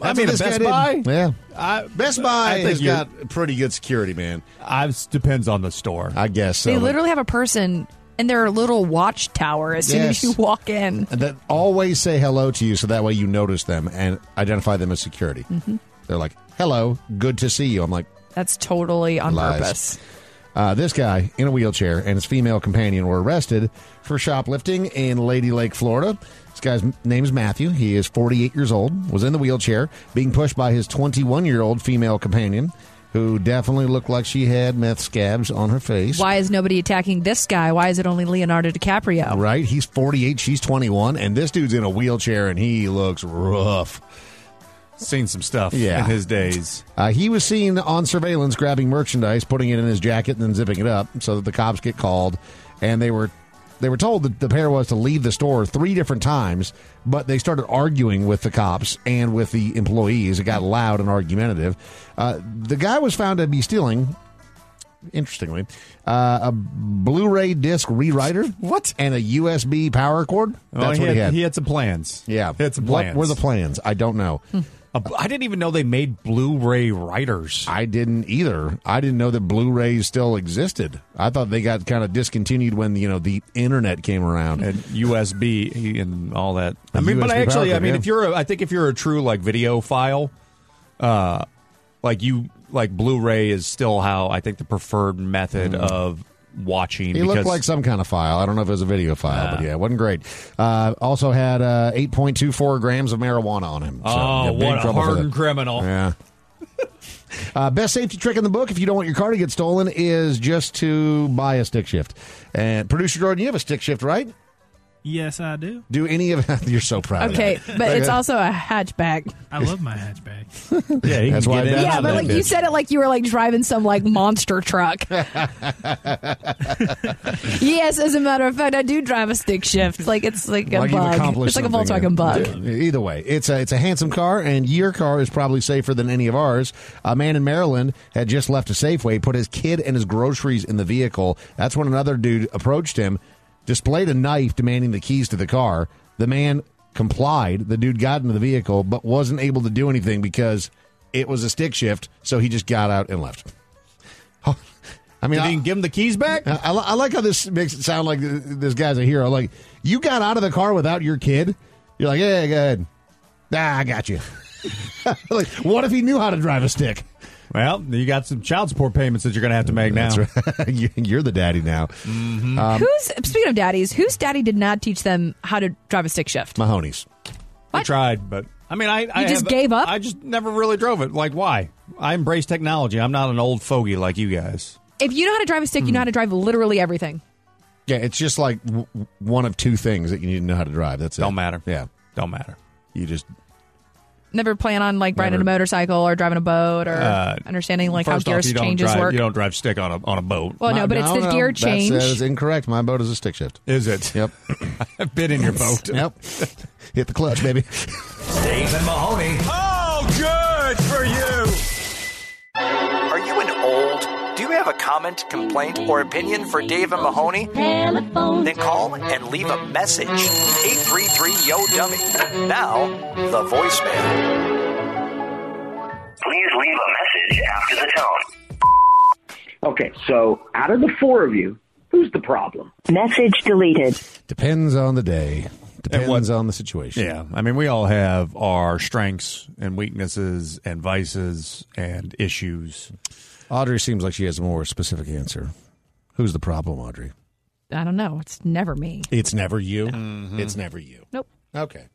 G: I
E: That's
G: mean,
E: what
G: a
E: this guy
G: Best
E: did.
G: Buy.
E: Yeah.
G: I,
E: Best Buy
G: I think
E: has
G: you're-
E: got pretty good security, man.
G: I depends on the store.
E: I guess so.
F: they
E: but-
F: literally have a person in their little watchtower as soon
E: Yes.
F: as you walk in.
E: that always say hello to you so that way you notice them and identify them as security.
F: Mhm.
E: They're like, "Hello, good to see you." I'm like,
F: That's totally on
E: Lies.
F: purpose.
E: Uh, this guy in a wheelchair and his female companion were arrested for shoplifting in Lady Lake, Florida. This guy's m- name is Matthew. He is 48 years old, was in the wheelchair, being pushed by his 21 year old female companion, who definitely looked like she had meth scabs on her face.
F: Why is nobody attacking this guy? Why is it only Leonardo DiCaprio?
E: Right? He's 48, she's 21, and this dude's in a wheelchair and he looks rough.
G: Seen some stuff
E: Yeah.
G: in his days.
E: Uh, he was seen on surveillance grabbing merchandise, putting it in his jacket, and then zipping it up, so that the cops get called. And they were they were told that the pair was to leave the store three different times, but they started arguing with the cops and with the employees. It got loud and argumentative. Uh, the guy was found to be stealing. Interestingly, uh, a Blu-ray disc rewriter, what, and a USB power cord.
G: Well,
E: That's
G: Oh, he
E: what
G: had,
E: he had.
G: some plans.
E: yeah,
G: He had some
E: What
G: plans.
E: were the plans? I don't know.
G: Uh, I didn't even know they made Blu-ray writers.
E: I didn't either. I didn't know that Blu-rays still existed. I thought they got kind of discontinued when you know the internet came around.
G: and USB and all that.
E: A
G: I mean, but
E: USB
G: I actually,
E: power
G: I mean,
E: cord,
G: if
E: yeah.
G: you're, a, I think if you're a true like video file, uh, like you like Blu-ray is still how I think the preferred method of watching.
E: Hmm. He looked like some kind of file. I don't know if it was a video file,
G: Ah.
E: but yeah, it wasn't great. Uh, also had uh, 8.24 grams of marijuana on him. So,
G: Oh,
E: yeah, big
G: what a
E: trouble for that.
G: hardened criminal!
E: Yeah. Uh, best safety trick in the book, if you don't want your car to get stolen, is just to buy a stick shift. And producer Jordan, you have a stick shift, right?
N: Yes, I do.
E: Do any of you're so proud? of
F: Okay,
E: that.
F: but it's
E: Okay.
F: also a hatchback.
N: I love my hatchback.
G: Yeah, he
E: That's
G: can
E: why
G: get
E: Beth
G: in and
F: Yeah,
G: out
F: but
G: of
F: like
G: that
F: you
G: bitch.
F: said it like you were like driving some like monster truck. yes, as a matter of fact, I do drive a stick shift. Like it's like a
E: Like you've
F: bug.
E: accomplished
F: It's like a
E: something.
F: Volkswagen bug.
E: Yeah. e-, Either way, it's a it's a handsome car, and your car is probably safer than any of ours. A man in Maryland had just left a Safeway, put his kid and his groceries in the vehicle. That's when another dude approached him, displayed a knife, demanding the keys to the car. The man complied. The dude got into the vehicle, but wasn't able to do anything because it was a stick shift. So he just got out and left. I mean,
G: Did
E: I-
G: he give him the keys back?
E: I, I li- I like how this makes it sound like th- this guy's a hero. Like you got out of the car without your kid. You're like, yeah, go ahead. Ah, I got you. like, what if he knew how to drive a stick?
G: Well, you got some child support payments that you're going to have to make now.
E: right. You- You're the daddy now. Um,
F: who's speaking of daddies? Whose daddy did not teach them how to drive a stick shift?
E: Mahoney's.
G: I tried, but I mean, I, I
F: just
G: have-
F: gave up?
G: I just never really drove it. Like, why? I embrace technology. I'm not an old fogey like you guys.
F: If you know how to drive a stick, you know
E: Hmm.
F: how to drive literally everything.
E: Yeah, it's just like w- w- one of two things that you need to know how to drive. That's it.
G: Don't matter.
E: Yeah,
G: Don't matter.
E: you just
F: Never plan on like riding
G: Never.
F: a motorcycle or driving a boat or
G: Uh,
F: understanding like how
G: First off,
F: gear
G: you don't
F: changes
G: drive-
F: work.
G: You don't drive stick on a on a boat.
F: Well, Oh, no, but it's the gear
E: That
F: change.
E: says incorrect. My boat is a stick shift.
G: Is it?
E: Yep.
G: I've been in your boat.
E: yep. Hit the clutch, baby.
C: Dave and Mahoney. Oh, good for you. Are you an old? Do you have a comment, complaint, or opinion for Dave and Mahoney? Then call and leave a message. 833 Yo Dummy. Now, the voicemail.
H: Please leave a message after the tone.
O: Okay, so out of the four of you, who's the problem?
E: Message deleted. Depends on the day. Depends
G: what-
E: on the situation.
G: Yeah, I mean, we all have our strengths and weaknesses and vices and issues.
E: Audrey seems like she has a more specific answer. Who's the problem, Audrey?
F: I don't know. It's never me.
E: It's never you.
G: Mm-hmm.
E: It's never you.
F: Nope.
E: Okay.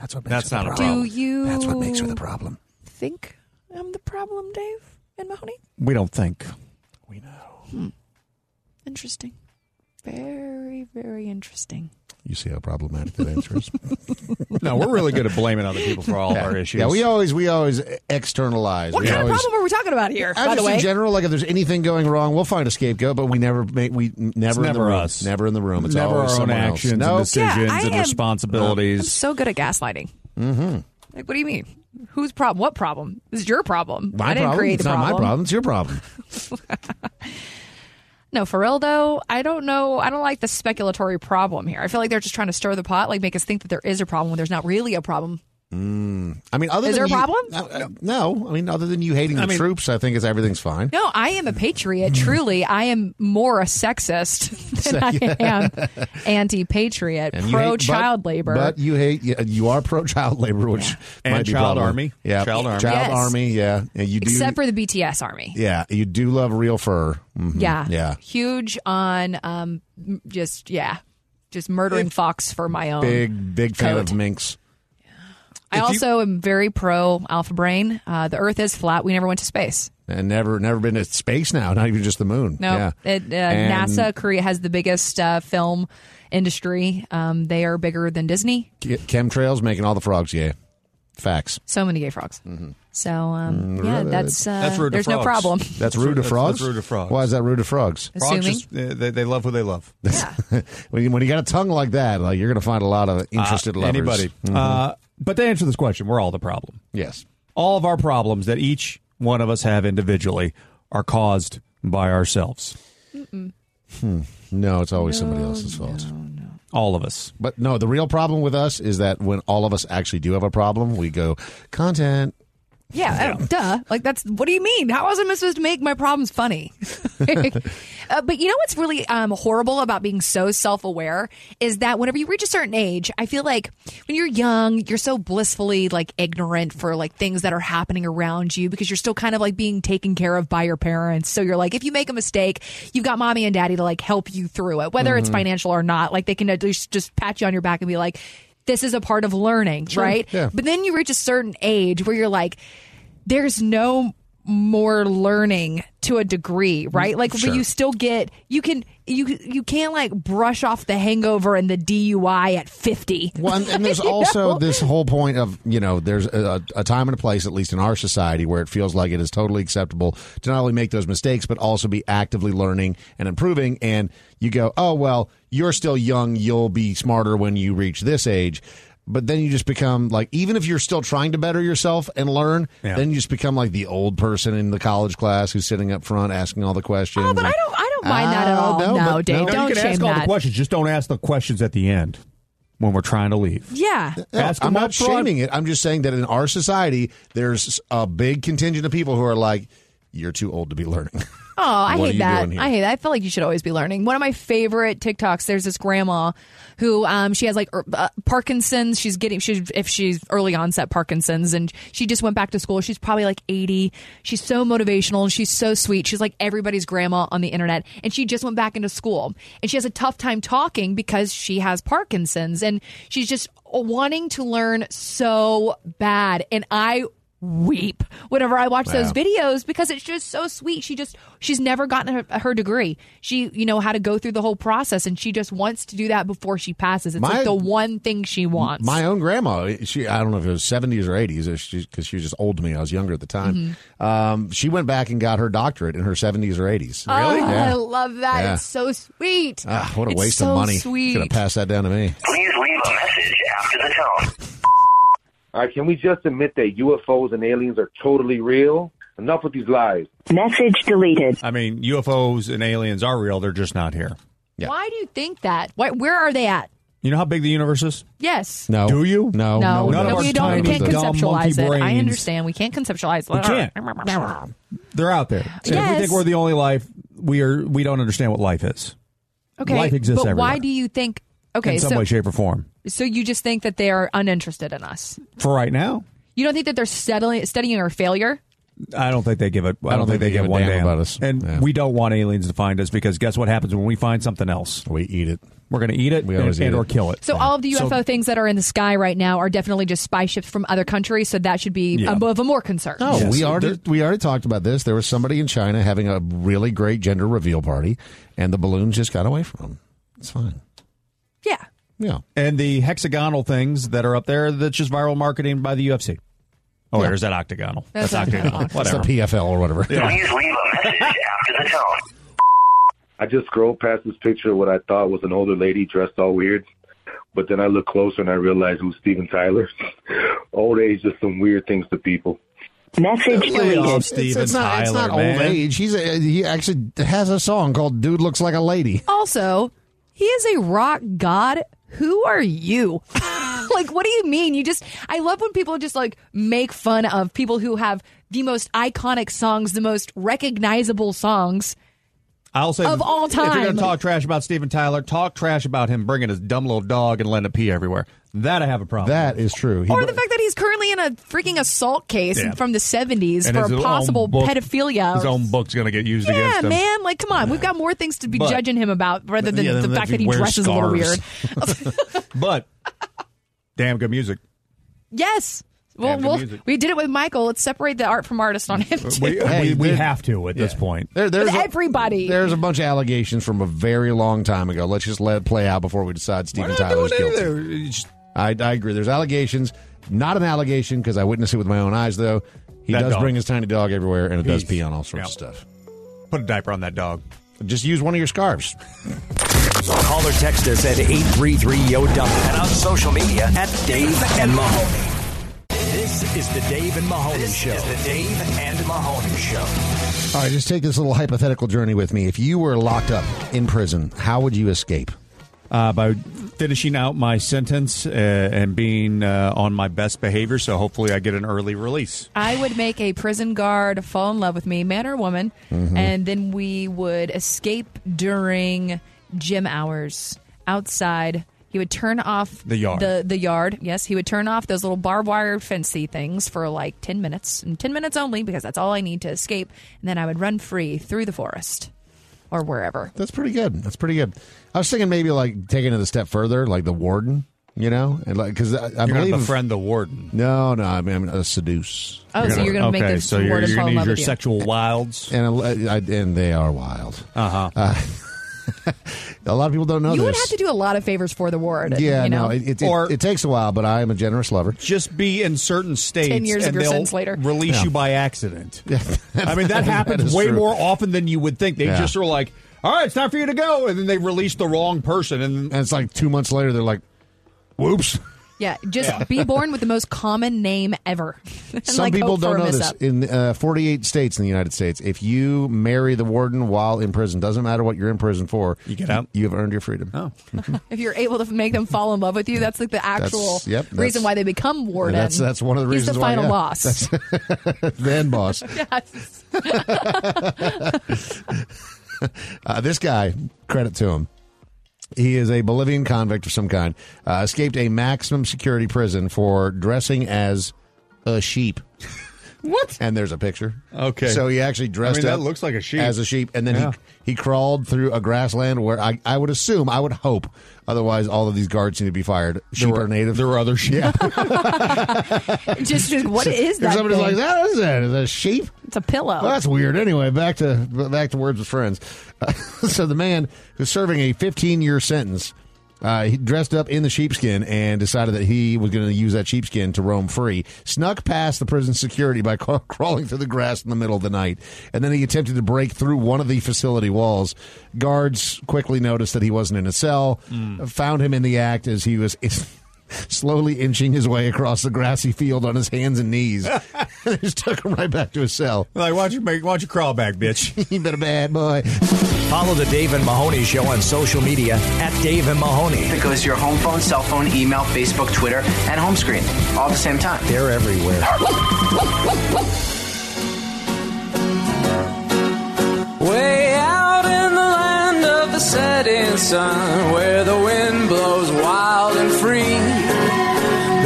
E: That's what
G: That's not a
F: Do you?
E: That's what makes her the problem.
F: Think I'm the problem, Dave and Mahoney?
G: We don't think.
F: Interesting. Very, very interesting.
E: You see how problematic that answer is.
G: No, we're really good at blaming other people for all
E: yeah.
G: our issues.
E: Yeah, we always we always externalize.
F: What
E: we
F: kind of
E: always,
F: problem are we talking about here?
E: I
F: by the
E: just
F: way,
E: in general, like if there's anything going wrong, we'll find a scapegoat, but we never make we never in the
G: never
E: room.
G: us.
E: Never in the room. It's
G: Never
E: always
G: our own
E: someone
G: actions and
E: else. No.
G: decisions
F: Yeah, I
G: and
F: am-
G: responsibilities.
F: I'm so good at gaslighting.
E: Mm-hmm.
F: Like, what do you mean? Whose problem? What problem? This is your problem.
E: My
F: I didn't
E: problem.
F: create
E: it's
F: the
E: not
F: problem.
E: my problem. It's your problem.
F: No, for real though, I don't know. I don't like the speculatory problem here. I feel like they're just trying to stir the pot, like make us think that there is a problem when there's not really a problem.
E: Mm. I mean, other
F: Is
E: than
F: there a
E: you-
F: problem?
E: No, uh, no, I mean, other than you hating the
F: I mean-
E: troops, I think is everything's fine.
F: No, I am a
E: Mm.
F: patriot. Truly, I am more a sexist than I am anti-patriot,
E: And you hate-
F: pro
E: but-
F: child labor.
E: but you hate yeah, you are pro child labor, which
G: And
E: might be
G: child
E: problematic.
G: army.
E: yeah,
G: Child army.
E: child
F: Yes.
E: army, yeah, and you do,
F: except for the BTS army.
E: yeah, you do love real fur, Mhm.
F: Yeah.
E: yeah,
F: Huge on um m- just yeah. Just murdering Fox for my own.
E: big big fan of minks.
F: I also am very pro Alpha Brain. Uh, the Earth is flat. We never went to space.
E: and never never been to space now, not even just the moon.
F: No,
E: yeah.
F: it, uh,
E: And-
F: NASA Korea has the biggest uh, film industry. Um, they are bigger than Disney.
E: Che- chemtrails making all the frogs gay. Facts.
F: So many gay frogs. So um,
E: Mm-hmm. Mm,
F: yeah,
E: really.
F: that's uh, there's no problem.
E: That's rude to
G: that's-
E: frogs.
G: that's rude to frogs.
E: Why is that rude to frogs?
G: Frogs just, uh, they, they love who they love.
E: when, you, when you got a tongue like that, like you're going to find a lot of interested
G: Uh,
E: lovers.
G: Anybody.
E: Mhm.
G: Uh, but to answer this question, we're all the problem.
E: Yes.
G: All of our problems that each one of us have individually are caused by ourselves.
E: Hmm. No, it's always somebody else's fault.
G: All of us.
E: But no, the real problem with us is that when all of us actually do have a problem, we go content.
F: Yeah, oh, duh. Like that's what do you mean? How was I supposed to make my problems funny? uh, but you know what's really um, horrible about being so self-aware is that whenever you reach a certain age, I feel like when you're young, you're so blissfully like ignorant for like things that are happening around you because you're still kind of like being taken care of by your parents. So you're like, if you make a mistake, you've got mommy and daddy to like help you through it, whether it's
P: Mhm.
F: financial or not. Like they can at least just pat you on your back and be like. This is a part of learning,
P: Sure,
F: right?
P: yeah.
F: But then you reach a certain age where you're like, there's no more learning to a degree, right? Like,
P: Sure.
F: but you still get you can you you can't like brush off the hangover and the DUI at fifty.
E: Well, and, and there's
F: You know?
E: also this whole point of you know there's a, a time and a place at least in our society where it feels like it is totally acceptable to not only make those mistakes but also be actively learning and improving and you go oh well you're still young you'll be smarter when you reach this age but then you just become like even if you're still trying to better yourself and learn then you just become like the old person in the college class who's sitting up front asking all the questions Ah, oh, but i
F: don't I don't mind that at all. No, Dave, don't
G: you can
F: shame
G: ask all the
F: that.
G: questions. Just don't ask the questions at the end when we're trying to leave.
F: yeah,
E: No,
G: Ask
E: I'm
G: them
E: not
G: up front.
E: shaming it. I'm just saying that in our society, there's a big contingent of people who are like, "You're too old to be learning."
F: Oh, I
E: What are
F: hate
E: you
F: that.
E: doing here?
F: I hate that. I feel like you should always be learning. One of my favorite TikToks. There's this grandma who um, she has like er- uh, Parkinson's. She's getting she's if she's early onset Parkinson's, and she just went back to school. She's probably like 80. She's so motivational and she's so sweet. She's like everybody's grandma on the internet, and she just went back into school, and she has a tough time talking because she has Parkinson's, and she's just wanting to learn so bad. And I weep whenever I watch those
P: Wow.
F: videos videos because it's just so sweet. She just she's never gotten her, her degree. She you know how to go through the whole process, and she just wants to do that before she passes. It's
E: My-
F: like the one thing she wants.
E: My own grandma, she I don't know if it was 70s or 80s, because she was just old to me. I was younger at the time. Um, she went back and got her doctorate in her 70s or 80s.
F: Oh, I
E: Yeah.
F: love that.
E: Yeah.
F: It's so sweet.
E: Ah, what a
F: It's
E: waste
F: so
E: of money.
F: Sweet.
E: Could have passed that down to me.
H: Please leave a message after the tone.
J: All right, can we just admit that UFOs and aliens are totally real? Enough with these lies.
Q: Message deleted.
G: I mean, UFOs and aliens are real. They're just not here. Yeah.
F: Why do you think that? Why, where are they at?
G: You know how big the universe is?
F: Yes.
E: No.
G: Do you?
E: No.
F: No,
G: None
F: no,
G: of our
F: we don't. We
G: tiny,
F: can't
G: dumb
F: conceptualize
G: monkey
F: it. I
G: brains.
F: understand. We can't conceptualize.
G: We can't. They're out there. So If we
F: Yes.
G: think we're the only life, we are. We don't understand what life is.
F: Okay,
G: Life exists
F: but
G: everywhere.
F: why do you think? Okay,
G: in some
F: so
G: way, shape, or form.
F: so you just think that they are uninterested in us.
G: For right now,
F: You don't think that they're steadily, studying our failure?
G: I don't think they give it. I don't, think, they give, one
E: a damn
G: damn
E: about us.
G: And we don't want aliens to find us because guess what happens when we find something else?
E: We eat it.
G: We're going to eat it
E: We
G: and,
E: always eat
G: and
E: it.
G: or kill it.
F: So all of the
G: So-
F: UFO things that are in the sky right now are definitely just spy ships from other countries. So that should be
E: Yeah.
F: above a more concern.
G: Oh.
E: No, we already we already talked about this. There was somebody in China having a really great gender reveal party, and the balloons just got away from them. It's fine.
F: Yeah.
E: Yeah.
G: And the hexagonal things that are up there, that's just viral marketing by the UFC. Oh,
E: Yeah.
G: there's that octagonal.
E: That's
G: That's, octagonal.
E: octagonal.
G: Whatever.
E: It's the PFL or whatever.
H: Please leave a message after the tone.
J: I just scrolled past this picture of what I thought was an older lady dressed all weird, but then I looked closer and I realized it was Steven Tyler. Old age does some weird things to people.
Q: Message
E: Lay off
Q: deleted.
E: Steven it's not, it's not old age. He's a, he actually has a song called "Dude Looks Like a Lady."
F: Also, he is a rock god. Who are you? like, what do you mean? You just, I love when people just like make fun of people who have the most iconic songs, the most recognizable songs.
G: I'll say
F: Of all
G: If you're
F: time.
G: going to talk trash about Steven Tyler, talk trash about him bringing his dumb little dog and letting it pee everywhere. That I have a problem.
E: That is true. He-
F: Or the fact that he's currently in a freaking assault case
G: Yeah.
F: from the 70s
G: And his
F: for
G: own
F: possible
G: book-
F: pedophilia.
G: His own book's going to get used
F: yeah,
G: against him.
F: man. Like, come on. We've got more things to be
G: But-
F: judging him about rather than
G: Yeah,
F: the
G: than
F: fact
G: if
F: that he
G: wears
F: dresses a little weird.
G: scarves. but damn good music.
F: Yes. Well,
G: After
F: well
G: music.
F: we did it with Michael. Let's separate the art from artist on him. Too.
G: We,
E: Hey,
G: we, we
E: dude.
G: have to at this point.
E: There- there's
F: with
E: a,
F: everybody.
E: there's a bunch of allegations from a very long time ago. Let's just let it play out before we decide Steven Tyler's guilty. I, I agree. There's allegations. Not an allegation because I witnessed it with my own eyes. Though he
G: That
E: does
G: dog.
E: bring his tiny dog everywhere, and it does
G: He's-
E: pee on all sorts of
G: yeah.
E: stuff.
G: Put a diaper on that dog.
E: Just use one of your scarves.
L: Call or text us at 833-YO-DUMP and on social media at Dave and Mahoney. This is the Dave and Mahoney Show. This is the Dave and Mahoney Show.
E: All right, just take this little hypothetical journey with me. If you were locked up in prison, how would you escape?
G: Uh, by finishing out my sentence uh, and being uh, on my best behavior, so hopefully I get an early release.
F: I would make a prison guard fall in love with me, man or woman,
E: Mm-hmm.
G: Mhm.
F: and then we would escape during gym hours outside. He would turn off
G: The yard.
F: The, the yard, yes. He would turn off those little barbed wire fencey things for like 10 minutes, and 10 minutes only, because that's all I need to escape. And then I would run free through the forest or wherever.
E: That's pretty good. That's pretty good. I was thinking maybe like taking it a step further, like the warden, you know, and like because I, I
G: You're
E: believe
G: gonna befriend the warden.
E: No, no, I mean I'm gonna seduce.
F: Oh, so you're gonna make
G: okay,
F: the
G: so you're,
F: warden
G: you're
F: fall
G: gonna
F: in
G: use
F: love
G: your
F: with you.
G: sexual wilds.
E: and I, and they are wild. Uh-huh. a lot of people don't know
F: you would
E: this.
F: have to do a lot of favors for the ward.
E: yeah,
F: you know?
E: no, it, it, it- it takes a while, but I am a generous lover.
G: Just be in certain states,
F: 10 years of
G: and
F: your
G: they'll
F: sentence later.
G: release
E: Yeah.
G: you by accident. I mean,
E: That
G: that happens
E: is
G: way
E: true.
G: more often than you would think. They
E: Yeah.
G: just are like, "All right, it's time for you to go," and then they release the wrong person, and,
E: it's like two months later, they're like, "Whoops."
F: Yeah, just be born with the most common name ever. And,
E: Some
F: like,
E: people
F: hope for
E: don't
F: a
E: know
F: miss
E: this.
F: up.
E: In uh, 48 states in the United States, if you marry the warden while in prison, doesn't matter what you're in prison for, you get
G: out.
E: You have earned your freedom. Oh,
F: If you're able to make them fall in love with you, that's like the actual
E: yep, that's-
F: reason why they become warden.
E: that's that's one of the reasons.
F: He's the
E: why,
F: final
E: yeah.
F: boss.
E: That's- then boss.
F: Yes.
E: Uh, this guy, credit to him. He is a Bolivian convict of some kind. Uh, escaped a maximum security prison for dressing as a sheep.
G: What?
E: And there's a picture.
G: Okay.
E: So he actually dressed
G: I mean, that
E: up.
G: looks like a sheep.
E: As a sheep, and then
G: Yeah.
E: he he crawled through a grassland where I, I would assume I would hope, otherwise all of these guards need to be fired. Sheep
G: were-
E: are native.
G: there were other sheep.
E: Yeah.
F: just, just what
E: If
F: is that?
E: somebody's
F: thing?
E: like that is that is that a sheep?
F: It's a pillow.
E: Well, that's weird. Anyway, back to back to words with friends. Uh, so the man who's serving a 15 year sentence, uh, he dressed up in the sheepskin and decided that he was going to use that sheepskin to roam free. Snuck past the prison security by ca- crawling through the grass in the middle of the night, and then he attempted to break through one of the facility walls. Guards quickly noticed that he wasn't in a cell, found him in the act as he was. slowly inching his way across the grassy field on his hands and knees. they just took him right back to his cell.
G: Like, why don't you make, why don't you crawl back, bitch?
E: you been a bad boy.
L: Follow the Dave and Mahoney Show on social media at Dave and Mahoney.
P: Because your home phone, cell phone, email, Facebook, Twitter, and home screen all at the same time.
L: They're everywhere.
R: Way out in the land of the setting sun, where the wind blows wild and free.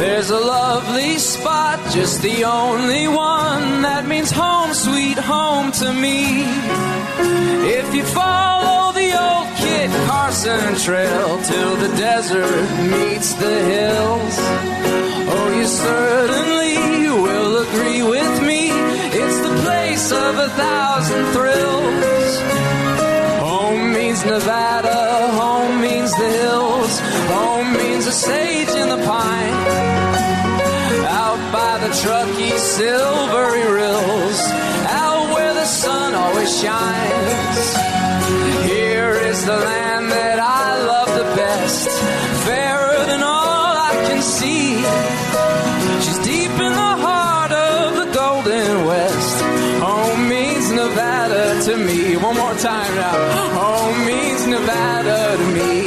R: There's a lovely spot, just the only one that means home, sweet home to me. If you follow the old Kit Carson trail till the desert meets the hills, oh, you certainly will agree with me. It's the place of a thousand thrills. Home means Nevada, home means the hills, home means a sage in the pine. Out by the Truckee silvery rills, out where the sun always shines. Here is the land that I love the best, fairer than all I can see. She's deep in the heart of the Golden West. Home means Nevada to me. One more time now. Home means Nevada to me.